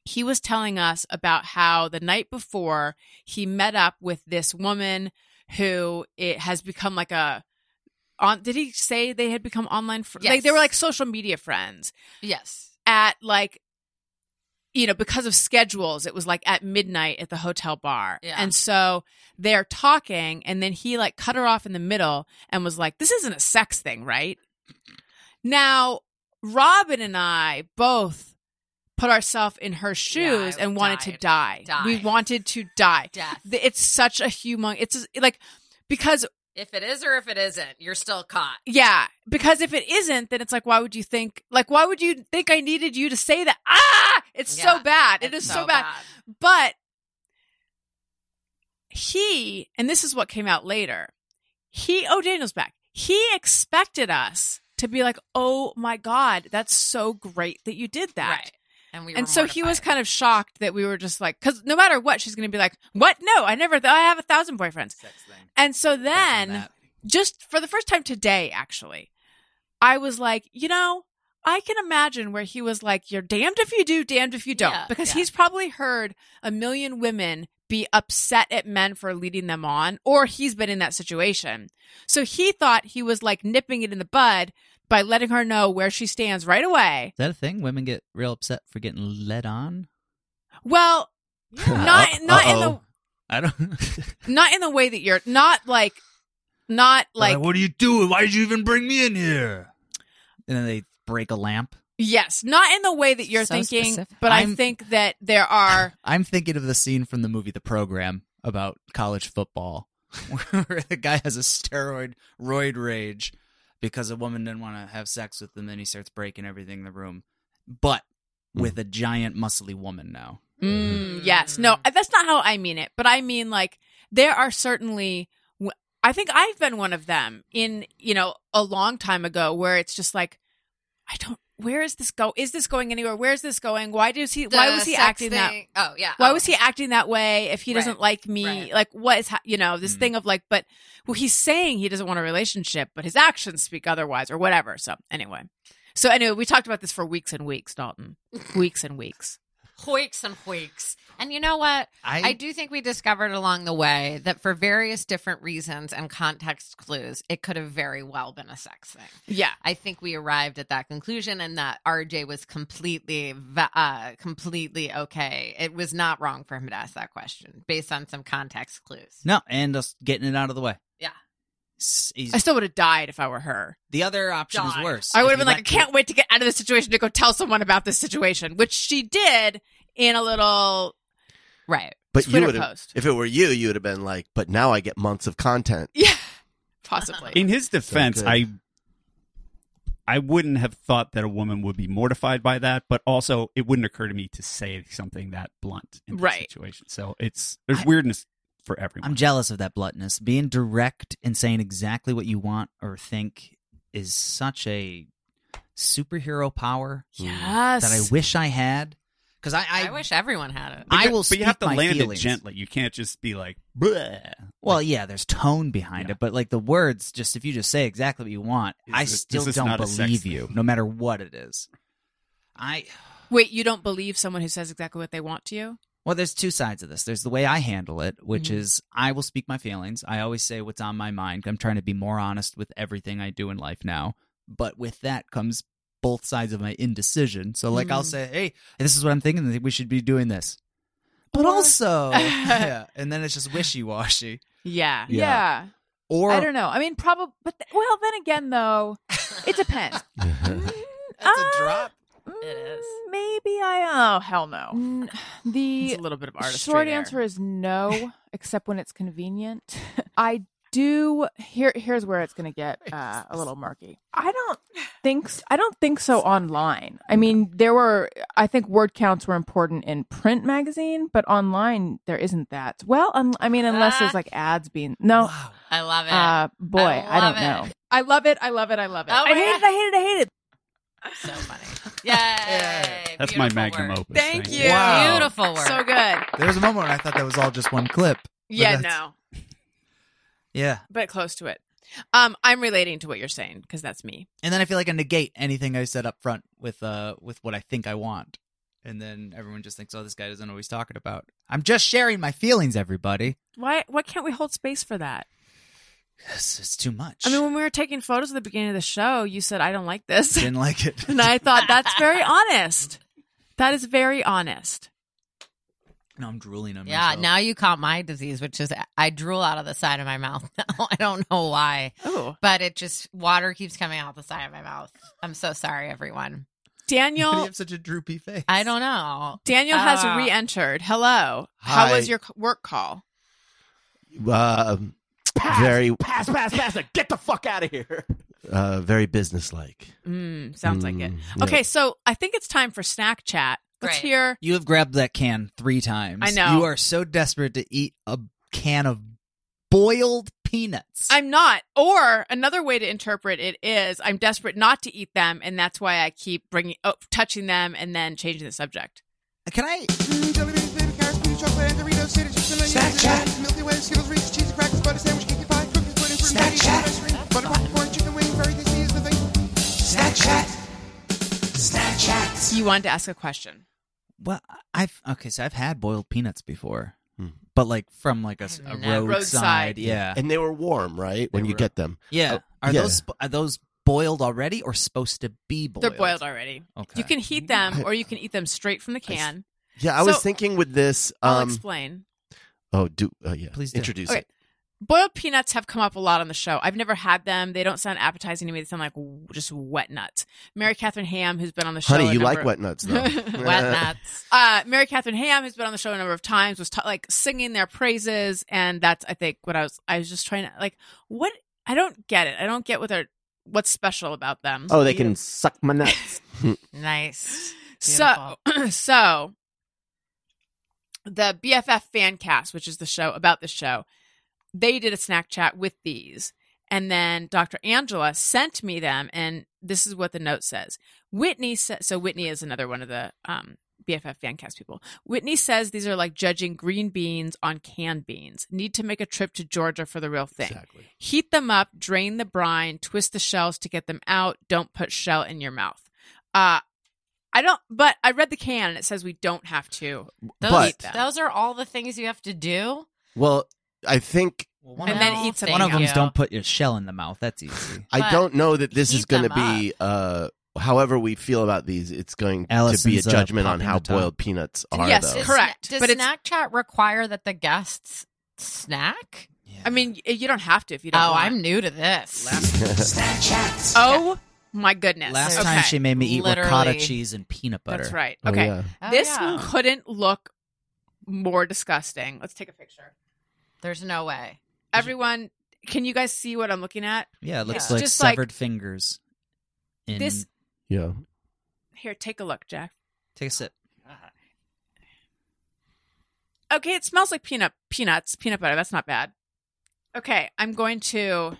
B: he was telling us about how the night before he met up with this woman who it has become like a on did he say they had become online fr- like they were
D: Yes.
B: like social media friends
D: Yes.
B: at like you know because of schedules it was like at midnight at the hotel bar
D: Yeah.
B: and so they're talking and then he like cut her off in the middle and was like this isn't a sex thing right now robin and i both put ourselves in her shoes
D: I
B: and wanted to die
D: died.
B: we wanted to die
D: Death.
B: Th- it's such a humong it's like because
D: if it is or if it isn't, you're still caught.
B: yeah because if it isn't then it's like why would you think like why would you think i needed you to say that ah it's
D: Yeah,
B: so bad it is so, bad. But he, and this is what came out later, he, oh, Daniel's back. He expected us to be like, oh my God, that's so great that you did that.
D: Right. And we were
B: And so he was
D: mortified.
B: kind of shocked that we were just like, because no matter what, she's going to be like, what? No, I never, th- I have a thousand boyfriends.
E: Sex thing.
B: And so then, just for the first time today, actually, I was like, you know, I can imagine where he was like, you're damned if you do, damned if you don't.
D: Yeah,
B: because
D: yeah.
B: he's probably heard a million women be upset at men for leading them on, or he's been in that situation. So he thought he was like nipping it in the bud by letting her know where she stands right away.
E: Is that a thing? Women get real upset for getting led on?
B: Well, not not in the
E: I don't.
B: not in the way that you're not like not like
E: are you doing? Why did you even bring me in here? And then they break a lamp.
B: yes, not in the way that you're
D: So
B: thinking,
D: specific.
B: but I
E: I'm-
B: think that there are
E: I'm thinking of the scene from the movie The Program about college football, where the guy has a steroid roid rage because a woman didn't want to have sex with him and he starts breaking everything in the room. But with a giant muscly woman now.
B: Mm, yes. No, that's not how I mean it. But I mean, like, there are certainly, I think I've been one of them in, you know, a long time ago where it's just like, I don't, where is this go? Is this going anywhere? Where is this going? Why does he, why
D: The
B: was he
D: sex
B: acting that?
D: thing- Oh yeah.
B: Why
D: oh.
B: was he acting that way if he
D: Right,
B: doesn't like me?
D: right.
B: Like, what is, ha- you know, this
E: Mm.
B: thing of like, but, well, he's saying he doesn't want a relationship, but his actions speak otherwise or whatever. So, anyway. So, anyway, we talked about this for weeks and weeks, Dalton. Weeks and weeks.
D: hoiks and hoiks? And you know what? I do think we discovered along the way that for various different reasons and context clues, it could have very well been a sex thing.
B: Yeah.
D: I think we arrived at that conclusion, and that RJ was completely, va- uh, completely okay. It was not wrong for him to ask that question based on some context clues.
E: No, and us getting it out of the way.
D: Yeah.
E: S- he's-
B: I still would have died if I were her.
E: the other option
D: God.
E: is worse.
B: I
E: If
B: would have
E: you
B: been like, I
E: let
B: can't wait to get out of this situation to go tell someone about this situation, which she did in a little
D: Right.
A: But you
B: Twitter
A: would have,
B: post.
A: if it were you, you would have been like, but now I get months of content.
B: Yeah. Possibly.
G: In his defense,
A: good.
G: I I wouldn't have thought that a woman would be mortified by that, but also it wouldn't occur to me to say something that blunt in that
B: Right.
G: situation. So it's there's
E: I-
G: weirdness for everyone.
E: I'm jealous of that bluntness. Being direct and saying exactly what you want or think is such a superhero power
B: yes.
E: that I wish I had. Because I, I,
D: I, wish everyone had it.
G: But
E: I
G: you-
E: will
G: but you have
E: speak
G: to
E: my
G: land
E: feelings.
G: it gently. You can't just be like, Bleh.
E: Well, yeah, there's tone behind
G: Yeah.
E: it, but like the words, just if you just say exactly what you want,
G: Is
E: I
G: this- is
E: still
G: this
E: don't
G: not a sex
E: believe
G: thing?
E: you, no matter what it is. I
B: Wait, you don't believe someone who says exactly what they want to you?
E: well, there's two sides of this. There's the way I handle it, which
B: Mhm.
E: is I will speak my feelings. I always say what's on my mind. I'm trying to be more honest with everything I do in life now. But with that comes both sides of my indecision. So, like, I'll
B: Mm.
E: say, "Hey, this is what I'm thinking. I think we should be doing this." But
B: Or-
E: also, yeah, and then it's just wishy washy.
B: Yeah.
E: Yeah. Or
B: I don't know. I mean, probably, but th- well, then again, though, it depends.
E: that's
B: Ah.
E: a drop.
D: It is.
C: Mm, Maybe I. Oh hell no.
B: Mm,
C: The
B: It's a little bit of artistry.
C: Short
B: there.
C: answer is no, except when it's convenient. I do. Here, here's where it's going to get uh, a little murky. I don't think. s- I don't think so online. I mean, there were. I think word counts were important in print magazine, but online there isn't that. Well, un, I mean, unless there's like ads being. No,
E: Wow.
D: I love it.
C: uh, boy, I,
D: love
C: don't
D: it.
C: know. I love it. I love it. I love it.
D: Oh
C: I
D: my
C: hate
D: God.
C: it. I hate it. I hate it.
D: so funny. Yay. yeah.
G: That's my magnum opus.
B: Thank you.
E: Wow.
D: Beautiful work.
B: So good.
E: There was a moment when I thought that was all just one clip.
B: Yeah,
E: that's-
B: no.
E: Yeah.
B: but close to it. Um, I'm relating to what you're saying because that's me.
E: And then I feel like I negate anything I said up front with uh with what I think I want. And then everyone just thinks, oh, this guy doesn't know what he's talking about. I'm just sharing my feelings, everybody.
B: Why? Why can't we hold space for that?
E: Yes, it's too much.
B: I mean, when we were taking photos at the beginning of the show, you said I don't like this,
E: didn't like it.
B: and I thought that's very honest. That is very honest.
E: no, I'm drooling on
D: Yeah,
E: myself.
D: now you caught my disease, which is I drool out of the side of my mouth now. I don't know why,
B: Oh,
D: but it just water keeps coming out the side of my mouth. I'm so sorry, everyone.
E: Why do you
B: Daniel.
E: have such a droopy face.
D: I don't know.
B: Daniel has
D: Ah.
B: re-entered. Hello. How
A: Hi.
B: was your c- work call?
A: Um,
H: Pass,
A: very,
H: pass, pass, pass. it. Get the fuck out of here.
A: uh, very businesslike.
B: Mm, sounds like it.
A: Mm, yeah.
B: Okay, so I think it's time for snack chat. Let's
D: Great.
B: hear.
E: You have grabbed that can three times.
B: I know.
E: You are so desperate to eat a can of boiled peanuts.
B: I'm not. Or another way to interpret it is I'm desperate not to eat them, and that's why I keep bringing, oh, touching them, and then changing the subject.
E: Can I
H: Snack chat. Snack chat. Snack chat. Snack chat.
B: You wanted to ask a question.
E: Well, I've okay, so I've had boiled peanuts before,
A: Hmm.
E: but like from like a, s-
D: I've
E: a
D: never-
E: roadside,
B: Roadside.
E: yeah,
A: And they were warm, right? When
E: They
A: you
E: were-
A: get them.
E: yeah.
A: Oh,
E: are
A: yeah.
E: those are those boiled already or supposed to be boiled?
B: They're boiled already.
E: Okay.
B: You can heat them, or you can eat them straight from the can.
A: Yeah, I
B: So-
A: was thinking with this.
B: I'll
A: Um,
B: explain.
A: oh, do uh, yeah.
E: Please do.
A: introduce
B: Okay.
A: it.
B: Boiled peanuts have come up a lot on the show. I've never had them. They don't sound appetizing to me. They sound like w- just wet nuts. Mary Catherine Ham, who's been on the show,
A: Honey,
B: a
A: you
B: number
A: like
B: of-
A: wet nuts, though.
D: Wet nuts.
B: uh, Mary Catherine Ham, who's been on the show a number of times, was t- like singing their praises, and that's I think what I was. I was just trying to like what I don't get it. I don't get what they're What's special about them?
A: Oh, they can suck my nuts.
D: Nice.
B: So, so the BFF fan cast, which is the show about the show, they did a snack chat with these. And then Dr. Angela sent me them. And this is what the note says Whitney says, so Whitney is another one of the um, BFF fan cast people. Whitney says these are like judging green beans on canned beans. Need to make a trip to Georgia for the real thing.
I: Exactly.
B: Heat them up, drain the brine, twist the shells to get them out. Don't put shell in your mouth. Uh I don't but I read the can and it says we don't have to.
D: Those,
A: But-
D: those are all the things you have to do.
A: well, I think
E: Well, one
B: And
E: of
B: then
E: them-
B: eat some
E: one of
B: thank
E: them's
D: you.
E: don't put your shell in the mouth. That's easy.
A: I
D: But
A: don't know that this is
D: heat
A: going to
D: them
A: be. Uh, however we feel about these, it's going to be a
E: Allison's, uh,
A: judgment on
E: popping
A: how
E: the top.
A: boiled peanuts are.
B: Yes,
A: though.
D: Does
B: Correct,
D: sna- Does
B: but it's-
D: snack chat require that the guests snack?
B: I mean, y- you don't have to if you
D: Oh,
B: don't want.
D: I'm new to this.
A: Oh,
H: Snack chat.
B: Oh my goodness.
E: Last
B: okay.
E: time she made me eat ricotta
D: Literally.
E: cheese and peanut butter.
B: That's right.
A: Oh,
B: Okay.
A: yeah.
D: Oh,
B: this
D: yeah.
B: couldn't look more disgusting. Let's take a picture.
D: There's no way.
B: Everyone, can you guys see what I'm looking at?
E: Yeah, it looks
B: It's
E: like
B: just like-
E: severed fingers. In,
B: This-
A: yeah.
B: Here, take a look, Jack.
E: take a sip.
B: Okay, it smells like peanut peanuts, peanut butter. That's not bad. Okay, I'm going to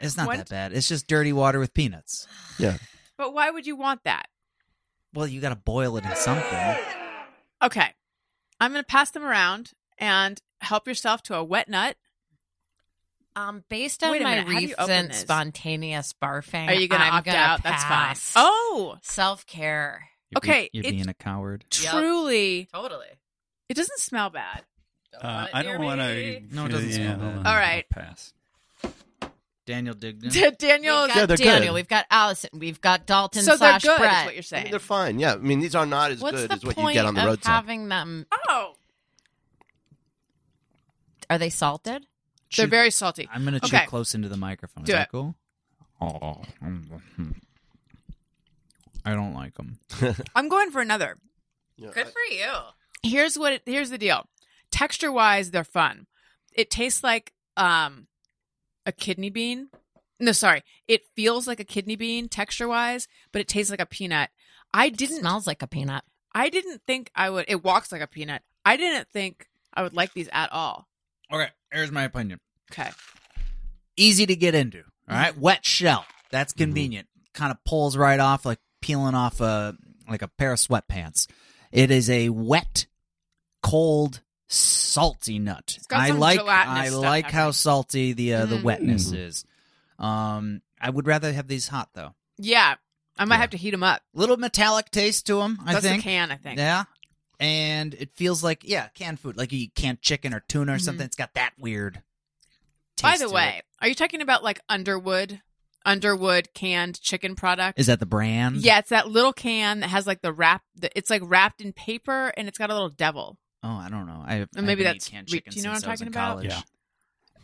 E: It's not
B: One-
E: that bad. It's just dirty water with peanuts.
B: But why would you want that?
E: Well, you got to boil it in something.
B: Okay. I'm going to pass them around and help yourself to a wet nut.
D: Um, based on
B: Wait a
D: my
B: minute, how do you open
D: recent
B: this?
D: spontaneous barfing,
B: Are you going to
D: I'm
B: opt
D: gonna
B: out? That's
D: pass.
B: fine. Oh,
D: self care.
E: You're be-
B: Okay,
E: you're
B: it-
E: being a coward.
D: Yep.
B: truly,
D: Totally.
B: it doesn't smell bad.
G: Uh, I don't Uh, want to.
E: No, it doesn't smell bad.
B: All right.
G: Pass.
E: Daniel Dignan.
B: Daniel,
D: We've
A: Yeah,
D: got
A: they're
D: Daniel.
A: good.
D: We've got Allison. We've got Dalton
B: so they're
D: slash
B: good, is what
D: Brett.
B: you're
A: I mean,
B: saying.
A: they're fine. Yeah, I mean these are not as
D: What's
A: good
D: the
A: as what you
D: point
A: get on the
D: of
A: roadside.
D: having them?
B: oh,
D: Are they salted?
B: they're very salty.
E: I'm gonna chew
B: Okay.
E: close into the microphone. Is
B: Do
E: that
B: it.
E: cool? Oh, mm, I don't like them.
B: I'm going for another.
A: Yeah, I-
D: for you.
B: here's what it, here's the deal texture wise they're fun it tastes like um a kidney bean no sorry it feels like a kidney bean texture wise but it tastes like a peanut i didn't
D: Smells like a peanut.
B: i didn't think i would it walks like a peanut i didn't think i would like these at all
E: Okay, here's my opinion.
B: okay
E: Easy to get into. All right,
B: Mm-hmm.
E: wet shell. That's convenient. Kind of pulls right off, like peeling off a like a pair of sweatpants. It is a wet, cold, salty nut.
B: got
E: I
B: some
E: like
B: gelatinous
E: I
B: stuff
E: like how
B: happening.
E: salty the uh, the
B: Mm.
E: wetness is. Um, I would rather have these hot though.
B: yeah i might
E: Yeah.
B: have to heat them up
E: Little metallic taste to them. I
B: that's
E: think.
B: the can i think
E: Yeah. And it feels like yeah, canned food. Like you eat canned chicken or tuna or
B: Mhm.
E: something. It's got that weird.
B: by
E: taste
B: the
E: to
B: way are you talking about like underwood underwood canned chicken product
E: it. is that the brand?
B: Yeah, it's that little can that has like the wrap. The, it's like wrapped in paper, and it's got a little devil.
E: Oh, I don't know. I I
B: maybe
E: haven't eaten
B: that's
E: canned
B: re-
E: chicken.
B: do you know what
E: since
B: I'm
E: I was in
B: talking about?
E: college.
G: Yeah.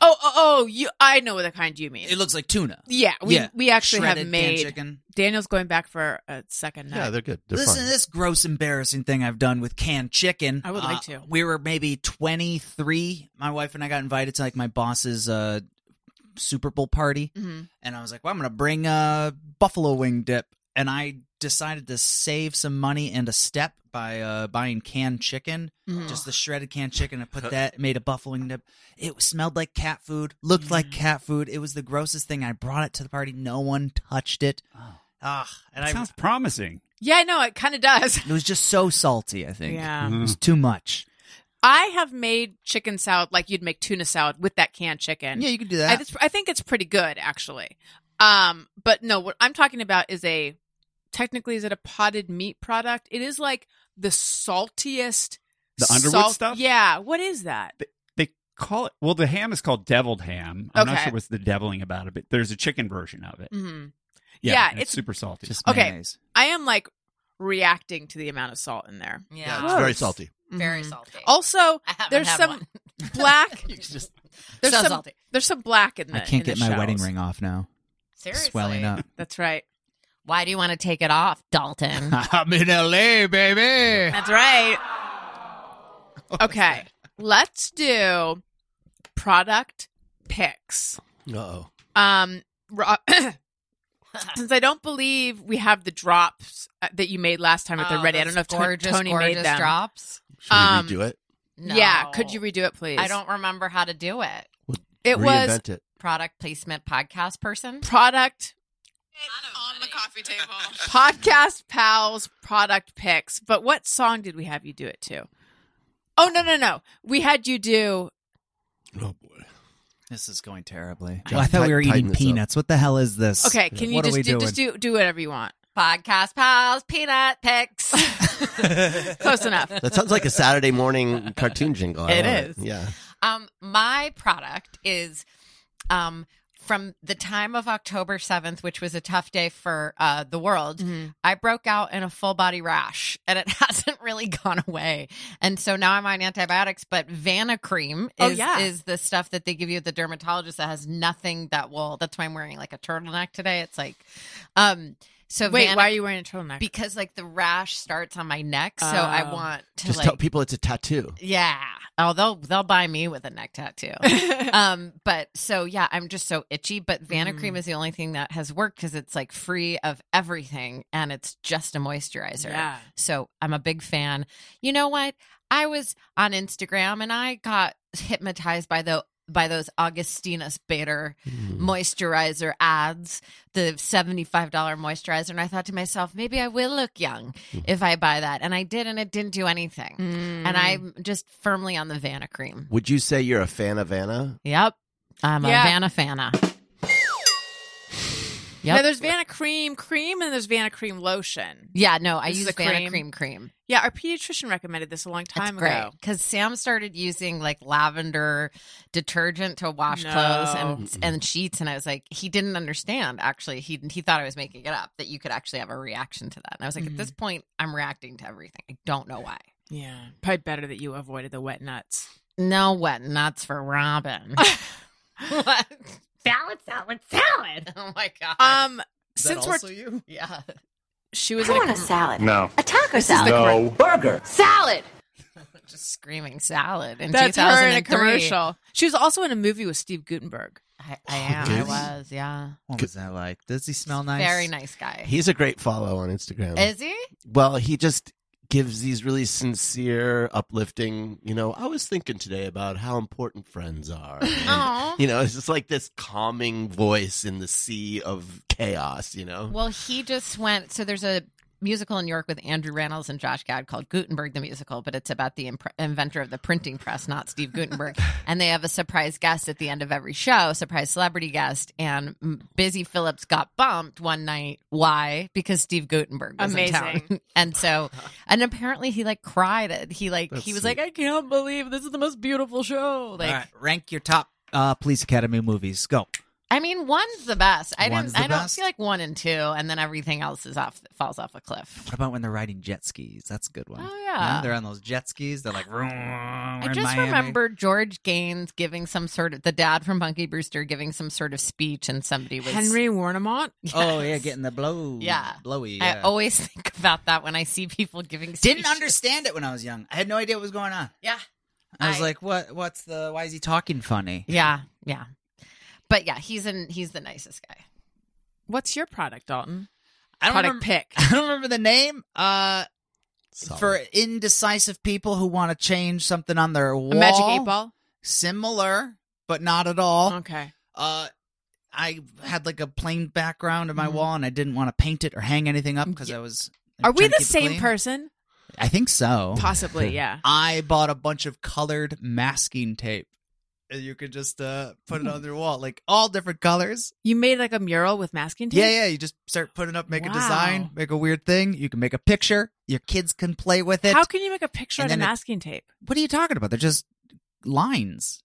B: Oh, oh, oh! You, I know what the kind you mean.
E: It looks like tuna.
B: yeah, we
E: yeah,
B: we actually
E: Shredded
B: have
E: canned
B: made.
E: chicken.
B: Daniel's going back for a second
A: yeah,
B: night.
A: they're good. They're
E: Listen
A: fine.
E: to this gross, embarrassing thing I've done with canned chicken.
B: I would
E: Uh,
B: like to.
E: We were maybe 23. My wife and I got invited to like my boss's uh, Super Bowl party.
B: Mhm.
E: and I was like, "Well, I'm gonna bring a buffalo wing dip." And I decided to save some money and a step by uh, buying canned chicken,
B: Mhm.
E: just the shredded canned chicken. I put that, made a buffalo wing dip. It smelled like cat food, looked
B: Mm.
E: like cat food. It was the grossest thing. I brought it to the party. No one touched it. Ah, and
G: That
E: I,
G: sounds promising.
B: yeah, I know it kind of does.
E: it was just so salty. I think.
B: Yeah,
E: It
G: Mm.
E: was too much.
B: I have made chicken salad like you'd make tuna salad with that canned chicken.
E: Yeah, you could do
B: I,
E: that.
B: that's- I think it's pretty good actually. Um, but no, what I'm talking about is a technically is it a potted meat product? It is like the saltiest.
G: The Underwood stuff?
B: Yeah. What is that?
G: They call it. Well, the ham is called deviled ham. I'm not
B: Okay.
G: sure what's the deviling about it, but there's a chicken version of it.
D: Mm-hmm.
B: hmm
G: Yeah,
B: Yeah,
G: and it's,
B: it's-
G: super salty.
E: just
B: Okay.
E: mayonnaise.
B: I am like reacting to the amount of salt in there.
A: Yeah,
D: Yeah.
A: it's very salty.
D: Very
B: Mhm.
D: salty.
B: Also,
D: I haven't
B: there's
D: had
B: some
D: one.
B: black.
D: You just-
B: There's
D: so
B: some
D: salty.
B: there's some black in the.
E: I can't
B: in the
E: get my wedding
B: shells.
E: ring off now.
D: Seriously.
E: Swelling up.
B: That's right.
D: Why do you want to take it off, Dalton?
B: Oh,
E: I'm in LA, baby.
B: That's right. Okay, let's do product picks.
A: Uh-oh.
B: Um, Ro- since I don't believe we have the drops uh, that you made last time at the
D: Oh,
B: ready, I
D: those
B: don't know if Ton-
D: gorgeous,
B: Tony
D: gorgeous
B: made them.
D: drops.
A: Should we
B: Um,
A: redo it?
B: Yeah,
D: No.
B: could you redo it, please?
D: I don't remember how to do it.
B: It was
A: Reinvent it.
D: Product placement podcast person.
B: product
F: on the coffee table.
B: podcast pals product picks. But what song did we have you do it to? Oh no no no! We had you do
A: Oh boy.
E: This is going terribly.
A: John,
E: Oh, I thought
A: ti-
E: we were
A: tighten
E: eating
A: this up.
E: peanuts. What the hell is this?
B: okay. Can you
E: What are
B: just
E: we
B: do, just do do whatever you want?
D: Podcast pals, peanut picks.
B: Close enough.
A: That sounds like a Saturday morning cartoon jingle. I
D: It
A: love
D: is.
A: Yeah.
D: um, my product is um from the time of October seventh, which was a tough day for uh, the world.
B: Mhm.
D: I broke out in a full body rash, and it hasn't really gone away. And so now I'm on antibiotics. But Vana cream is
B: Oh, yeah.
D: is the stuff that they give you at the dermatologist that has nothing that will. That's why I'm wearing like a turtleneck today. It's like, um, so
B: Wait,
D: Vana-
B: why are you wearing a turtleneck?
D: because like the rash starts on my neck, so I
B: Oh.
D: want to
A: Just
D: like
A: tell people it's a tattoo.
D: yeah. Oh, they'll they'll buy me with a neck tattoo. um, but so yeah, I'm just so itchy. But Vana
B: Mm.
D: cream is the only thing that has worked because it's like free of everything and it's just a moisturizer.
B: yeah.
D: So I'm a big fan. You know what? I was on Instagram and I got hypnotized by the by those Augustinus Bader
A: Hmm.
D: moisturizer ads, the $75 moisturizer. And I thought to myself, maybe I will look young if I buy that. And I did, and it didn't do anything.
B: Mm.
D: And I'm just firmly on the Vanna cream.
A: Would you say you're a fan of Anna?
D: Yep. I'm
B: Yeah.
D: a Vanna fana.
B: Now
D: Yep.
B: there's Vanna cream cream and there's Vanna cream lotion.
D: Yeah, no, I
B: This is
D: use
B: a
D: Vanna
B: cream.
D: cream cream.
B: Yeah, our pediatrician recommended this a long
D: That's
B: time
D: great
B: ago.
D: because Sam started using like lavender detergent to wash
B: No.
D: clothes and and sheets, and I was like, he didn't understand. Actually, he he thought I was making it up that you could actually have a reaction to that. And I was like,
B: Mhm.
D: at this point, I'm reacting to everything. I don't know why.
B: Yeah, probably better that you avoided the wet nuts.
D: No wet nuts for Robin. what? Salad, salad, salad. Oh my god.
B: Um, since we're
E: you?
D: yeah.
B: she was in a com-
F: salad. No. A taco
H: burger.
F: Salad.
D: Just screaming salad in
B: that's her in a
D: 2003.
B: commercial. She was also in a movie with Steve Gutenberg.
D: I, I am. I
A: Good.
D: was. Yeah.
E: What was that like? Does he smell nice?
D: Very nice guy.
A: He's a great follow on Instagram.
D: Is he?
A: well, he just gives these really sincere, uplifting, you know, I was thinking today about how important friends are. And,
D: Oh.
A: you know, it's just like this calming voice in the sea of chaos, you know?
D: Well, he just went. So there's a musical in New York with Andrew Reynolds and Josh Gad called Gutenberg the Musical, but it's about the impre- inventor of the printing press, not Steve Gutenberg. and they have a surprise guest at the end of every show, surprise celebrity guest. And mm, Busy Phillips got bumped one night. Why? Because Steve Gutenberg was in town.
B: Amazing.
D: and so, and apparently he like cried. He like
A: That's
D: he was
A: sweet.
D: like, I can't believe this is the most beautiful show. Like.
E: All right, rank your top uh, Police Academy movies. Go.
D: I mean, one's the best. I didn't.
E: One's the
D: I don't
E: best?
D: feel like one and two, and then everything else is off. Falls off a cliff.
E: What about when they're riding jet skis? That's a good one.
D: Oh
E: Yeah,
D: yeah.
E: they're on those jet skis. They're like,
D: I just remember George Gaines giving some sort of the dad from Bunky Brewster giving some sort of speech, and somebody was
B: Henry Warnemont.
E: Oh yeah, getting the blow.
D: Yeah.
E: blowy.
D: I
E: yeah.
D: always think about that when I see people giving. Speeches.
E: didn't understand it when I was young. I had no idea what was going on.
D: Yeah.
E: I was
D: I-
E: like, what? What's the? Why is he talking funny?
D: Yeah, yeah, but yeah, he's an he's the nicest guy.
B: What's your product, Dalton?
E: I don't
B: Product
E: remember.
B: pick.
E: I don't remember the name. Uh,
A: Solid.
E: for indecisive people who want to change something on their wall.
B: A magic eight ball. Uh-huh.
E: Similar, but not at all.
B: Okay.
E: Uh, I had like a plain background of my
B: Mhm.
E: wall, and I didn't want to paint it or hang anything up because I was.
B: Mm, Are we
E: trying to
B: the
E: keep it
B: same
E: clean.
B: person?
E: I think so.
B: Possibly. Yeah.
E: I bought a bunch of colored masking tape. And you could just uh, put it on your wall, like all different colors.
B: You made like a mural with masking tape.
E: Yeah, yeah. You just start putting up, make a
B: Wow.
E: design, make a weird thing. You can make a picture. Your kids can play with it.
B: How can you make a picture
E: And
B: out of
E: then it-
B: masking tape?
E: what are you talking about? They're just lines.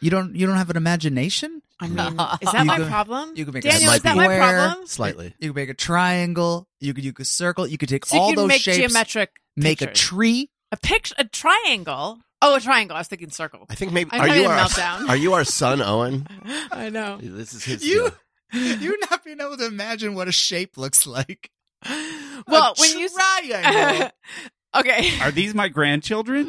E: You don't. You don't have an imagination.
B: I mean, is
E: Oh, You
B: that my
E: can-
B: problem?
E: you can make a
B: Daniel, is that my
E: square.
B: problem?
A: Slightly.
E: You can make a triangle. You could. You could circle. You could take
B: So
E: all
B: you can
E: those
B: make
E: shapes.
B: geometric.
E: make a
B: pictures.
E: tree.
B: A picture, a triangle. Oh, a triangle. I was thinking circle.
A: I think maybe
B: I'm
A: are
B: having
A: you
B: a
A: our
B: meltdown.
A: are you our son Owen?
B: I know.
A: This is his
E: You-
A: deal.
E: You're not being able to imagine what a shape looks like.
B: Well, when you
E: triangle.
B: okay.
G: Are these my grandchildren?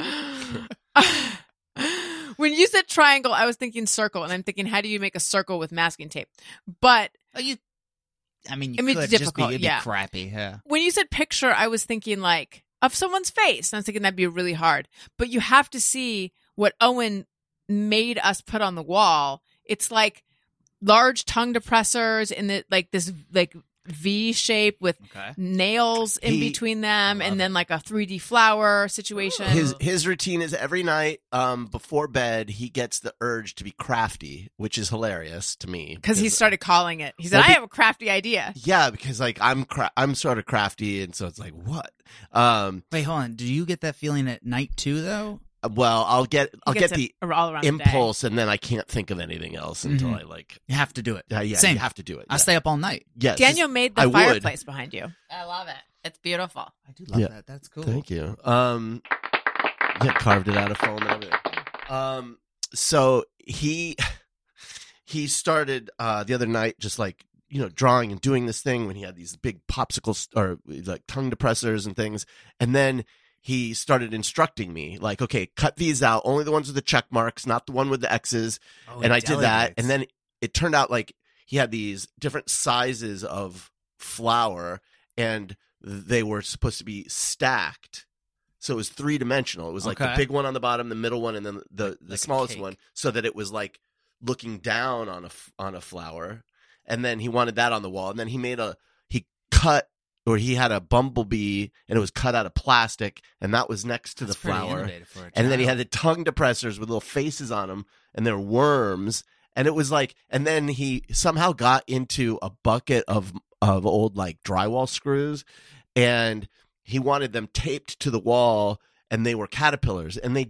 B: When you said triangle, I was thinking circle, and I'm thinking, how do you make a circle with masking tape? But
E: Oh, you. I mean, you
B: I mean, it's
E: could just be,
B: difficult,
E: it'd
B: yeah.
E: be crappy. Yeah.
B: when you said picture, I was thinking like of someone's face. And I was thinking that'd be really hard. But you have to see what Owen made us put on the wall. It's like large tongue depressors in the like this like V shape with
E: Okay.
B: nails in
A: He-
B: between them,
E: Love
B: and then like a 3D flower situation.
A: His his routine is every night um, before bed he gets the urge to be crafty, which is hilarious to me
B: because he started calling it. He said,
A: Well,
B: "I
A: be-
B: have a crafty idea."
A: yeah because like I'm cra- I'm sort of crafty and so it's like what um
E: Wait, hold on. Do you get that feeling at night too, though?
A: well I'll get I'll
B: He gets
A: get the
B: it all around the day. Mm-hmm.
A: impulse and then I can't think of anything else until I like
E: You have to do it.
A: uh, yeah
E: Same.
A: you have to do it
E: I stay up all night.
A: yeah. yes
B: Daniel made the
A: I would.
B: fireplace behind you.
D: I love it. It's beautiful.
E: I do love
A: Yeah.
E: that. That's cool.
A: Thank you. Um, yeah, carved it out of foam and everything. Um, so he he started uh, the other night, just like you know, drawing and doing this thing when he had these big popsicles or like tongue depressors and things, and then he started instructing me like, okay, cut these out, only the ones with the check marks, not the one with the X's
E: Oh,
A: and I did that,
E: delegates.
A: and then it turned out like he had these different sizes of flour, and they were supposed to be stacked. So it was three dimensional. It was like
E: Okay.
A: the big one on the bottom, the middle one, and then the the
E: like a
A: smallest
E: cake.
A: one, so that it was like looking down on a f- on a flower. And then he wanted that on the wall, and then he made a he cut or he had a bumblebee, and it was cut out of plastic, and that was next to
E: That's
A: the
E: pretty
A: flower.
E: innovative for a
A: And then he had
E: child.
A: the tongue depressors with little faces on them, and they're worms. And it was like, and then he somehow got into a bucket of of old like drywall screws, and he wanted them taped to the wall, and they were caterpillars, and they,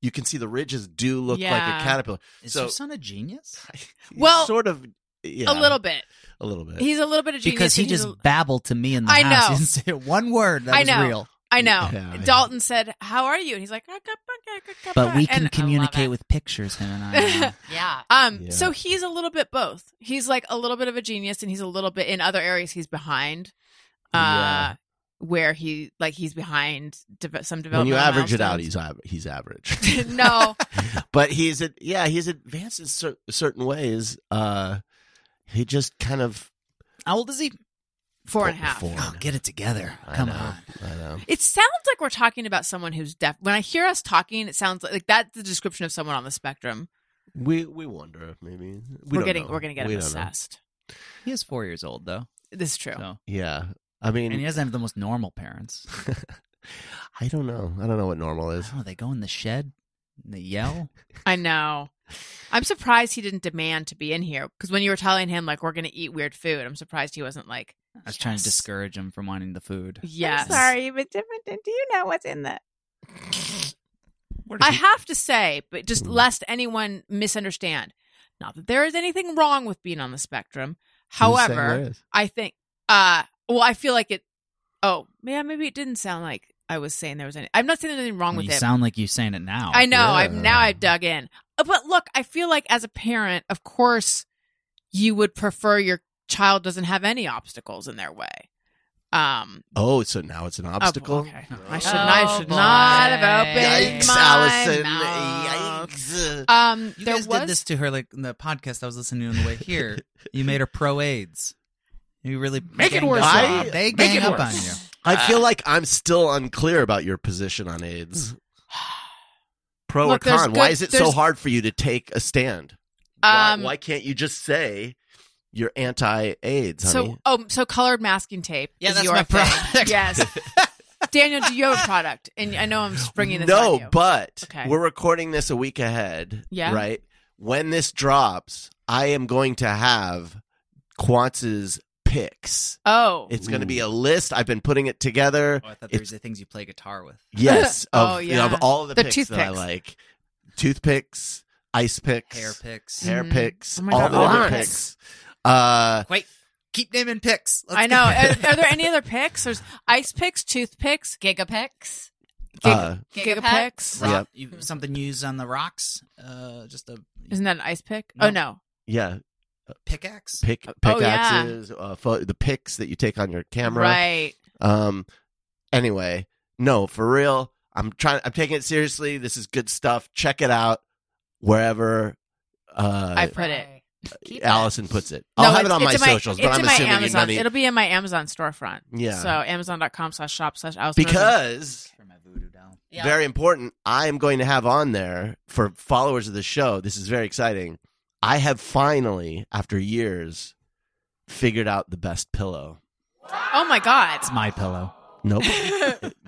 A: you can see the ridges do look like
B: Yeah.
A: a caterpillar.
E: Is
A: so-
E: your son a genius?
B: Well,
A: sort of, yeah,
B: A little bit.
A: a little bit.
B: He's a little bit of genius
E: Because he
B: and he's
E: just
B: a-
E: babbled to me in the
B: I
E: house.
B: know.
E: He didn't say one word. That
B: I
E: was
B: know.
E: real.
B: I know.
A: Yeah, yeah.
B: Dalton said, "How are you?" And he's like, "Ah, cup, ah, cup, cup, cup,
E: But
B: ah,"
E: we can
B: and-
E: communicate
D: it.
E: with pictures, him and I.
D: Yeah.
B: Um,
A: Yeah.
B: so he's a little bit both. He's like a little bit of a genius, and he's a little bit in other areas he's behind. Uh,
A: Yeah.
B: where he like he's behind de- some
A: when
B: development.
A: you average it out, he's av- he's average.
B: no,
A: but he's a, yeah he's advanced in cer- certain ways. Uh, he just kind of
E: How old is he?
B: four and a half.
A: Four.
E: Oh, get it together.
A: I
E: Come
A: know,
E: on.
A: I know.
B: It sounds like we're talking about someone who's deaf. When I hear us talking, it sounds like, like that's the description of someone on the spectrum.
A: We we wonder maybe we
B: are
A: don't
B: getting
A: know.
B: we're gonna get
A: We
B: him
A: don't know.
B: assessed.
E: He is four years old though,
B: This is true.
E: so
A: Yeah, I
E: and he
A: mean,
E: doesn't have the most normal parents.
A: I don't know. I don't know what normal
E: I
A: is.
E: don't know. They go in the shed. And they yell.
B: I know. I'm surprised he didn't demand to be in here because when you were telling him like we're gonna eat weird food, I'm surprised he wasn't like
E: I was trying to
B: Yes.
E: discourage him from wanting the food.
B: yes.
F: but different. Do you know what's in that?
G: Where did
B: I
G: he-
B: have to say, but just
A: Hmm.
B: lest anyone misunderstand, not that there is anything wrong with being on the spectrum.
A: Who's saying
B: However,
A: there is?
B: I think, uh, well, I feel like it. Oh, yeah, maybe it didn't sound like I was saying there was any. I'm not saying there's anything wrong
E: And
B: with
E: you
B: it.
E: sound like you saying it
A: Oh,
E: now.
B: I know. I've
A: yeah.
B: now I've dug in, Uh, but look, I feel like as a parent, of course, you would prefer your child doesn't have any obstacles in their way. Um,
A: oh, so now it's an
B: oh,
A: obstacle.
B: okay. I should, I
D: Oh,
B: should not have
D: boy.
B: opened
A: Yikes,
B: my
A: Allison!
B: mouth.
A: Yikes!
B: Um,
E: You
B: there
E: guys
B: was
E: did this to her like in the podcast I was listening to on the way here. you made her pro AIDS. You really
G: Make it
E: ganged
G: worse,
E: up.
A: I-
E: they
G: make
E: gang
G: it
E: up
G: worse.
E: on you.
A: I feel like I'm still unclear about your position on AIDS. Pro
B: Look,
A: or
B: there's
A: con? Why
B: good-
A: is it so
B: there's-
A: hard for you to take a stand? Why,
B: Um,
A: why can't you just say you're anti-AIDS, honey?
B: so oh so colored masking tape.
E: Yeah,
B: is
E: that's
B: your
E: my Oh,
B: thing.
E: product.
B: yes, Daniel, do you have a product? And I know I'm springing this.
A: no,
B: on you.
A: but
B: Okay.
A: we're recording this a week ahead.
B: Yeah.
A: Right. When this drops, I am going to have Quantz's picks.
B: oh,
A: It's going to be a list. I've been putting it together.
E: Oh, I thought
A: there
E: there
A: was
E: was the things you play guitar with.
A: Yes. Of,
B: Oh, yeah.
A: Of all the,
B: The
A: picks that I
B: toothpicks.
A: like, toothpicks, ice picks,
E: Hair picks.
A: hair
B: Mhm.
A: picks,
B: Oh my
A: all
B: God,
A: the different
B: lots.
A: picks. Uh,
E: Wait, keep naming picks. Let's
B: I know.
E: go.
B: Are, are there any other picks? There's ice picks, toothpicks,
D: Gigapex.
A: uh,
D: Gigapack?
B: gigapicks.
E: Rock, you- something you use on the rocks. Uh, just a
B: Isn't that an ice pick?
E: No.
B: Oh no,
A: yeah.
E: pickaxe.
A: Pick
B: Oh, yeah.
A: pickaxes, uh, fo- the picks that you take on your camera.
B: right.
A: Um. Anyway, no, for real. I'm trying. I'm taking it seriously. This is good stuff. Check it out. wherever uh,
B: I put it.
D: Keep
A: Allison puts it. I'll have
B: it's-
A: it on
B: it's
A: my
B: in
A: socials,
B: it's
A: but I'm
B: in my
A: assuming
B: Amazon.
A: none of you-
B: It'll be in my Amazon storefront.
A: Yeah.
B: So Amazon.com slash shop slash Allison. Rosen.
A: because
E: For my voodoo doll.
D: Yeah.
A: very important. I am going to have on there for followers of the show. This is very exciting. I have finally, after years, figured out the best pillow.
B: oh my god,
E: It's my pillow.
A: Nope.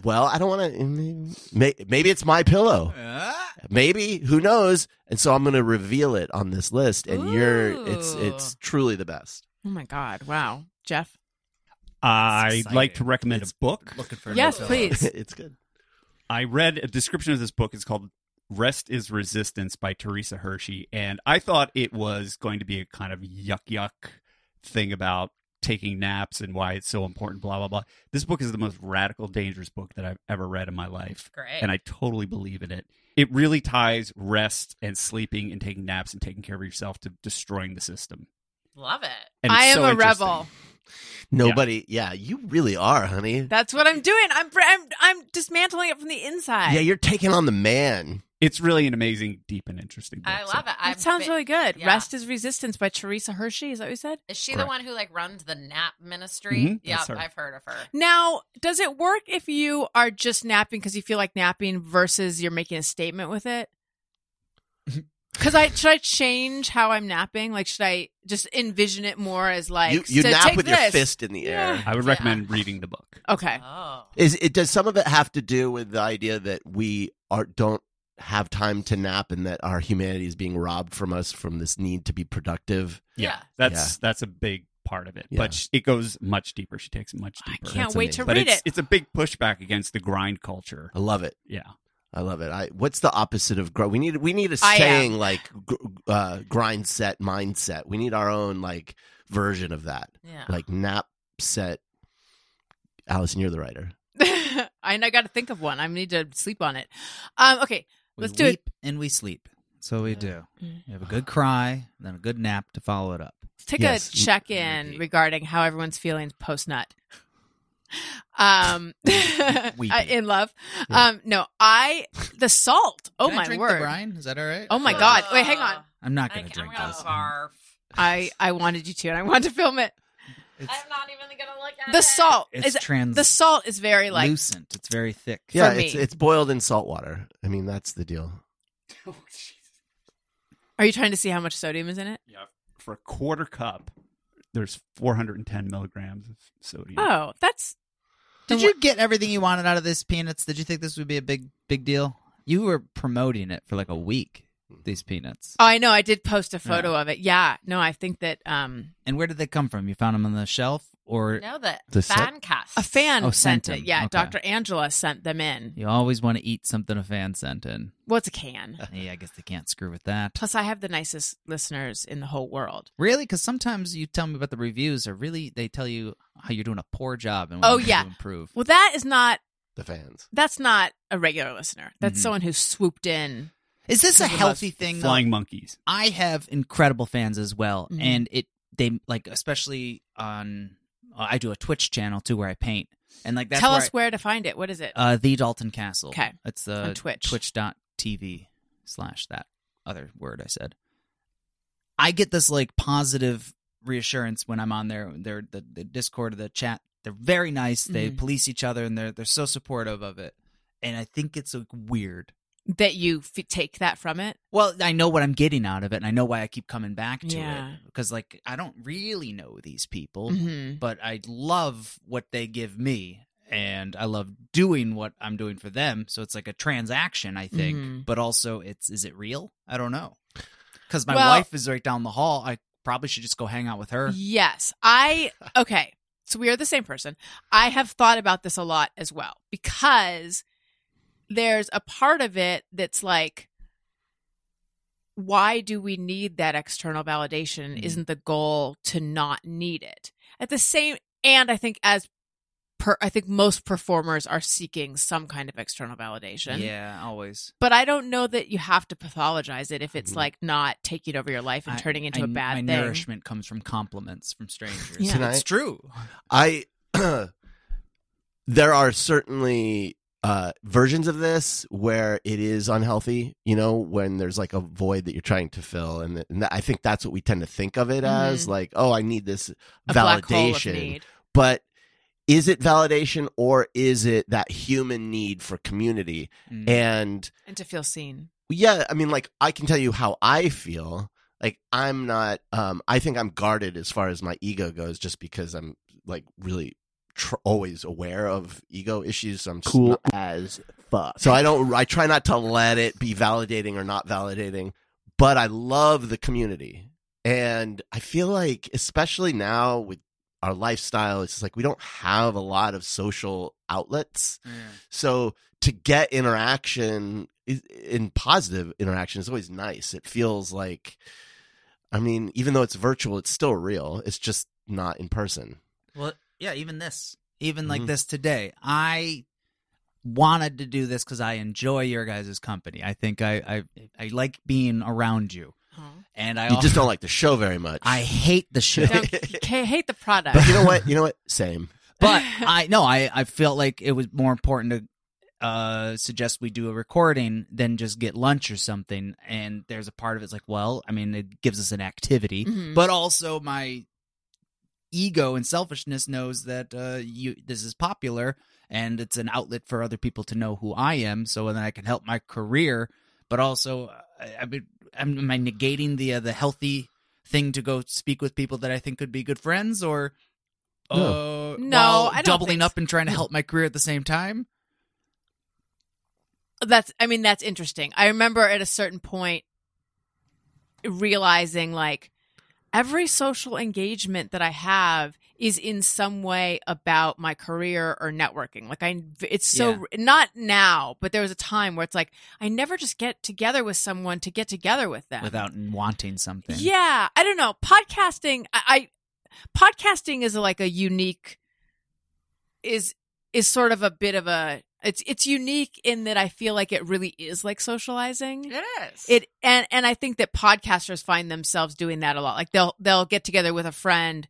A: well, I don't want to. Maybe it's my pillow.
E: Ah.
A: Maybe who knows? And so I'm going to reveal it on this list. And you're, it's,
B: Ooh.
A: it's truly the best.
B: oh my god, wow, Jeff.
G: I'd
E: exciting.
G: like to recommend
E: It's-
G: a book.
E: Looking for a
B: Yes,
E: new pillow.
B: please.
A: it's good.
G: I read a description of this book. It's called Rest is Resistance by Teresa Hershey. And I thought it was going to be a kind of yuck yuck thing about taking naps and why it's so important, blah, blah, blah. This book is the most radical, dangerous book that I've ever read in my life.
D: Great.
G: And I totally believe in it. It really ties rest and sleeping and taking naps and taking care of yourself to destroying the system.
D: Love it.
G: And it's
B: I am
G: so
B: a
G: interesting.
B: rebel.
A: Nobody. Yeah. you really are, honey.
B: That's what I'm doing. I'm br- I'm I'm dismantling it from the inside.
A: Yeah, you're taking on the man.
G: It's really an amazing, deep, and interesting book.
D: I
G: So-
D: love it.
B: that sounds really good.
D: yeah.
B: Rest is resistance by Teresa Hershey. Is that what you said?
D: Is she
G: Correct.
D: the one who like runs the nap ministry?
G: Mhm,
D: yeah,
G: that's her.
D: I've heard of her.
B: Now, does it work if you are just napping because you feel like napping versus you're making a statement with it? Because I should I change how I'm napping? Like, should I just envision it more as like
A: you you
B: so
A: nap
B: take
A: with your
B: this.
A: fist in the air.
G: I would
D: Yeah.
G: recommend reading the book.
B: Okay,
D: Oh.
A: Is it does some of it have to do with the idea that we are don't have time to nap and that our humanity is being robbed from us from this need to be productive?
G: Yeah,
D: Yeah.
G: that's that's a big part of it.
A: Yeah.
G: But sh- it goes much deeper. She takes it much
B: I
G: deeper.
B: can't
A: That's
B: wait
A: amazing.
B: to
G: but
B: read
G: it's
B: it.
G: it's a big pushback against the grind culture.
A: I love it.
G: Yeah,
A: I love it. I what's the opposite of grow? We need we need a
B: I am.
A: saying like gr- uh, grind set mindset. We need our own like version of that.
D: Yeah.
A: Like nap set. Allison, you're the writer.
B: I I got to think of one. I need to sleep on it. Um, okay,
E: We
B: Let's do it.
E: weep and we sleep. So we do. We have a good cry, then a good nap to follow it up.
B: let's take
A: Yes.
B: a check in regarding how everyone's feeling post nut. Um,
E: Weeping.
B: in love.
A: Yeah.
B: Um, no, I the salt. Oh
E: Can I
B: my
E: drink
B: word!
E: The brine? Is that all right?
B: Oh my
E: Uh,
B: God. Wait, hang on.
E: I'm not
D: I,
E: gonna
D: am
E: drink
D: gonna
E: this.
D: barf.
B: I I wanted you to, and I wanted to film it.
E: It's,
D: I'm not even gonna look at
B: The
D: it.
B: salt
E: it's
B: is
E: trans
B: the salt is very like
E: translucent. It's very thick.
A: Yeah,
B: For
A: it's
B: me.
A: it's boiled in salt water. I mean, that's the deal.
B: Are you trying to see how much sodium is in it?
G: yeah. For a quarter cup, there's 410 milligrams of sodium.
B: Oh, that's
E: Did you get everything you wanted out of this peanuts? Did you think this would be a big big deal? You were promoting it for like a week. These peanuts.
B: oh, I know. I did post a photo of it. Yeah, no, I think that um
E: And where did they come from? You found them on the shelf, or
D: No, the,
A: The salt-
D: fan cast.
B: a fan
E: Oh,
B: sent
E: sent
B: it.
E: them.
B: Yeah,
E: Okay.
B: Dr. Angela sent them in.
E: you always want to eat something a fan sent in?
B: Well, it's a can.
E: Yeah, I guess they can't screw with that.
B: Plus, I have the nicest listeners in the whole world.
E: Really? Because sometimes you tell me about the reviews, or really they tell you how you're doing a poor job and
B: Oh,
E: what you need
B: yeah.
E: to improve.
B: Well, that is not.
A: The fans.
B: That's not a regular listener. That's
E: Mhm.
B: someone who swooped in.
E: Is this a
B: Because of
E: healthy thing? though?
G: Flying monkeys.
E: I have incredible fans as well,
B: Mhm.
E: and it they like especially on. uh, I do a Twitch channel too where I paint, and like that's
B: Tell
E: where
B: us
E: I-
B: where to find it. What is it?
E: Uh, the Dalton Castle.
B: Okay.
E: It's uh,
B: On Twitch.
E: Twitch.tv slash that other word I said. I get this like positive reassurance when I'm on there. They're the, the Discord, the chat. They're very nice. They
B: Mhm.
E: police each other, and they're they're so supportive of it. And I think it's like, weird.
B: that you f- take that from it.
E: Well, I know what I'm getting out of it, and I know why I keep coming back to
B: Yeah.
E: it because like I don't really know these people
B: Mm-hmm.
E: but I love what they give me and I love doing what I'm doing for them. So it's like a transaction, I think,
B: Mhm.
E: but also it's is it real? I don't know. Cuz my
B: Well-
E: wife is right down the hall. I probably should just go hang out with her.
B: Yes. I, okay. So we are the same person. I have thought about this a lot as well because there's a part of it that's like, why do we need that external validation?
E: Mhm.
B: Isn't the goal to not need it? At the same, and I think as per, I think most performers are seeking some kind of external validation.
E: Yeah, always.
B: But I don't know that you have to pathologize it if it's
A: Mhm.
B: like not taking over your life and
E: Mm-hmm. I-
B: turning into
E: I-
B: a bad
E: my
B: thing.
E: nourishment comes from compliments from strangers.
B: Yeah.
A: Tonight-
E: It's true.
A: I there are certainly uh, versions of this where it is unhealthy, you know, when there's like a void that you're trying to fill. And, th- and that, I think that's what we tend to think of it as like, oh, I need this
B: Mm-hmm. A black hole of
A: validation.
B: need.
A: But is it validation or is it that human need for community?
B: Mm-hmm.
E: Mm.
A: And
B: and to feel seen.
A: yeah, I mean, like I can tell you how I feel. Like I'm not. Um, I think I'm guarded as far as my ego goes, just because I'm like really tr- always aware of ego issues. So I'm cool as fuck. So I don't. I try not to let it be validating or not validating. But I love the community, and I feel like, especially now with our lifestyle, it's just like we don't have a lot of social outlets. So to get interaction is- in positive interaction is always nice. It feels like, I mean, even though it's virtual, it's still real. It's just not in person.
E: Well, yeah, even this, even like
A: Mhm.
E: this today, I wanted to do this because I enjoy your guys' company. I think I, I I like being around you, and I
A: You just
E: also-
A: don't like the show very much.
E: I hate the show,
B: Don't- K- hate the product.
A: but you know what? You know what? Same.
E: but I no, I I felt like it was more important to uh suggest we do a recording than just get lunch or something. And there's a part of it's like, well, I mean, it gives us an activity.
B: Mhm.
E: but also my ego and selfishness knows that uh, you this is popular and it's an outlet for other people to know who I am, so then I can help my career. But also, I, I mean, am, am I negating the uh, the healthy thing to go speak with people that I think could be good friends, or uh,
B: No,
E: while
B: I don't
E: doubling
B: think
E: up and trying to help my career at the same time?
B: that's i mean that's interesting i remember at a certain point realizing like every social engagement that i have is in some way about my career or networking like i it's so not now but there was a time where it's like i never just get together with someone to get together with them
E: Without wanting something,
B: yeah, I don't know. Podcasting, I, I podcasting is like a unique is is sort of a bit of a it's it's unique in that I feel like it really is like socializing.
D: It is.
B: It and and I think that podcasters find themselves doing that a lot. Like they'll they'll get together with a friend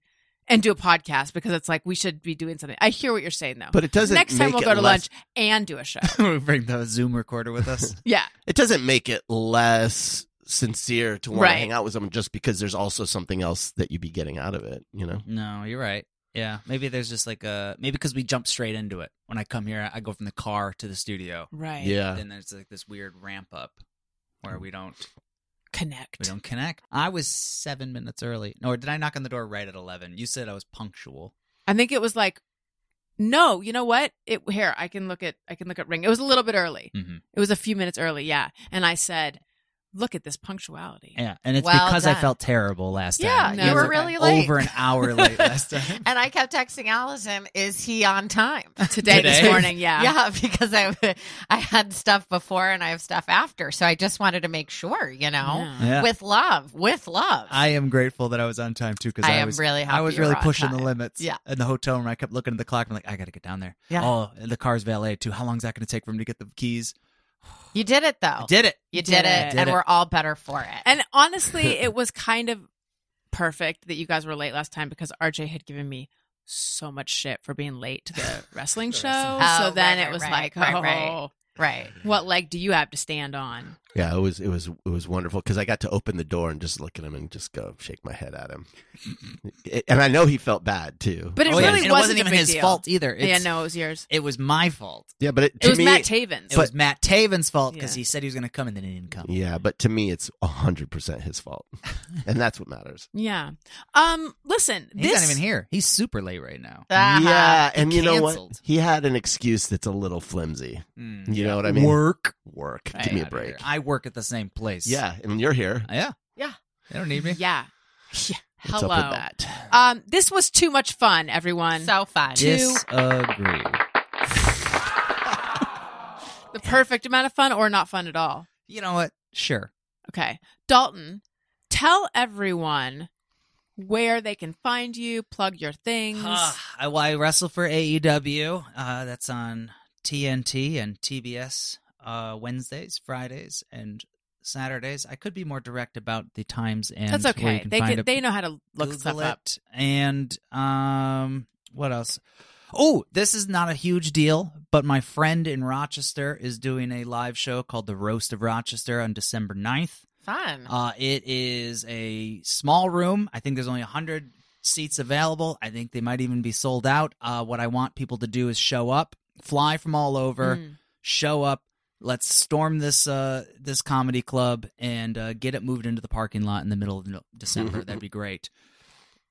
B: and do a podcast because it's like we should be doing something. I hear what you're saying though.
A: But it doesn't.
B: Next time
A: make
B: we'll
A: it
B: go to
A: less-
B: lunch and do a show.
E: we bring the Zoom recorder with us.
B: Yeah.
A: It doesn't make it less sincere to want to
B: Right.
A: hang out with someone just because there's also something else that you'd be getting out of it. You know.
E: No, you're right. Yeah, maybe there's just like a maybe because we jump straight into it. When I come here, I go from the car to the studio.
B: Right.
A: Yeah.
E: Then there's like this weird ramp up where we don't
B: Connect.
E: we don't connect. I was seven minutes early. No, or did I knock on the door right at eleven? You said I was punctual.
B: I think it was like, no, you know what? It here I can look at I can look at ring. It was a little bit early.
E: Mhm.
B: It was a few minutes early, yeah. And I said, look at this punctuality.
E: Yeah, and it's
D: Well
E: because I
D: done.
E: felt terrible last
D: Yeah,
E: time.
B: No,
E: I
D: you
E: was,
D: were
E: like,
D: really late.
E: over an hour late last time.
D: and I kept texting Allison, "Is he on time?"
B: Today,
E: Today?
B: this morning, yeah.
D: Yeah, because I I had stuff before and I have stuff after, so I just wanted to make sure, you know,
B: Yeah.
E: Yeah.
D: with love, with love.
E: I am grateful that I was on time too because
D: I
E: I,
D: am
E: was
D: really happy
E: I was
D: you're
E: really
D: on
E: pushing the
D: time.
E: limits.
D: Yeah.
E: In the hotel room, I kept looking at the clock. I'm like, I got to get down there.
D: Yeah.
E: Oh, and the car's valet too. How long is that going to take for him to get the keys?
D: you did it though.
E: I Oh. did it.
D: you did,
B: did
D: it,
B: it.
E: Did
D: and
E: it.
D: we're all better for it.
B: And honestly, it was kind of perfect that you guys were late last time because RJ had given me so much shit for being late to the wrestling show.
D: Oh,
B: so then
D: right,
B: it
D: right,
B: was
D: right,
B: like,
D: right,
B: oh,
D: right. right.
B: what leg do you have to stand on?
A: Yeah, it was it was it was wonderful because I got to open the door and just look at him and just go shake my head at him, It- and I know he felt bad too.
B: But it
E: Oh, yeah.
B: really wasn't,
E: And it wasn't
B: a
E: even
B: big
E: his
B: deal.
E: fault either.
B: yeah,
E: It's-
B: no, it was yours.
E: It was my fault.
A: yeah, but it, to
B: It was
A: me,
B: Matt Taven's.
E: It was Matt Taven's fault because
B: Yeah.
E: he said he was going to come and then he didn't come.
A: yeah, but to me, it's hundred percent his fault, and that's what matters.
B: yeah. Um, listen,
E: He's
B: this
E: not even here. He's super late right now.
D: Ah,
A: yeah, and
E: he
A: you know what?
E: canceled.
A: He had an excuse that's a little flimsy. You know what I mean?
E: Mm. Work.
A: Work.
E: Hey,
A: Give me a
E: outta
A: break.
E: here. I work at the same place.
A: Yeah, and you're here.
E: Yeah.
D: Yeah.
E: They don't need me.
B: Yeah. Yeah.
A: What's
B: Hello.
A: up with that?
B: Um, this was too much fun, everyone.
D: so fun.
B: Two-
E: Disagree.
B: the perfect amount of fun or not fun at all.
E: You know what? Sure.
B: Okay. Dalton, tell everyone where they can find you, plug your things.
E: Ah, I, well, I wrestle for AEW. Uh, that's on TNT and TBS uh, Wednesdays, Fridays, and Saturdays. I could be more direct about the times and
B: That's
E: where
B: okay.
E: you can
B: they
E: find
B: can,
E: it.
B: they know how to look
E: Google
B: stuff
E: it.
B: up.
E: And um, what else? Oh, this is not a huge deal, but my friend in Rochester is doing a live show called The Roast of Rochester on December 9th.
D: Fun.
E: Uh, it is a small room. I think there's only 100 seats available. I think they might even be sold out. Uh, what I want people to do is show up, fly from all over,
B: Mm.
E: show up. Let's storm this uh, this comedy club and uh, get it moved into the parking lot in the middle of no- December. That'd be great.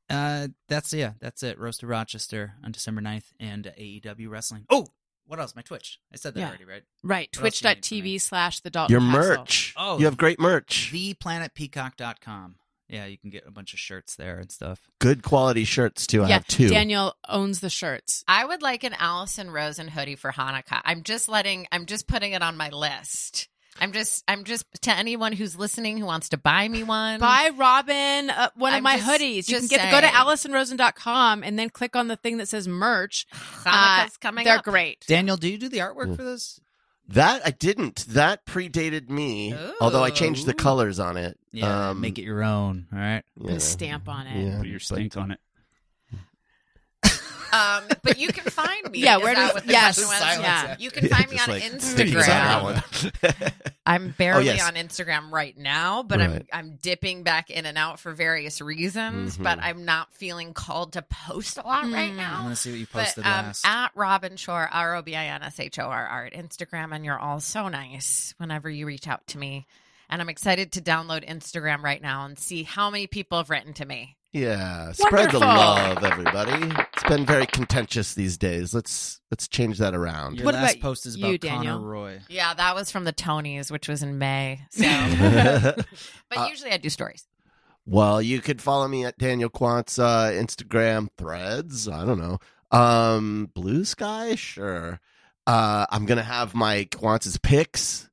E: Uh, that's yeah, that's it. Roast to Rochester on December 9th and AEW wrestling. Oh, what else? My Twitch. I said that
B: Yeah.
E: already, right?
B: Right.
E: What else do you need from me?
B: Twitch.tv slash the Dalton
A: Your
B: Castle.
A: merch.
E: Oh.
A: you have great merch.
E: Theplanetpeacock.com. Yeah, you can get a bunch of shirts there and stuff.
A: Good quality shirts too. I
B: Yeah,
A: have two.
B: Daniel owns the shirts.
D: I would like an Allison Rosen hoodie for Hanukkah. I'm just letting I'm just putting it on my list. I'm just I'm just to anyone who's listening who wants to buy me one.
B: Buy Robin uh, one
D: I'm
B: of my
D: just-
B: hoodies. You can
D: just
B: get go to
D: saying. Oh
B: AllisonRosen.com and then click on the thing that says merch.
D: uh, Hanukkah's coming
B: They're
D: up.
B: great.
E: Daniel, do you do the artwork
A: Yeah.
E: for this?
A: That I didn't. That predated me. Although I changed
B: Oh.
A: the
D: Ooh.
A: colors on it.
E: Yeah,
A: Um,
E: make it your own. All right.
B: Put a stamp on it.
G: Put your stink on it.
D: Um, but you can find me.
B: Yeah,
D: Is
B: where
D: that
B: do-
D: what the
B: yes,
D: question was?
E: silence
D: Yeah.
E: after.
D: You can find me on Instagram. Oh, I'm barely
A: yes.
D: on Instagram right now, but
A: Right.
D: I'm I'm dipping back in and out for various reasons. But
A: Mhm.
D: I'm not feeling called to post a lot right
B: Mm.
E: I
D: now.
E: want to see what you
D: But
E: posted
D: um,
E: last.
D: at Robin Shore, R O B I N S H O R R at Instagram, and you're all so nice whenever you reach out to me. And I'm excited to download Instagram right now and see how many people have written to me.
A: yeah, spread the
B: Wonderful.
A: love, everybody. It's been very contentious these days. Let's let's change that around.
E: your
B: what
E: last
B: about
E: post is
B: you,
E: about
B: Daniel?
E: Connor Roy.
D: Yeah, that was from the Tonys, which was in May. So, but
A: Uh,
D: usually I do stories.
A: well, you could follow me at Daniel Quant's uh, Instagram threads. I don't know. Um, Blue Sky, sure. Uh, I'm gonna have my Quantz's picks.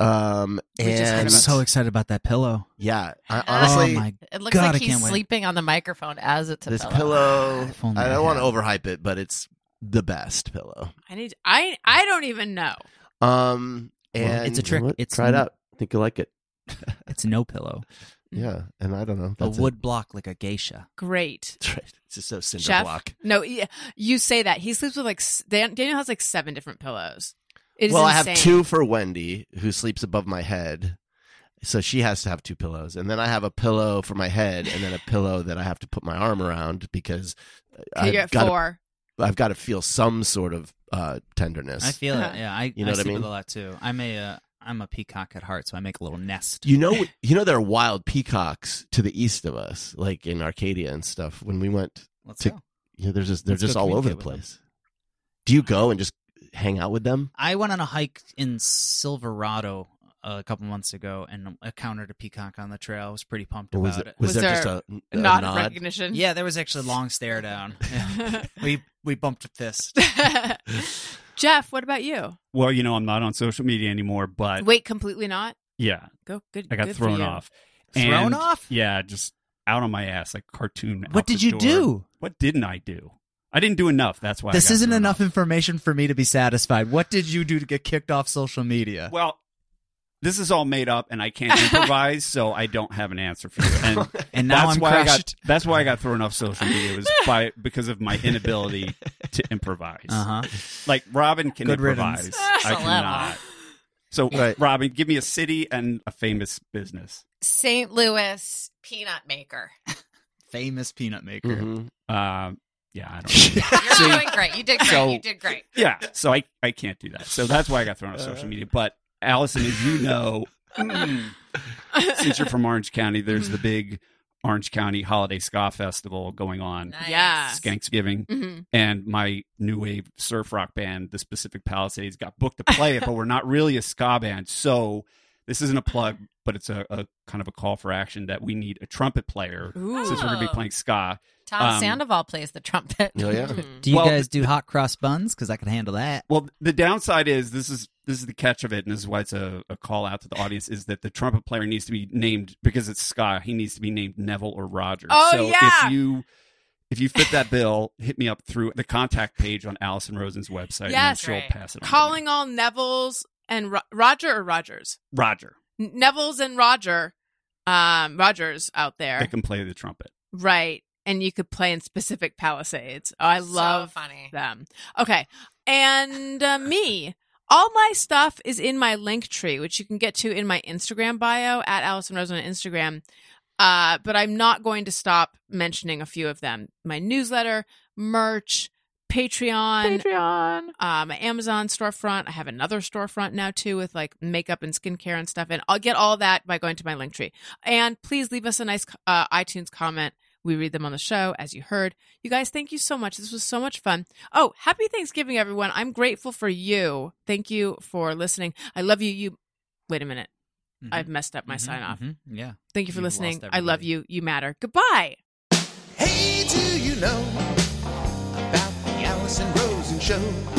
A: Um,
B: We just heard
A: and
B: about- so
E: excited about that pillow.
A: yeah, I,
E: Oh
A: honestly,
E: my!
D: It looks
E: God, I
D: like he's
E: can't wait.
D: sleeping on the microphone as it's a
A: this
D: pillow.
A: pillow.
E: If only
A: I
E: I
A: don't want to
E: had-
A: overhype it, but it's the best pillow.
B: I need. I I don't even know.
A: Um,
E: Well,
A: and
E: it's a trick.
A: What?
E: It's
A: try it
E: n-
A: out. Think you'll like it.
E: It's no pillow.
A: Yeah, and I don't know.
E: Mm. A
A: That's it.
E: wood block like a geisha.
B: Great.
A: That's right. It's just so cinder
B: Chef?
A: block.
B: No, yeah, you say that he sleeps with like s- Dan- Daniel has like seven different pillows. It is
A: well, I
B: insane.
A: have two for Wendy, who sleeps above my head. So she has to have two pillows. And then I have a pillow for my head and then a pillow that I have to put my arm around because
B: So you
A: I've
B: get
A: got, to,
B: four.
A: I've got to feel some sort of uh, tenderness.
E: I feel
B: Uh-huh.
E: it. Yeah, I,
A: You know
E: I
A: what I
E: sleep with
A: mean?
E: a lot too. I'm a uh, I'm a peacock at heart, so I make a little nest.
A: You know, you know, there are wild peacocks to the east of us, like in Arcadia and stuff. When we went,
E: Let's
A: to-
E: go.
A: you know, they're just they're
E: Let's go
A: just all over the
E: communicate with them.
A: place. Do you go and just hang out with them?
E: I went on a hike in Silverado uh, a couple months ago and encountered a peacock on the trail. I was pretty pumped
A: Or
E: about
A: was,
E: it.
A: it, was,
B: Was
A: there,
B: there
A: just a, a
B: Not
A: nod?
B: recognition.
E: Yeah, there was actually a long stare down. Yeah. we we bumped a fist.
B: Jeff, what about you?
G: Well, you know, I'm not on social media anymore, but
B: Wait, completely not.
G: yeah,
B: Go good.
G: I got
B: good for
G: thrown
B: you.
G: off.
E: Thrown
G: And,
E: off?
G: Yeah, just out on my ass, like cartoon. out
E: What
G: the
E: did you
G: door.
E: do? This
G: What didn't I do? I didn't do enough. That's why I got
E: isn't
G: thrown
E: enough
G: off.
E: information for me to be satisfied. What did you do to get kicked off social media?
G: Well, this is all made up, and I can't improvise, so I don't have an answer for you. And
E: and now
G: that's
E: I'm
G: why I got
E: crushed.
G: that's why I got thrown off social media was by because of my inability to improvise.
E: Uh huh.
G: Like Robin can
E: Good
G: improvise,
E: riddance.
G: I
D: Excellent.
G: cannot. So
A: Right.
G: Robin, give me a city and a famous business.
D: St. Louis peanut maker.
E: Famous peanut maker.
B: Mm-hmm.
A: Mhm.
G: Um, yeah, I don't. Know.
D: You're
G: See?
D: doing great. You did great.
G: So-
D: you did great.
G: yeah, so I I can't do that. So that's why I got thrown off social media. But Allison, as you know, since you're from Orange County, there's the big Orange County Holiday Ska Festival going on.
D: Nice.
B: Yeah.
G: Skanksgiving.
B: Mhm.
G: and my new wave surf rock band, the Pacific Palisades, got booked to play it, but we're not really a ska band. So this isn't a plug, but it's a, a kind of a call for action that we need a trumpet player
B: Ooh.
G: since we're going to be playing ska.
D: Tom
G: Um,
D: Sandoval plays the trumpet.
A: Oh, yeah.
B: Mhm.
E: Do you
G: Well,
E: guys do hot cross buns? Because I can handle that.
G: Well, the downside is this is this is the catch of it, and this is why it's a, a call out to the audience is that the trumpet player needs to be named because it's ska. He needs to be named Neville or Roger.
B: Oh,
G: so
B: yeah.
G: if you if you fit that bill, hit me up through the contact page on Allison Rosen's
B: Yes.
G: website, and then she'll
D: Right.
G: pass it. on to me.
B: Calling all Neville's and Ro- Roger or Rogers.
G: Roger.
B: N- Neville's and Roger, um, Rogers out there,
G: They can play the trumpet.
B: right? and you could play in specific Palisades. Oh, I
D: So
B: love
D: funny.
B: them. Okay. And uh, me. All my stuff is in my link tree, which you can get to in my Instagram bio at Allison Rosen on Instagram. Uh, but I'm not going to stop mentioning a few of them my newsletter, merch, Patreon,
C: Patreon.
B: uh, my Amazon storefront. I have another storefront now too with like makeup and skincare and stuff. And I'll get all that by going to my link tree. And please leave us a nice uh, iTunes comment. We read them on the show, as you heard. You guys, thank you so much. This was so much fun. Oh, happy Thanksgiving, everyone. I'm grateful for you. Thank you for listening. I love you. You, wait a minute.
E: Mhm.
B: I've messed up my
E: Mhm,
B: sign off.
E: mhm, Yeah.
B: Thank you for
E: You've lost
B: listening. I love
E: everybody.
B: you. You matter. Goodbye.
H: Hey, do you know about the Allison Rosen show?